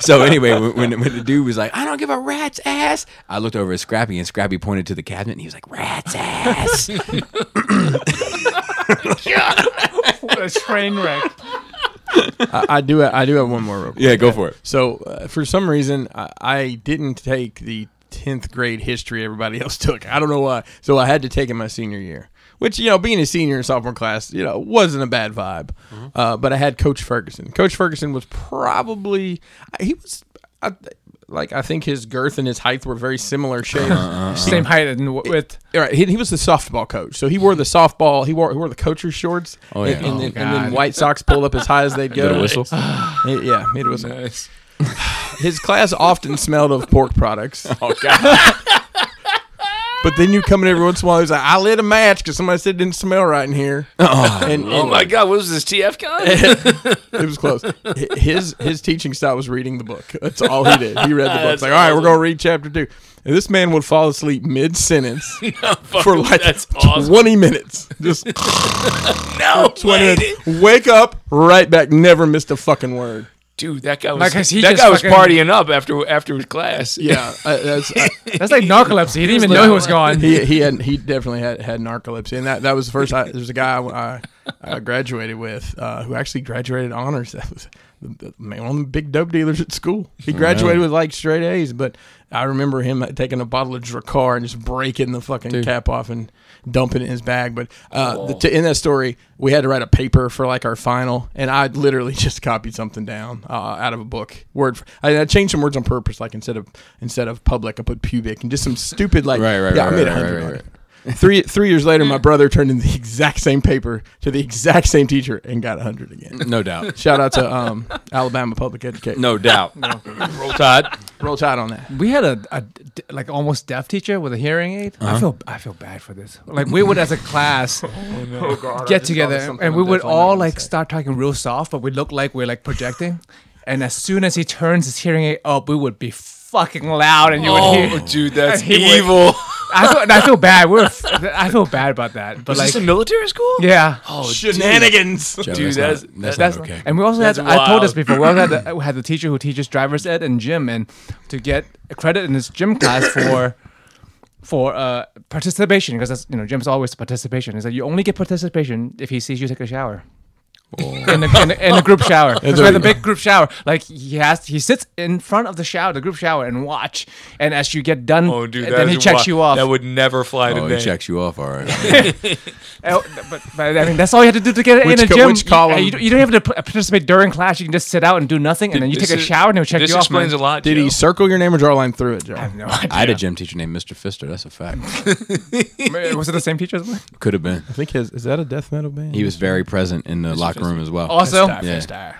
so anyway, when, when when the dude was like, "I don't give a rat's ass," I looked over at Scrappy, and Scrappy pointed to the cabinet, and he was like, "Rat's ass." a train wreck. I, I do. I do have one more. Real quick. yeah, go for it. So uh, for some reason, I, I didn't take the tenth grade history everybody else took. I don't know why. So I had to take it my senior year, which you know, being a senior and sophomore class, you know, wasn't a bad vibe. Uh, but I had Coach Ferguson. Coach Ferguson was probably he was. I, like I think his girth and his height were very similar shape. Uh-huh. Same height and w- width. All right, he, he was the softball coach, so he wore the softball. He wore he wore the coacher's shorts, Oh, yeah. and, and, Oh, then, and then God. White Sox pulled up as high as they'd go. Did a whistle? Yeah, yeah, made a whistle. His class often smelled of pork products. Oh God! But then you come in every once in a while. He's like, I lit a match because somebody said it didn't smell right in here. Oh, And, Oh and my God, what was this TF con? it was close. Hi- His his teaching style was reading the book. That's all he did. He read the book. That's It's like, all right, we're awesome. gonna read chapter two. And this man would fall asleep mid sentence for like that's awesome. twenty minutes. Just no, twenty wait. minutes. Wake up, right back. Never missed a fucking word. dude, that guy was Because he that just guy was fucking- partying up after after his class. Yeah, I, that's, I, That's like narcolepsy. He didn't even know he was gone. he he had he definitely had had narcolepsy, and that that was the first. I, there was a guy I, I graduated with uh, who actually graduated honors. That was the, the, man, one of the big dope dealers at school. He graduated with like straight A's, but I remember him taking a bottle of Dracar and just breaking the fucking cap off and dumping it in his bag. But uh, the, to end that story, we had to write a paper for like our final, and I literally just copied something down uh, out of a book. Word, for, I, I changed some words on purpose. Like instead of instead of public, I put pubic, and just some stupid like Right, right, yeah, right, I made right, a hundred right, on right, it. Three three years later, my brother turned in the exact same paper to the exact same teacher and got a hundred again. no doubt, Shout out to um, Alabama Public Education. no doubt. Roll Tide. Roll Tide on that. We had a, a d- like almost deaf teacher with a hearing aid. I feel I feel bad for this. Like we would as a class get together and we would all like start talking real soft, but we look like we're like projecting. And as soon as he turns his hearing aid up, we would be fucking loud, and you would Oh, hear. dude, that's He would- evil. I feel, and I feel bad. We're f- I feel bad about that, but Was this a like military school? yeah. Oh, shenanigans. Joe, Dude, that's, that's- not, that's, That's not okay. And we also That's had, I told this wild. before, we also had the, had the teacher who teaches driver's ed and gym, and to get credit in his gym class for for uh, participation, because that's, you know, gym's always participation. Is that you only get participation if he sees you take a shower. Oh. In a, in, a, in a group shower, because we had the big group shower. Like he has, he sits in front of the shower, the group shower, and watch. And as you get done, Oh, dude, that then he is checks wild. you off. That would never fly Oh, today. he checks you off. All right. Uh, but, but I mean, that's all you have to do to get Which in a co- gym. which column? You, you don't- you don't have to p- participate during class. You can just sit out and do nothing, and then you This take a is- shower and they'll check This you off. explains a lot. Did Joe. he circle your name or draw a line through it, Joe? No idea. I had a gym teacher named Mr. Fister. That's a fact. was it the same teacher? as mine? Could have been. I think his is that a death metal band? He was very present in the locker room as well. Also, Yeah.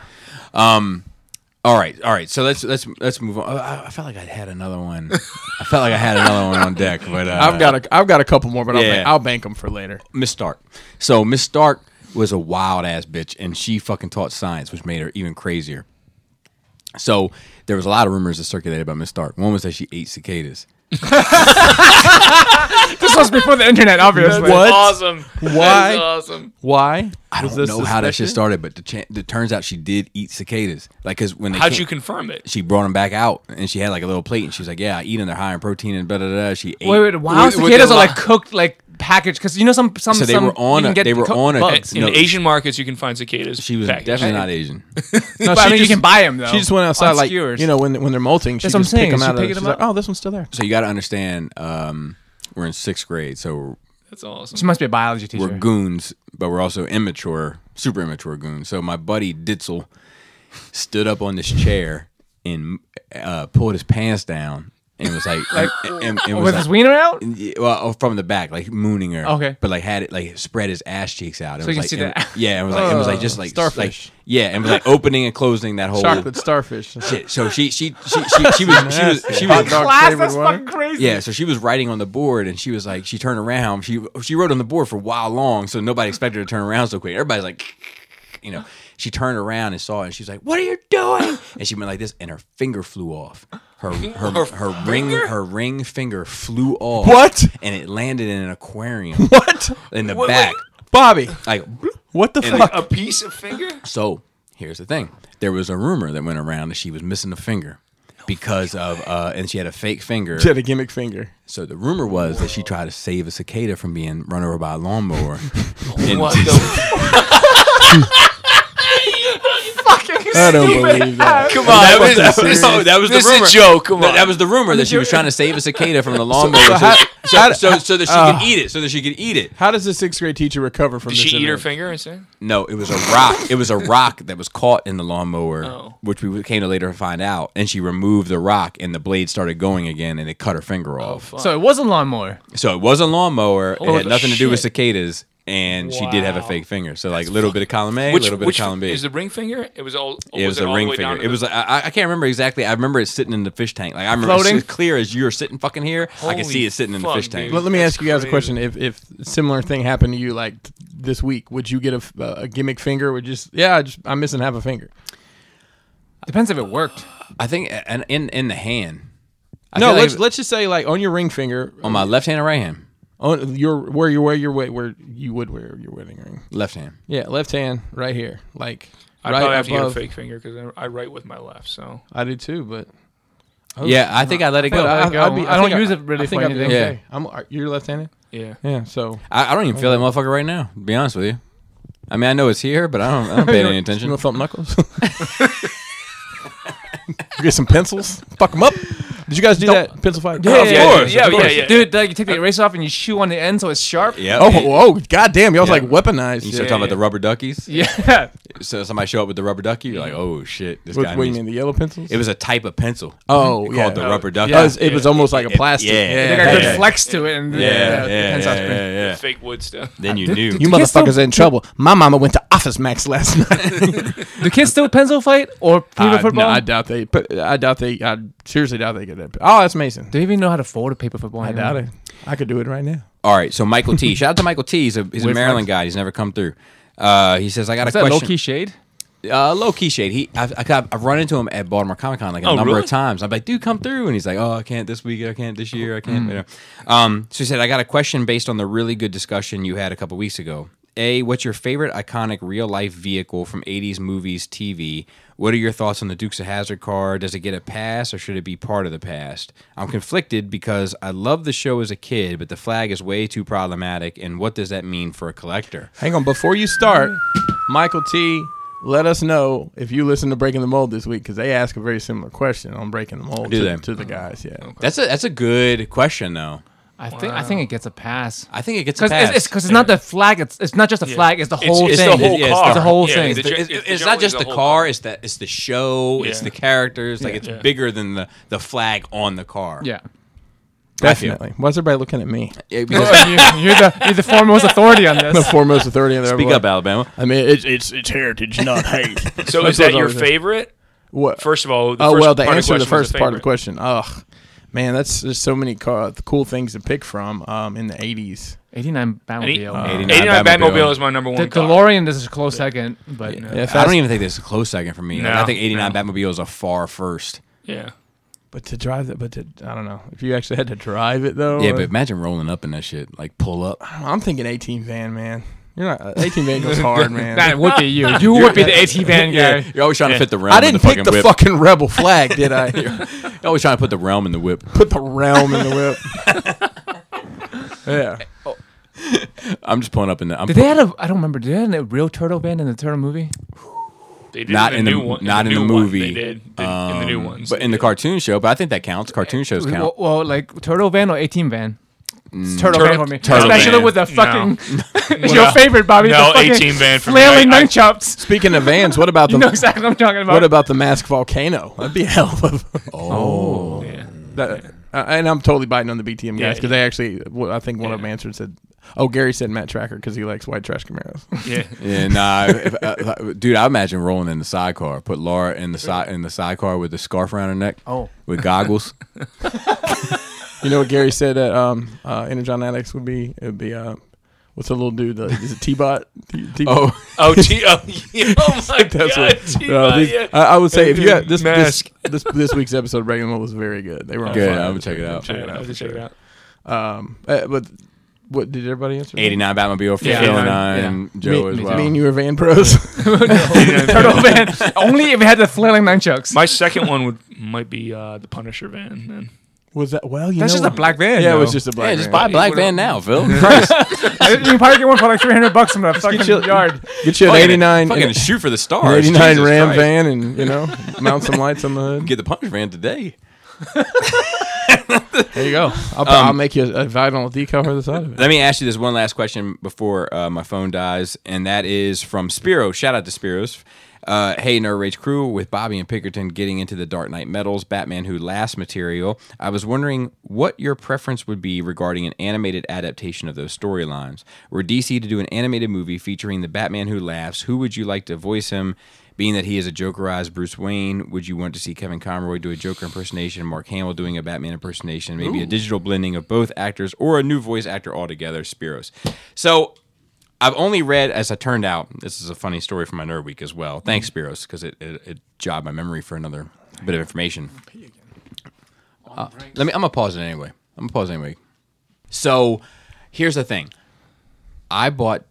All right, all right. So let's let's let's move on. I, I felt like I had another one. I felt like I had another one on deck, but uh, I've got a I've got a couple more, but I'll, Yeah. bank, I'll bank them for later. Miss Stark. So Miss Stark was a wild ass bitch, and she fucking taught science, which made her even crazier. So there was a lot of rumors that circulated about Miss Stark. One was that she ate cicadas. this was before the internet, That's obviously. awesome. That Why? is awesome. Why? I don't Was know this how that shit suspicious? started, but the cha- it turns out she did eat cicadas. Like, cause when they How'd came- you confirm it? she brought them back out, and she had like a little plate, and she was like, "Yeah, I eat them. They're high in protein." And blah blah blah. She ate. Wait, wait. Wow, With- with cicadas the are li- like cooked, like packaged. Because you know some some. So they some, were on you a- can get they were cooked on a- bugs. In No. Asian markets, you can find cicadas. She was packaged. definitely not Asian. No, she I mean you just- can buy them though. She just went outside, on like skewers. you know, when when they're molting, she Oh, That's just what I'm saying. pick them Is she out. Of, picking she's them like, up? oh, this one's still there. So you got to understand, um, we're in sixth grade, so That's awesome. She must be a biology teacher. we're goons, but we're also immature, super immature goons. So my buddy Ditzel stood up on this chair and uh, pulled his pants down and was like, like and, and- and was like- with his wiener out. Yeah, well, oh, from the back, like mooning her. Okay. but like had it like spread his ass cheeks out. So you was can like, see and- Yeah, and was like, it was like just like starfish. like- yeah, and was like opening and closing that whole Chocolate starfish. shit. So she she she she, she was she was she Hot was dog Class, flavored that's water. fucking crazy. yeah. So she was writing on the board, and she was like, she turned around. She she wrote on the board for a while long, so nobody expected her to turn around so quick. Everybody's like, you know. She turned around and saw it, and she was like, "What are you doing?" And she went like this, and her finger flew off. Her her her, ring her ring finger flew off. What? And it landed in an aquarium What? in the back. Bobby, Like what the And, fuck? A piece of finger? so, here's the thing: there was a rumor that went around that she was missing a finger because of, uh, and she had a fake finger. she had a gimmick finger. So the rumor was that she tried to save a cicada from being run over by a lawnmower. and What the? I don't believe that. Come on, that was, that was, no, that was the this rumor. is a joke. Come No, on. that was the rumor that she was trying to save a cicada from the lawnmower, so, Ah. so, so, so that she could eat it, so that she could eat it. How does the sixth grade teacher recover from Did this? she eat her event? finger and say? No, it was a rock. It was a rock that was caught in the lawnmower, Oh. which we came to later find out. And she removed the rock, and the blade started going again, and it cut her finger off. So it wasn't lawnmower. So it was a lawnmower. it had Holy nothing to do with shit. cicadas, and she did have a Wow. fake finger. So like a little bit of column A, a little bit of column B. Is the ring finger? It was all. it was, it a all ring the way down finger. to It the- was. I, I can't remember exactly. I remember it sitting in the fish tank. Like I remember it's Floating? as clear as you're sitting fucking here. I can Holy see it sitting in the fuck, fish tank. dude. Let, let me That's ask you guys a crazy. question. If if a similar thing happened to you like t- this week, would you get a, f- a gimmick finger? Would just yeah, I just, I'm missing half a finger. Depends if it worked. I think uh, and in in the hand. I no, feel like let's if- Um, let's just say like on your ring finger, on my left hand or right hand. on your where you wear your wed- where you would wear your wedding ring. Left hand. Yeah, left hand, right here, like I right probably have above. to get a fake finger because I, I write with my left. So I do too, but Oh, yeah, I think I let it go. I- I, go. I don't think use it really I think for I'd be anything. Okay. I'm are- you're left-handed. yeah. Yeah, so I don't even feel that motherfucker right now. To be honest with you. I mean, I know it's here, but I don't. I don't pay any you attention. want to thump knuckles? get some pencils, fuck them up. Did you guys do that pencil fight? Yeah, yeah, course, yeah, of yeah, course. yeah, dude. Like you take the eraser off and you chew on the end so it's sharp. Yeah. Oh, oh, goddamn! Y'all was like weaponized. You shit. start talking about the rubber duckies. Yeah. So somebody show up with the rubber ducky. You're like, oh shit, this What, guy. what do you needs-" mean the yellow pencils? It was a type of pencil. oh, called yeah. the rubber ducky. Oh, it was- it was almost like a It- plastic. yeah. They They got Yeah, good yeah. flex to it, and uh, yeah, yeah, yeah, depends how yeah, spring- yeah, yeah. Fake wood stuff. Uh, Then you knew. You motherfuckers in trouble. My mama went to Office Max last night. Do kids still pencil fight or paper I, football? Uh, no, I doubt they. But I doubt they. I seriously doubt they get that. Oh, that's Mason. Do you even know how to fold a paper football? I doubt Mm. it. I could do it right now. All right, so Michael T. Shout out to Michael T. He's a, he's a Where's Maryland guy. He's never come through. Uh, he says, I got Is a that low question. key shade? Uh, low key shade. He, I've, I've, I've run into him at Baltimore Comic Con like a Oh, number really? of times. I'm like, dude, come through. And he's like, oh, I can't this week. I can't this year. I Mm. can't. you know. Um, so he said, I got a question based on the really good discussion you had a couple weeks ago. A, what's your favorite iconic real life vehicle from 80s movies, TV? What are your thoughts on the Dukes of Hazard car? Does it get a pass or should it be part of the past? I'm conflicted because I love the show as a kid, but the flag is way too problematic. And what does that mean for a collector? Hang on, before you start, Michael T. Let us know if you listen to Breaking the Mold this week because they ask a very similar question on Breaking the Mold Do to, they? to the guys. Yeah, That's a that's a good question though. I think I think it gets a pass. I think it gets a Because pass. it's because it's, not the flag. It's it's not just the flag. It's the whole it's thing. the whole Yeah, car. it's the whole Yeah, thing. it's it's, the gen- it's- the it's not generally just the whole car. It's the it's the show. It's Yeah. the characters. Like it's Yeah. bigger than the the flag on the car. yeah. definitely. Why's everybody looking at me? Yeah, because- you, you're the you're the foremost authority on The this. foremost authority in the speak up, Alabama. I mean, it's it's it's heritage, not hate. So That's is what that I your was saying. favorite? What? First of all, the oh first well, the part of answer to the question was first part of the favorite. question. Ugh, man, that's there's so many co- cool things to pick from um, in the '80s. Eighty nine Eighty- Batmobile. 89 89 Batmobile. Batmobile is my number one. the car. DeLorean is a close second, but Yeah, yeah. if I that's- don't even think this is a close second for me. Like, No, I think '89 no. Batmobile is a far first. Yeah. But to drive that, but to I don't know if you actually had to drive it though. Yeah, uh, but imagine rolling up in that shit. Like pull up. I'm thinking 18 van, man. You're not uh, 18 van goes hard, man. that would be you. You would be the AT van guy. You're always trying to fit the realm. I in didn't the pick fucking the whip. fucking rebel flag, did I? You're always trying to put the realm in the whip. Put the realm in the whip. yeah. I'm just pulling up in the. I'm Did they had a? I don't remember. Did they have a real turtle band in the turtle movie? They did not in the new one. not in the new one, movie. They did. They- in the new Um, ones. but in the cartoon show. But I think that counts. Cartoon Eh, shows count. Well, well, like turtle van or eighteen van. Mm. It's turtle, Turtle- van for me, turtle especially van. with the fucking your No. favorite Bobby. the No, fucking 18 van for me. flailing I- I- nunchucks. Speaking of vans, what about the You know exactly what I'm talking about. what about the mask volcano? That'd be a hell of. Oh, Yeah. that, Uh, and I'm totally biting on the BTM guys Yeah, because they actually, well, I think one of Yeah. them answered and said, "Oh, Gary said Matt Tracker because he likes white trash Camaros." Yeah. Yeah, nah, if, uh, dude. I imagine rolling in the sidecar. Put Laura in the side in the sidecar with the scarf around her neck. Oh. with goggles. you know what Gary said at um, uh, Energon Addicts would be? It would be uh, what's the little dude? The, is it T-Bot? T- T- oh, Oh, T- oh, yeah, oh my That's God. what. T- no, uh, these- yeah. I, I would say if you had Dude, this this, mask. this this week's episode of Regnum was very good. They were on Good, fire. I would check it out. Check it I out. have for to check it sure. out. Um, uh, but what did everybody answer? eighty nine Batmobile for Yeah. Phil and Yeah. I and Joe me, as me- well. Me and you were Van Pros. Turtle van. Only if it had the flailing nunchucks. My second one would might be uh, the Punisher van. Then was that well? You That's know just a what? black van. Yeah, it was though. just a black. yeah, just van. buy a black van now, Phil. Christ, you can probably get one for like three hundred bucks from the fucking your- yard. Get you an fucking- eighty nine Fucking shoot for the stars. eighty nine Jesus Ram Christ. van, and you know, mount some lights on the hood. Get the punch van today. There you go. I'll, I'll make you a vinyl decal for the side of it. Let me ask you this one last question before uh, my phone dies, and that is from Spiro. Shout out to Spiros. Uh, hey, Nerd Rage crew, with Bobby and Pickerton getting into the Dark Knight Metals, Batman Who Last material, I was wondering what your preference would be regarding an animated adaptation of those storylines. Were DC to do an animated movie featuring the Batman Who Laughs, who would you like to voice him? Being that he is a Jokerized Bruce Wayne, would you want to see Kevin Conroy do a Joker impersonation, Mark Hamill doing a Batman impersonation, maybe a digital blending of both actors, or a new voice actor altogether, Spiros? So I've only read, as I turned out, this is a funny story from my Nerd Week as well. Thanks, Spiros, because it, it, it jogged my memory for another bit of information. Uh, let me. I'm gonna pause it anyway. I'm gonna pause anyway. So, here's the thing. I bought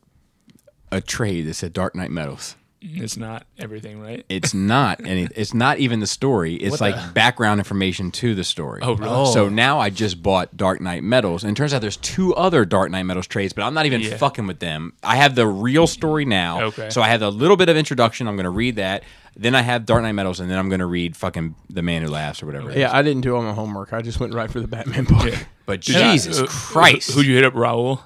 a tray that said Dark Knight Metals. it's not everything, right? It's not any. It's not even the story. It's like background information to the story. Oh, really? So now I just bought Dark Knight Metals, and it turns out there's two other Dark Knight Metals trades, but I'm not even Yeah. fucking with them. I have the real story now. Okay. So I have a little bit of introduction. I'm gonna read that. Then I have Dark Knight Metals, and then I'm gonna read fucking The Man Who Laughs or whatever. it is. Yeah, I didn't do all my homework. I just went right for the Batman book. But Jesus Uh, Christ, Who, who you hit up, Raul?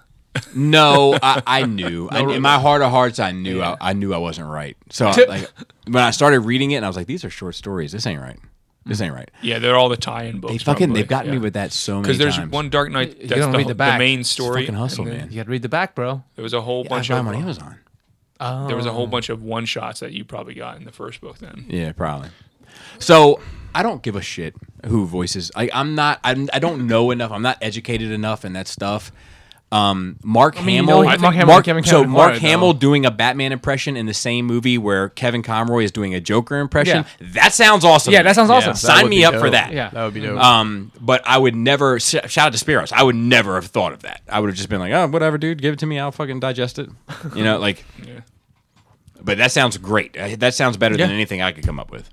No, I, I knew. I, in my heart of hearts, I knew. I, I knew I wasn't right. So I, like, when I started reading it, and I was like, "These are short stories. This ain't right. Hmm. This ain't right." Yeah, they're all the tie-in books. They fucking they've gotten me with. with that so many Because there's times. one Dark Knight that's don't the, read whole- the back. the main It's story. fucking hustle, and then man. You gotta read the back, bro. There was a whole I bunch buy Oh. of them on Amazon. there was a whole bunch of one shots that you probably got in the first book. Then Yeah, probably. So I don't give a shit who voices. I, I'm not. I'm, I don't know enough. I'm not educated enough in that stuff. Um, Mark mean, you Hamill. know I Mark Hamill and Kevin so Conroy, Mark though. Hamill doing a Batman impression in the same movie where Kevin Conroy is doing a Joker impression. Yeah. That sounds awesome. Yeah, that sounds awesome. That Sign would me be up for dope. that. Yeah. That would be dope. Um, but I would never sh- shout out to Spiros. I would never have thought of that. I would have just been like, oh, whatever, dude, give it to me. I'll fucking digest it. You know, like. But that sounds great. Uh, That sounds better than Yeah. anything I could come up with.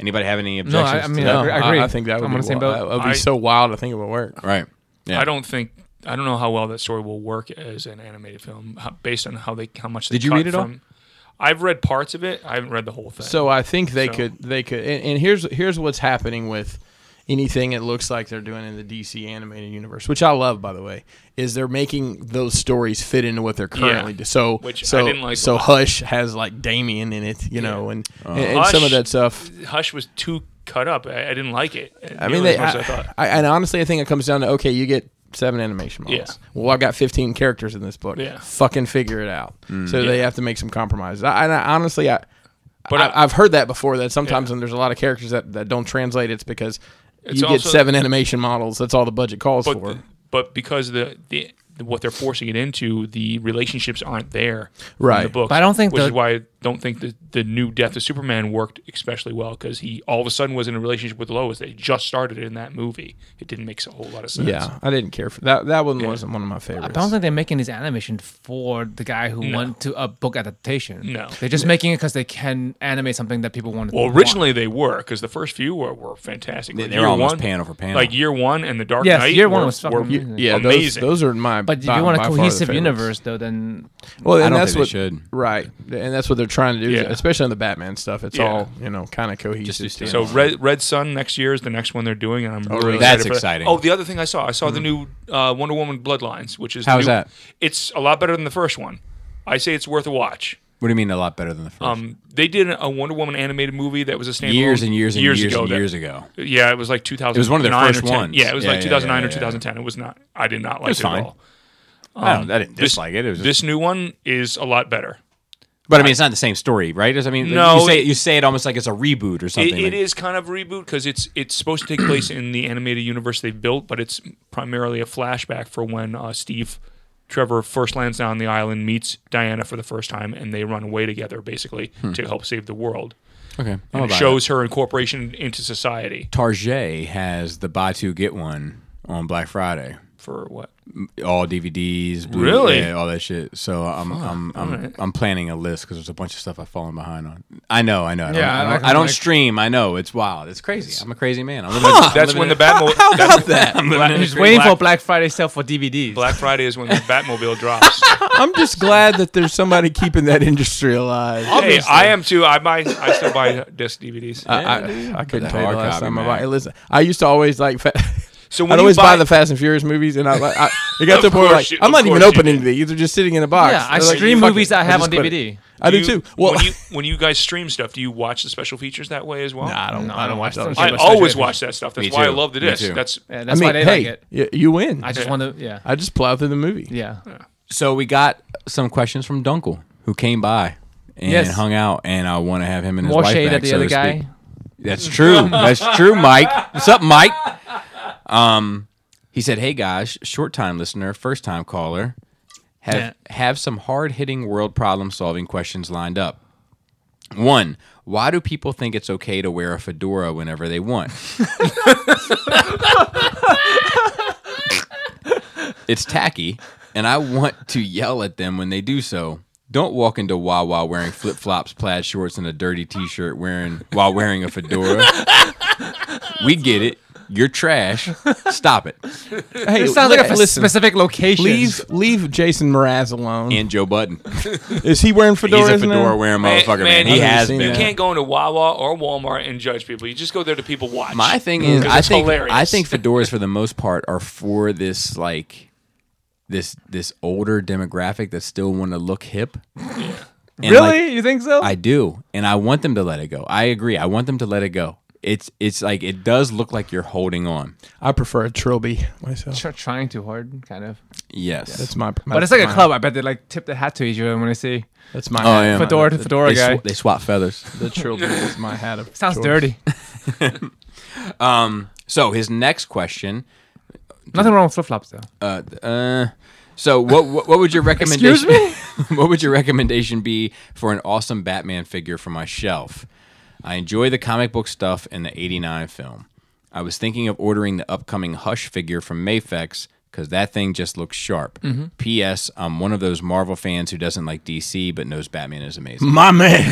Anybody have any No, objections? I, I mean, to that? I, agree- I agree. I, think that would I'm be, on the same wild. boat. That would be I- so wild. I think it would work. right? Yeah. I don't think I don't know how well that story will work as an animated film how- based on how they how much they Did you cut read it all? from. I've read parts of it. I haven't read the whole thing. So I think they So- could they could and, and here's here's what's happening with anything it looks like they're doing in the DC animated universe, which I love by the way, is they're making those stories fit into what they're currently doing. So Which I so didn't like a so lot. Hush has like Damien in it, you know, and and, and Hush- some of that stuff. Hush was too cut up. I, I didn't like it. I mean, Nearly they, as I, much as I thought. I- and honestly, I think it comes down to okay, you get seven animation models. Yeah. Well, I got 15 characters in this book. Yeah. Fucking figure it out. Mm. So they have to make some compromises. I, and I, honestly, I, But but I- I, have heard that before that sometimes when there's a lot of characters that, that don't translate, it's because It's you get also- seven animation models. That's all the budget calls But for. the- but because the the what they're forcing it into, the relationships aren't there in the Right. book. But I don't think which the- is why I don't think the the new Death of Superman worked especially well because he all of a sudden was in a relationship with Lois. They just started it in that movie. It didn't make a whole lot of sense. yeah, I didn't care for that. That one wasn't one of my I favorites. don't think they're making this animation for the guy who went to a book adaptation. No. they're just making it because they can animate something that people want. Well, originally they were because the first few were, were fantastic. They- Like they were year almost one- panel for panel. Like year one and the Dark Yes, Knight. year one were- was fucking were amazing. yeah, those, amazing. those are my. but if by- you want a by far the cohesive favorites. universe, though, then Well, and don't that's think what they should. right, and that's what they're trying to do, Yeah. especially on the Batman stuff. It's Yeah. all you know, kind of cohesive. Just do stuff. So Red Red Sun next year is the next one they're doing, and I'm really, really? excited That's for that. exciting. Oh, the other thing I saw, I saw the new uh, Wonder Woman Bloodlines, which is the How's new- that? It's a lot better than the first one. I say it's worth a watch. What do you mean a lot better than the first? Um, they did a Wonder Woman animated movie that was a standalone years and years and years, and that- years ago. Yeah, it was like 2000. It was one of their first ones. Yeah, it was Yeah, like yeah, 2009 yeah, or yeah, 2010. It was not. I did not like it, was fine. at all. I, don't, I didn't um, this- dislike it. It was just, This new one is a lot better. but I mean, it's not the same story, right? Does- I mean, like, No, you say it- you say it almost like it's a reboot or It, something. it like- is kind of a reboot because it's it's supposed to take place in the animated universe they've built, but it's primarily a flashback for when uh, Steve Trevor first lands on the island, meets Diana for the first time, and they run away together basically to help save the world. okay. I'm And it about it. shows her incorporation into society Target has the buy two get one on Black Friday. for what? All DVDs, Blu- Really? yeah, all that shit. So I'm I'm I'm, I'm planning a list because there's a bunch of stuff I've fallen behind on. I know, I know. I don't, Yeah, I I don't, like- I don't like- stream. I know it's wild. It's crazy. I'm a crazy man. I'm living in- That's when the Batmobile. that's- I'm living in- Black- Just waiting for Black- Black Friday sale for DVDs. Black Friday is when the Batmobile drops. I'm just glad that there's somebody keeping that industry alive. hey, I am too. I buy. I still buy disc DVDs. I, I, I couldn't the tell you the hard last copy, time I man. bought. Hey, listen, I used to always like. Fa- So when I'd you always buy, buy- the Fast and Furious movies, and I like I, it got to the Of point where, like course you- I'm of not even course you opening these; they're just sitting in a box. Yeah, I They're like, stream "Fuck movies it." I have just on put it. DVD. I do you- too. Well, when you when you guys stream stuff, do you watch the special features that way as well? I don't. No, I don't watch those. I Yeah, always that's- watch that stuff. That's Me why I too. love the Me disc. too. That's Yeah, I that's mean, why they hey, like it. y- you win. I I, just want to, yeah, just plow through the movie. yeah. So we got some questions from Dunkel, who came by and Yes. hung out, and I want to have him and his More wife shade back, at the so other to guy. speak. That's true. That's true, Mike. What's up, Mike? Um, he said, "Hey guys, short time listener, first time caller, have Yeah. have some hard hitting world problem solving questions lined up. One, why do people think it's okay to wear a fedora whenever they want? it's tacky, and I want to yell at them when they do so. Don't walk into Wawa wearing flip flops, plaid shorts, and a dirty t shirt wearing while wearing a fedora. we get it. You're trash. Stop it. Hey, It sounds like a f- listen, specific location. leave leave Jason Mraz alone. And Joe Button. Is he wearing fedoras? He's a now? fedora wearing Man- motherfucker, man. man, He you- has you been. you can't go into Wawa or Walmart and judge people. You just go there to people watch. My thing is, 'Cause I it's think hilarious. I think fedoras for the most part are for this like this this older demographic that still want to look hip. And, like, really? you think so? I do, and I want them to let it go. I agree. I want them to let it go. It's it's like it does look like you're holding on. I prefer a trilby myself. Tr- trying too hard, kind of. Yes, That's my. my But it's like a my- club. I bet they like tip the hat to each other when they see That's my. Oh, hat. yeah. My- fedora to fedora they, guy. sw- they swap feathers. The trilby is my hat of. Sounds choice. dirty. So his next question. Nothing wrong with flip flops though. Uh, uh, so what, what what would your Excuse recommendation? what would your recommendation be for an awesome Batman figure for my shelf? I enjoy the comic book stuff and the '89 film. I was thinking of ordering the upcoming Hush figure from Mayfex because that thing just looks sharp. Mm-hmm. P.S. I'm one of those Marvel fans who doesn't like DC but knows Batman is amazing. My man.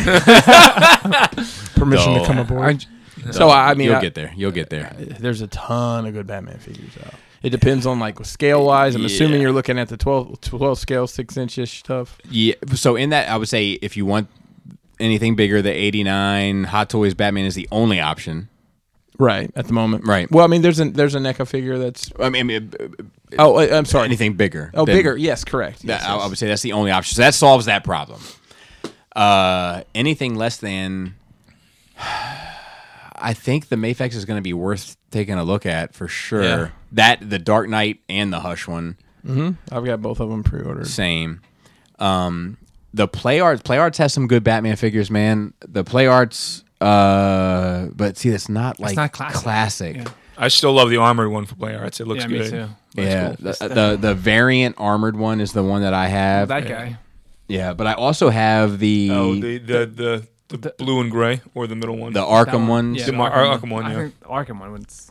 Permission to No. come aboard. Aren't- so I I mean, you'll I- get there. You'll get there. there's a ton of good Batman figures out. It depends on like scale wise. I'm assuming you're looking at the 12, 12 scale, six inch ish stuff. Yeah. So in that, I would say if you want anything bigger, the '89 Hot Toys Batman is the only option. Right at the moment. Right. Well, I mean, there's an there's a NECA figure that's. I mean, I mean, uh, uh, Oh, I- I'm sorry. anything bigger. Oh, than- bigger. Yes, correct. that- Yes, I, I yes. would say that's the only option. So that solves that problem. Uh, anything less than, I think the Mayfex is going to be worth taking a look at for sure. Yeah. That the Dark Knight and the Hush one, I've got both of them pre-ordered. same. Um, the Play Arts, Play Arts has some good Batman figures, man. The Play Arts, uh, but see, that's not like not classic. classic. I still love the armored one for Play Arts. It looks Yeah, good. me too. Yeah, the, the the variant armored one is the one that I have. That guy. Yeah, but I also have the Oh, the, the the the, the blue and gray or the middle one. That Arkham one. ones. Yeah, Yeah. The Mar- Arkham Arkham one. one, I yeah. think Arkham one. was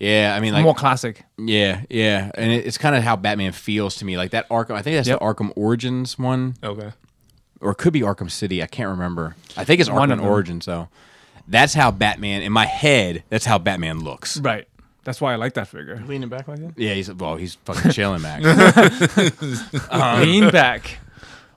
I mean like more classic. yeah, yeah, and it, it's kind of how Batman feels to me. Like that Arkham, I think that's Yep. the Arkham Origins one, Okay. or it could be Arkham City. I can't remember. I think it's One of Arkham them. Origins though. That's how Batman in my head. That's how Batman looks. Right. That's why I like that figure. Leaning back like that. Yeah, he's well, he's fucking chilling, Max. Lean back.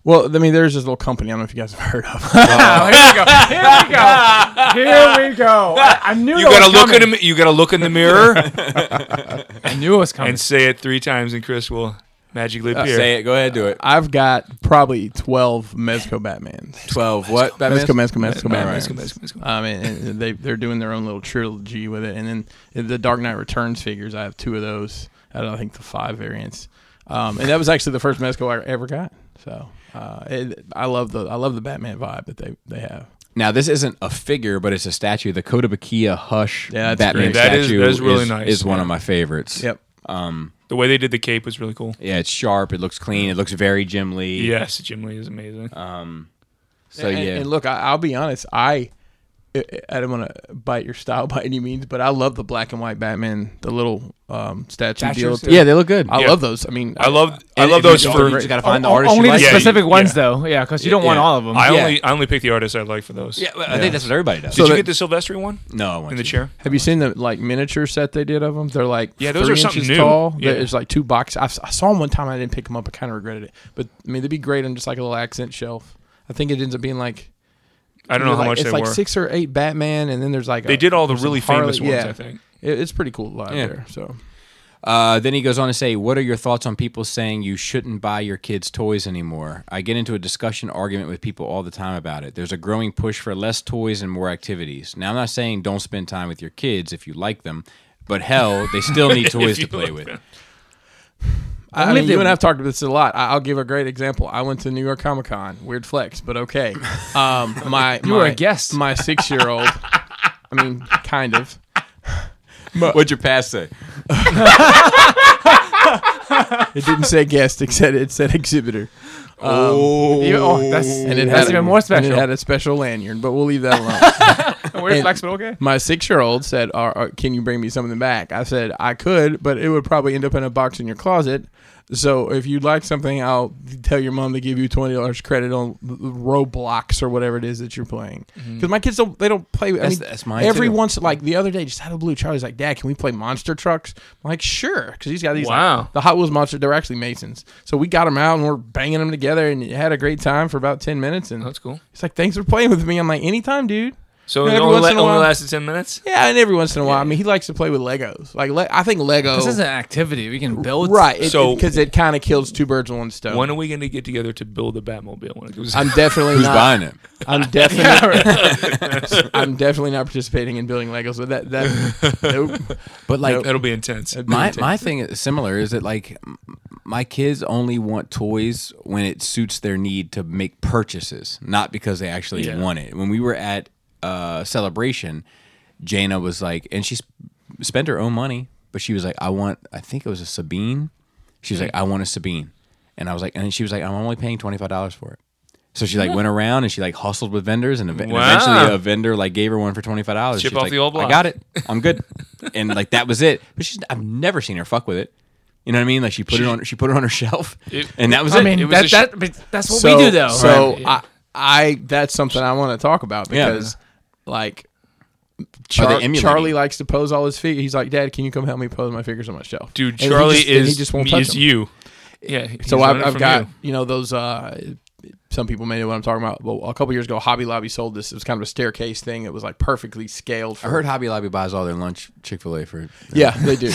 Well, I mean, there's this little company. I don't know if you guys have heard of. Here we go. Here we go. I, I knew You that gotta was look coming. in. You gotta look in the mirror I knew it was coming. and say it three times, and Chris will Magic Leap Year. Uh, Say it. Go ahead. Do it. I've got probably twelve Mezco Batmans. Twelve. What? Batman's- Mezco, Mezco, Mezco, All right. Uh, Batmans. Um, and, and they they're doing their own little trilogy with it, and then the Dark Knight Returns figures. I have two of those. I don't think the five variants. Um, and that was actually the first Mezco I ever got. So uh, it, I love the I love the Batman vibe that they they have. Now this isn't a figure, but it's a statue. The Cotopaxi Hush Yeah, that's Batman great. That is- statue that is really is, nice, is one yeah. of my favorites. Yep. The way they did the cape was really cool. Yeah, it's sharp. It looks clean. It looks very Jim Lee. Yes, Jim Lee is amazing. So and, yeah, and look, I, I'll be honest. I I I don't want to bite your style by any means, but I love the black and white Batman, the little um, statue Statues, deal. yeah, they look good. I Yeah. love those. I mean, I love I And love if you those don't, for. you just gotta find the O- artist. you only the like. Yeah, you- specific ones, yeah. though. Yeah, because you don't want yeah. all of them. I Yeah. only I only pick the artists I like for those. Yeah, well, I think that's what everybody does. Did that- you get the Silvestri one no, I want in the to. chair? Have you seen the like miniature set they did of them? They're like Yeah, those three are something inches new. tall. Yeah. There's like two boxes. I, s- I saw them one time. I didn't pick them up. I kind of regretted it. But I mean, they'd be great on just like a little accent shelf. I think it ends up being like I don't know how like, much it's they like were. six or eight Batman, and then there's like They a- did all the there's some really famous Harley- ones, yeah. I think. It, it's pretty cool live Yeah. there. So Uh, then he goes on to say, "What are your thoughts on people saying you shouldn't buy your kids toys anymore? I get into a discussion argument with people all the time about it. There's a growing push for less toys and more activities. Now, I'm not saying don't spend time with your kids if you like them, but hell, they still need toys to you play like with. them. I, I Only mean, if you they- and I've talked about this a lot. I, I'll give a great example. I went to New York Comic Con. Weird flex, but okay. Um, my You were a my- guest. My six year old. I mean, kind of. What'd your past say? It didn't say guest. It said it said exhibitor. Oh, You- oh, that's and it that's had even more And special. it had a special lanyard, but we'll leave that alone. We're and- flexible, okay? My six-year-old said, "Are- are- "Can you bring me something back?" I said, "I could, but it would probably end up in a box in your closet. So if you'd like something, I'll tell your mom to give you twenty dollars credit on Roblox or whatever it is that you're playing. Because my kids don't they don't play. I That's- mean, that's mine, Every too. once, like the other day, just out of the blue, Charlie's like, "Dad, can we play monster trucks?" I'm like, "Sure," because he's got these. like, Wow. the Hot Wheels monster. They're actually Masons. So we got them out and we're banging them together and had a great time for about ten minutes. And That's cool. He's like, thanks for playing with me. I'm like, anytime, dude. So Yeah, it every only, once la- in a only while. lasted ten minutes. Yeah, and every once in a while, I mean, he likes to play with Legos. Like, le- I think Lego. This is an activity we can build. right. So- because it, kind of kills two birds with one stone. When are we going to get together to build a Batmobile? When it goes- I'm definitely who's not. buying it? I'm definitely. I'm definitely not participating in building Legos. But that that nope. But like, That'll be intense. my my thing is similar is that like m- my kids only want toys when it suits their need to make purchases, not because they actually Yeah. want it. When we were at uh, celebration, Jana was like, and she sp- spent her own money, but she was like, I want, I think it was a Sabine. She Mm-hmm. was like, I want a Sabine, and I was like, and then she was like, I'm only paying twenty five dollars for it. So she like went around and she like hustled with vendors and, ev- and Wow. eventually a vendor like gave her one for twenty five dollars. Chip She was off like, the old I block." got it. I'm good. and like that was it. But she's I've never seen her fuck with it. You know what I mean? Like she put it on she put it on her shelf, It- and that was I it. mean, It was that, a sh- that, but that's what so, we do, though. So Right. I, I that's something I want to talk about Yeah. because like Char- emulating? Charlie likes to pose all his figures. He's like, Dad, can you come help me pose my figures on my shelf? Dude, And he Charlie just- and is he just won't touch is them. you. Yeah. he's So I've, learning I've from got you. you. know those. Uh, some people may know what I'm talking about. Well, a couple years ago, Hobby Lobby sold this. It was kind of a staircase thing. It was like perfectly scaled. For, I heard Hobby Lobby buys all their lunch Chick Fil A for. Yeah, they do.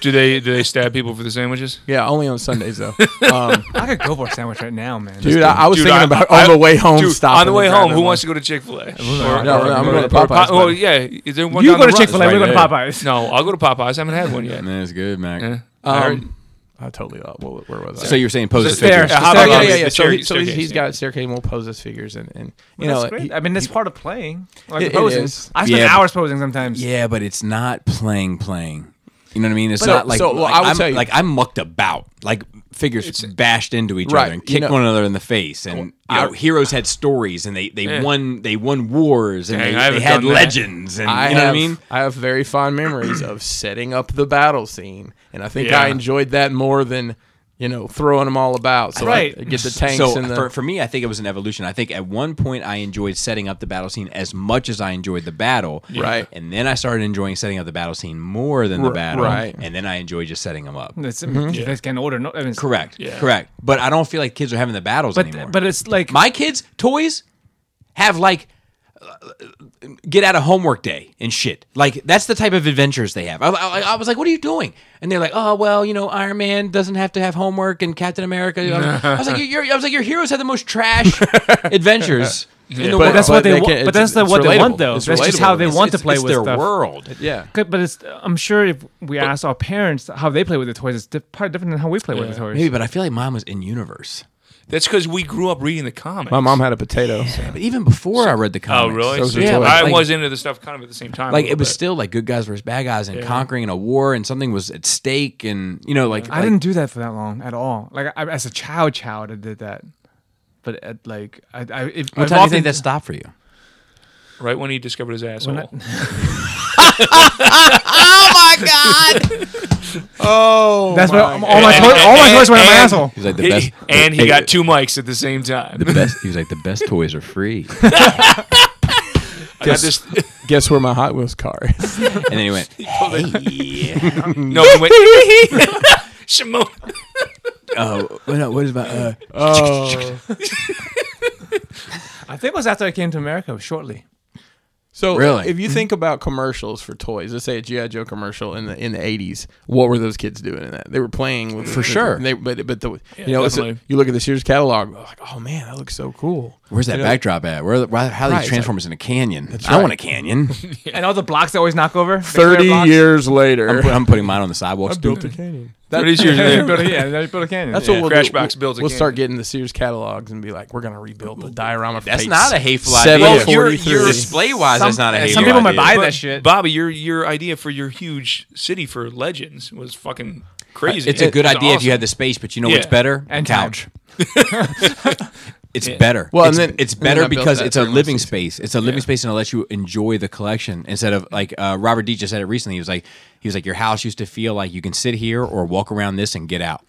Do they do they stab people for the sandwiches? Yeah, only on Sundays though. Um, I could go for a sandwich right now, man. dude, I, I was Dude, thinking I- about I- on the way home. Dude, stopping on the way and home, grabbing who one. wants to go to Chick Fil A? No, No, no, I'm going to Popeyes. Oh buddy. yeah, is there one? You down go the to road? Chick Fil A. right We go to there. Popeyes. No, I'll go to Popeyes. I haven't had one yet. man, it's good, Mac. Yeah. Uh, Um, I heard- I totally lost. What, where was I? So you're saying pose the Stairs. figures? Yeah, Oh, Hobby yeah, Lobby, yeah, yeah. the So, he, staircase- so he's, staircase, he's yeah. got staircase and we'll pose his figures and, and you That's know great. he- I mean, that's part of playing. Like It- it posing. is. I spend Yeah, but- hours posing sometimes. Yeah, but it's not playing playing. You know what I mean? It's But, uh, not like, so, well, like I would I'm, tell you- like I'm mucked about. Like figures bashed into each Right, other and you kicked know- one another in the face, and you know, heroes had stories, and they they won they won wars, and Dang, I they, they haven't had done that. legends, and I you know have, what I mean? I have very fond memories of setting up the battle scene, and I think I Yeah. enjoyed that more than you know throwing them all about. So Right. I, get the tanks so and the for, for me, I think it was an evolution. I think at one point I enjoyed setting up the battle scene as much as I enjoyed the battle, Right. And then I started enjoying setting up the battle scene more than the R- battle, right. And then I enjoyed just setting them up. It's, You guys can order. No, I mean, it's- Correct, Yeah. correct. But I don't feel like kids are having the battles But anymore. but it's like my kids' toys have like get out of homework day and shit. Like that's the type of adventures they have. I, I, I was like, "What are you doing?" And they're like, "Oh well, you know, Iron Man doesn't have to have homework, and Captain America." I was, I was like, you're, "I was like, your heroes have the most trash adventures." In the But world. that's what But they, they wa- can't- but it's- that's the, it's what they want relatable. though. It's that's just how they It's- want it's- to play it's with their stuff. world. Yeah. Good, But it's I'm sure if we ask our parents how they play with the toys, it's di- probably different than how we play with the toys. Maybe, but I feel like mine was in universe. That's because we grew up reading the comics. My mom had a potato. But even before I read the Oh, comics, really? Those are yeah, toys. I Like- was into the stuff kind of at the same time. a like little it was bit. still like good guys versus bad guys and conquering in a war and something was at stake and you know like I didn't do that for that long at all. Like I, as a child, child I did that. But at, like I, I if, what time I've do you often- think that stopped for you right when he discovered his asshole. oh That's what all my toys, all my toys were in my asshole. he's like the He- best and he Hey, got two mics at the same time. the best he was like the best toys are free I got this. Guess where my Hot Wheels car is? and then he went No, he went. Shimon. oh what, no, what is my uh Oh. I think it was after I came to America shortly. So Really? if you think about commercials for toys, let's say a GI Joe commercial in the in the eighties, what were those kids doing in that? They were playing with for sure. They, but but the, you know it's a- definitely. you look at this year's catalog, like oh man, that looks so cool. where's that backdrop at where why, how do Right, these transformers in a canyon I want a canyon And all the blocks they always knock over. Thirty years I'm, later, put- I'm putting mine on the sidewalk built a canyon. What is your yeah, name? they built a canyon. That's Yeah. what we'll Crash do. Box We'll- builds a We'll canyon. start getting the Sears catalogs and be like, we're gonna rebuild the diorama. that's not a hateful Seven idea your, your forty-three. display wise Some- that's not a uh, hateful some people might idea. buy But, that shit. Bobby, your your idea for your huge city for Legends was fucking crazy. It's a good It was idea if you had awesome. the space, but you know Yeah. what's better? And couch. it's better. Well, and it's, then- it's and then better I built because that it's a three months living into it. space. It's a living space, and it lets you enjoy the collection instead of like uh, Robert D just said it recently. He was like, he was like, your house used to feel like you can sit here or walk around this and get out,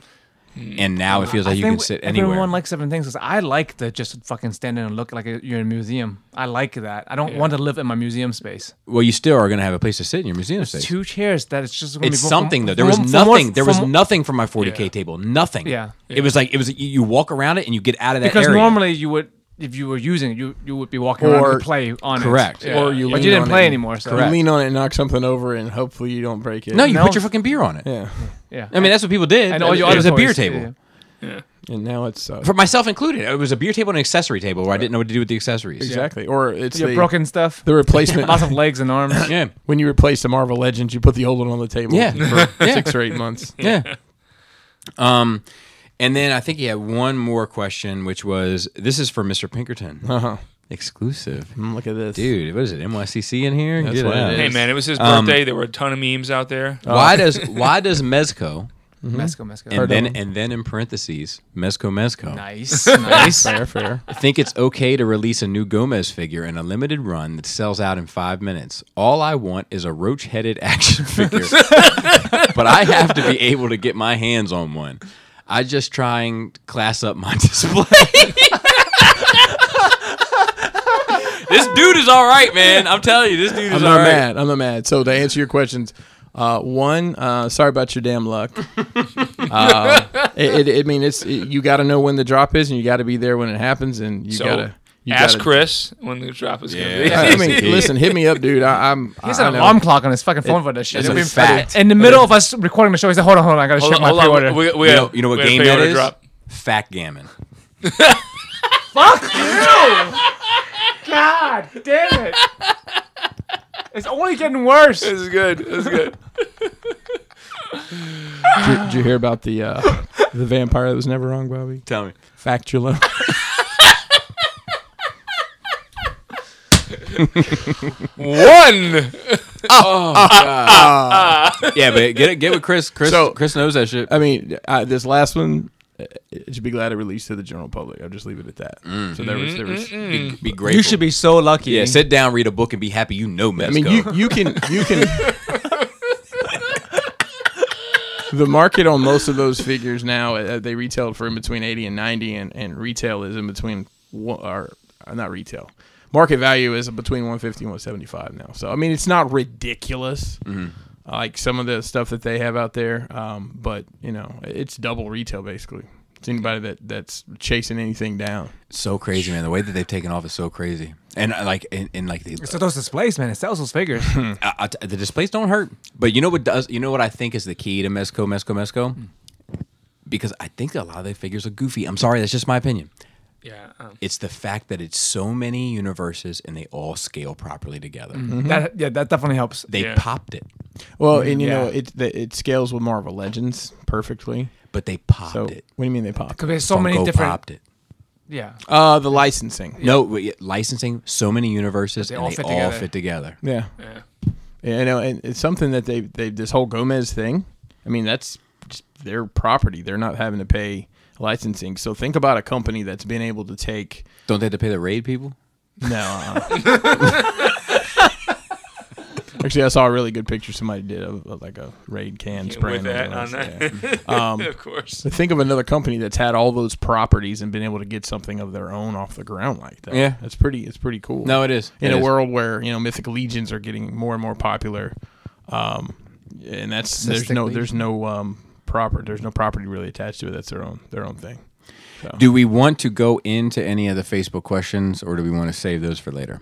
and now it feels like you can sit anywhere. Everyone likes seven things. 'cause I like to just fucking stand in and look like you're in a museum. I like that. I don't want to live in my museum space. well, you still are going to have a place to sit in your museum space. Two chairs. That it's just. Gonna It's be something though. There for- was for nothing. more- there for was more- nothing for my 40k Yeah. table. Nothing. Yeah. It was like it was. You, you walk around it and you get out of that Because area. normally you would, if you were using it, you you would be walking around Or- and play on Correct. it. Or you But lean you on didn't it play and- anymore. So You lean on it and knock something over, and hopefully you don't break it. No, you No. put your fucking beer on it. yeah. yeah. I mean, that's what people did. and all your it other was a beer toys, table, yeah. And now it's uh, for myself included. It was a beer table and an accessory table where I didn't know what to do with the accessories. exactly, or it's Your the, broken stuff. the replacement. Lots of legs and arms. Yeah. when you replace the Marvel Legends, you put the old one on the table. Yeah. for Yeah. six or eight months. Yeah. Um, and then I think he had one more question, which was this is for Mr. Pinkerton. Uh-huh. Exclusive. Mm, Look at this, Dude, what is it? NYCC in here? That's Get what it out. is. Hey Yes. man, it was his Um, Oh. birthday. there were a ton of memes out there. Why does why does Mezco Mesco, Mesco. and of then them. and then in parentheses Mezco Mezco nice, nice. Fair, fair. think it's okay to release a new Gomez figure in a limited run that sells out in five minutes. All I want is a roach headed action figure, but I have to be able to get my hands on one. I just trying to class up my display. this dude is all right, man. I'm telling you, this dude I'm is not all right. mad. I'm not mad. So to answer your questions, uh, one, uh, sorry about your damn luck. uh, it, it, I mean, it's it- you got to know when the drop is, and you got to be there when it happens, and you So, gotta you Ask gotta, Chris when the drop is Yeah. gonna be. I mean, Exactly. listen, hit me up, dude. I, I'm. He's I an know. alarm clock on his fucking phone for this shit. it's a It'll be- fact. In the middle of us recording the show, he's like, "Hold on, hold on, I gotta Hold check on, my hold pre-order." on, we- we- You know, you know we what gotta game pay that order is? drop. Fat gammon. Fuck you! God damn it! It's only getting worse. This is good. This is good. Did you, did you hear about the uh, the vampire that was never wrong, Bobby? Tell me. Factula. One. Yeah, but get get with Chris. Chris So- Chris knows that shit. I mean, I, this last one, uh, it should be glad it released to the general public. I'll just leave it at that. Mm-hmm. So there was, there was. Be, be grateful. You should be so lucky. Yeah, sit down, read a book, and be happy. You know Mezco. I mean, you you can you can. the market on most of those figures now uh, they retailed for in between eighty and ninety, and and retail is in between one- or uh, not retail. Market value is between 150 and 175 now. So I mean, it's not ridiculous. Like some of the stuff that they have out there, um, but you know, it's double retail basically. to anybody that that's chasing anything down. So crazy, man. The way that they've taken off is so crazy. And uh, like, and, and like the, So those displays, man, it sells those figures. I- I t- the displays don't hurt. But you know what does? You know what I think is the key to Mesco, Mesco, Hmm. Mesco? Because I think a lot of the figures are goofy. I'm sorry, that's just my opinion. Yeah. Um, It's the fact that it's so many universes and they all scale properly together. that Mm-hmm. yeah, that definitely helps. They Yeah. popped it, Well, and you know Yeah. it the, it scales with Marvel Legends perfectly. but they popped So it. what do you mean they pop? Because there's so many Funko different. popped it. Yeah. Uh, the licensing. No, wait, yeah, licensing, so many universes, They and all they fit all together. fit together. Yeah, yeah. Yeah, you know, and it's something that they they this whole Gomez thing. I mean, that's just their property. They're not having to pay licensing. So think about a company that's been able to take Don't they have to pay the raid people? no. uh-uh. Actually, I saw a really good picture somebody did of, of like a raid can Yeah, spraying with that on on the that. rest, yeah. of course. But think of another company that's had all those properties and been able to get something of their own off the ground like that. Yeah. that's pretty. It's pretty cool No, it is. in It a is. world where you know mythic legions are getting more and more popular, um, and that's there's no Cystic there's no um, proper there's no property really attached to it. That's their own their own thing. Do we want to go into any of the Facebook questions, or do we want to save those for later?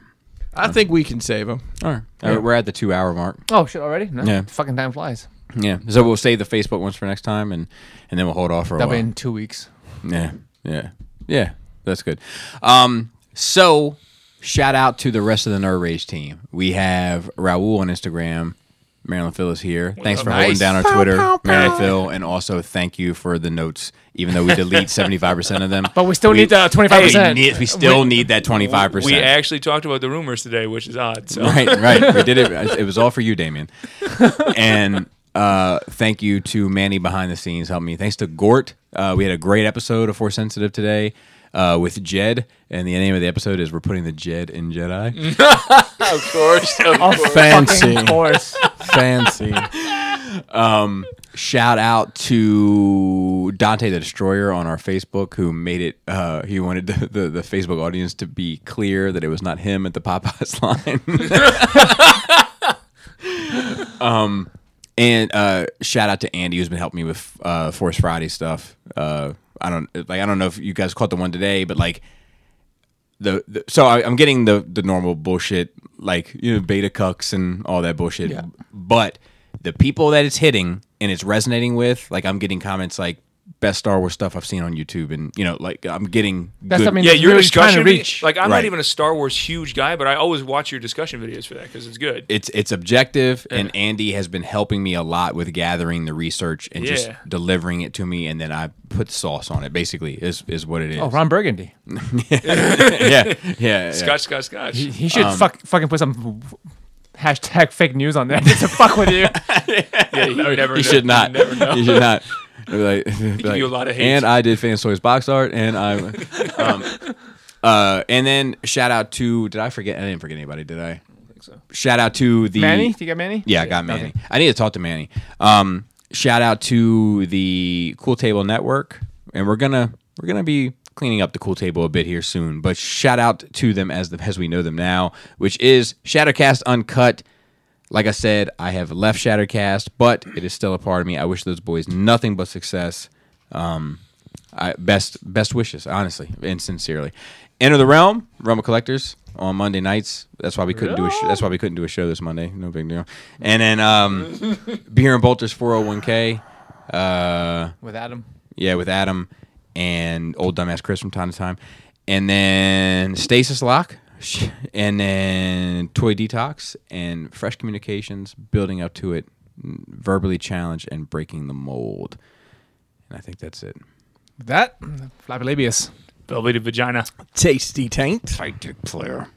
I think we can save them. All right. All right, we're at the two-hour mark. Oh shit! Already? No. Yeah. Fucking time flies. Yeah, so we'll save the Facebook ones for next time, and and then we'll hold off for a That'll be while. in two weeks. Yeah, yeah, yeah. That's good. Um, so shout out to the rest of the Nerd Rage team. We have Raul on Instagram. Marilyn Phil is here. Thanks for holding Nice. down our Twitter, Marilyn Phil, and also thank you for the notes. Even though we delete seventy five percent of them, But we still need the 25%. We, need- we still need that twenty five We percent. actually talked about the rumors today, which is odd. So Right, right. We did it. It was all for you, Damien. And uh, thank you to Manny behind the scenes helping me. Thanks to Gort. Uh, we had a great episode of Force Sensitive today uh, with Jed. And the name of the episode is We're Putting the Jed in Jedi. Of course. Oh, Fancy. fucking course. Fancy. Um, Shout out to Dante the Destroyer on our Facebook who made it. Uh, he wanted the, the, the Facebook audience to be clear that it was not him at the Popeyes line. And uh, shout out to Andy who's been helping me with uh, Force Friday stuff. Uh, I don't like I don't know if you guys caught the one today, but like the, the so I, I'm getting the the normal bullshit like you know beta cucks and all that bullshit. But the people that it's hitting and it's resonating with, like I'm getting comments like best Star Wars stuff I've seen on YouTube, and you know like I'm getting That's good- what I mean. yeah, your really trying discussion. to reach. Like I'm Right. not even a Star Wars huge guy, but I always watch your discussion videos for that because it's good. it's it's objective and Andy has been helping me a lot with gathering the research and just Yeah. delivering it to me and then I put sauce on it basically is is what it is. oh, Ron Burgundy. yeah. Yeah. yeah. Scotch, Scotch, Scotch. He, he Um, should fuck, fucking put some hashtag fake news on there just to fuck with you. yeah, you never. You know. should not. never know. You should not. Be like, be like, you a lot of hate. And I did Fan Stories box art and I um uh and then shout out to did I forget I didn't forget anybody, did I? so. Shout out to the Manny? Do you get Manny? Yeah, I got Manny. I need to talk to Manny. Um, shout out to the Cool Table Network, and we're gonna we're gonna be cleaning up the Cool Table a bit here soon. But shout out to them as the as we know them now, which is Shattercast Uncut. Like I said, I have left Shattercast, but it is still a part of me. I wish those boys nothing but success. Um, I, best best wishes, honestly and sincerely. Enter the realm, Realm of Collectors on Monday nights. That's why we couldn't do a sh- that's why we couldn't do a show this Monday. No big deal. And then um, Beer and Bolters 401k. Uh, With Adam. yeah, with Adam and old dumbass Chris from time to time, and then Stasis Lock, sh- and then Toy Detox and Fresh Communications, building up to it, n- verbally challenged and breaking the mold. And I think that's it. That? Flappy Labius. Velveted vagina. Tasty taint. Fight Dick Player.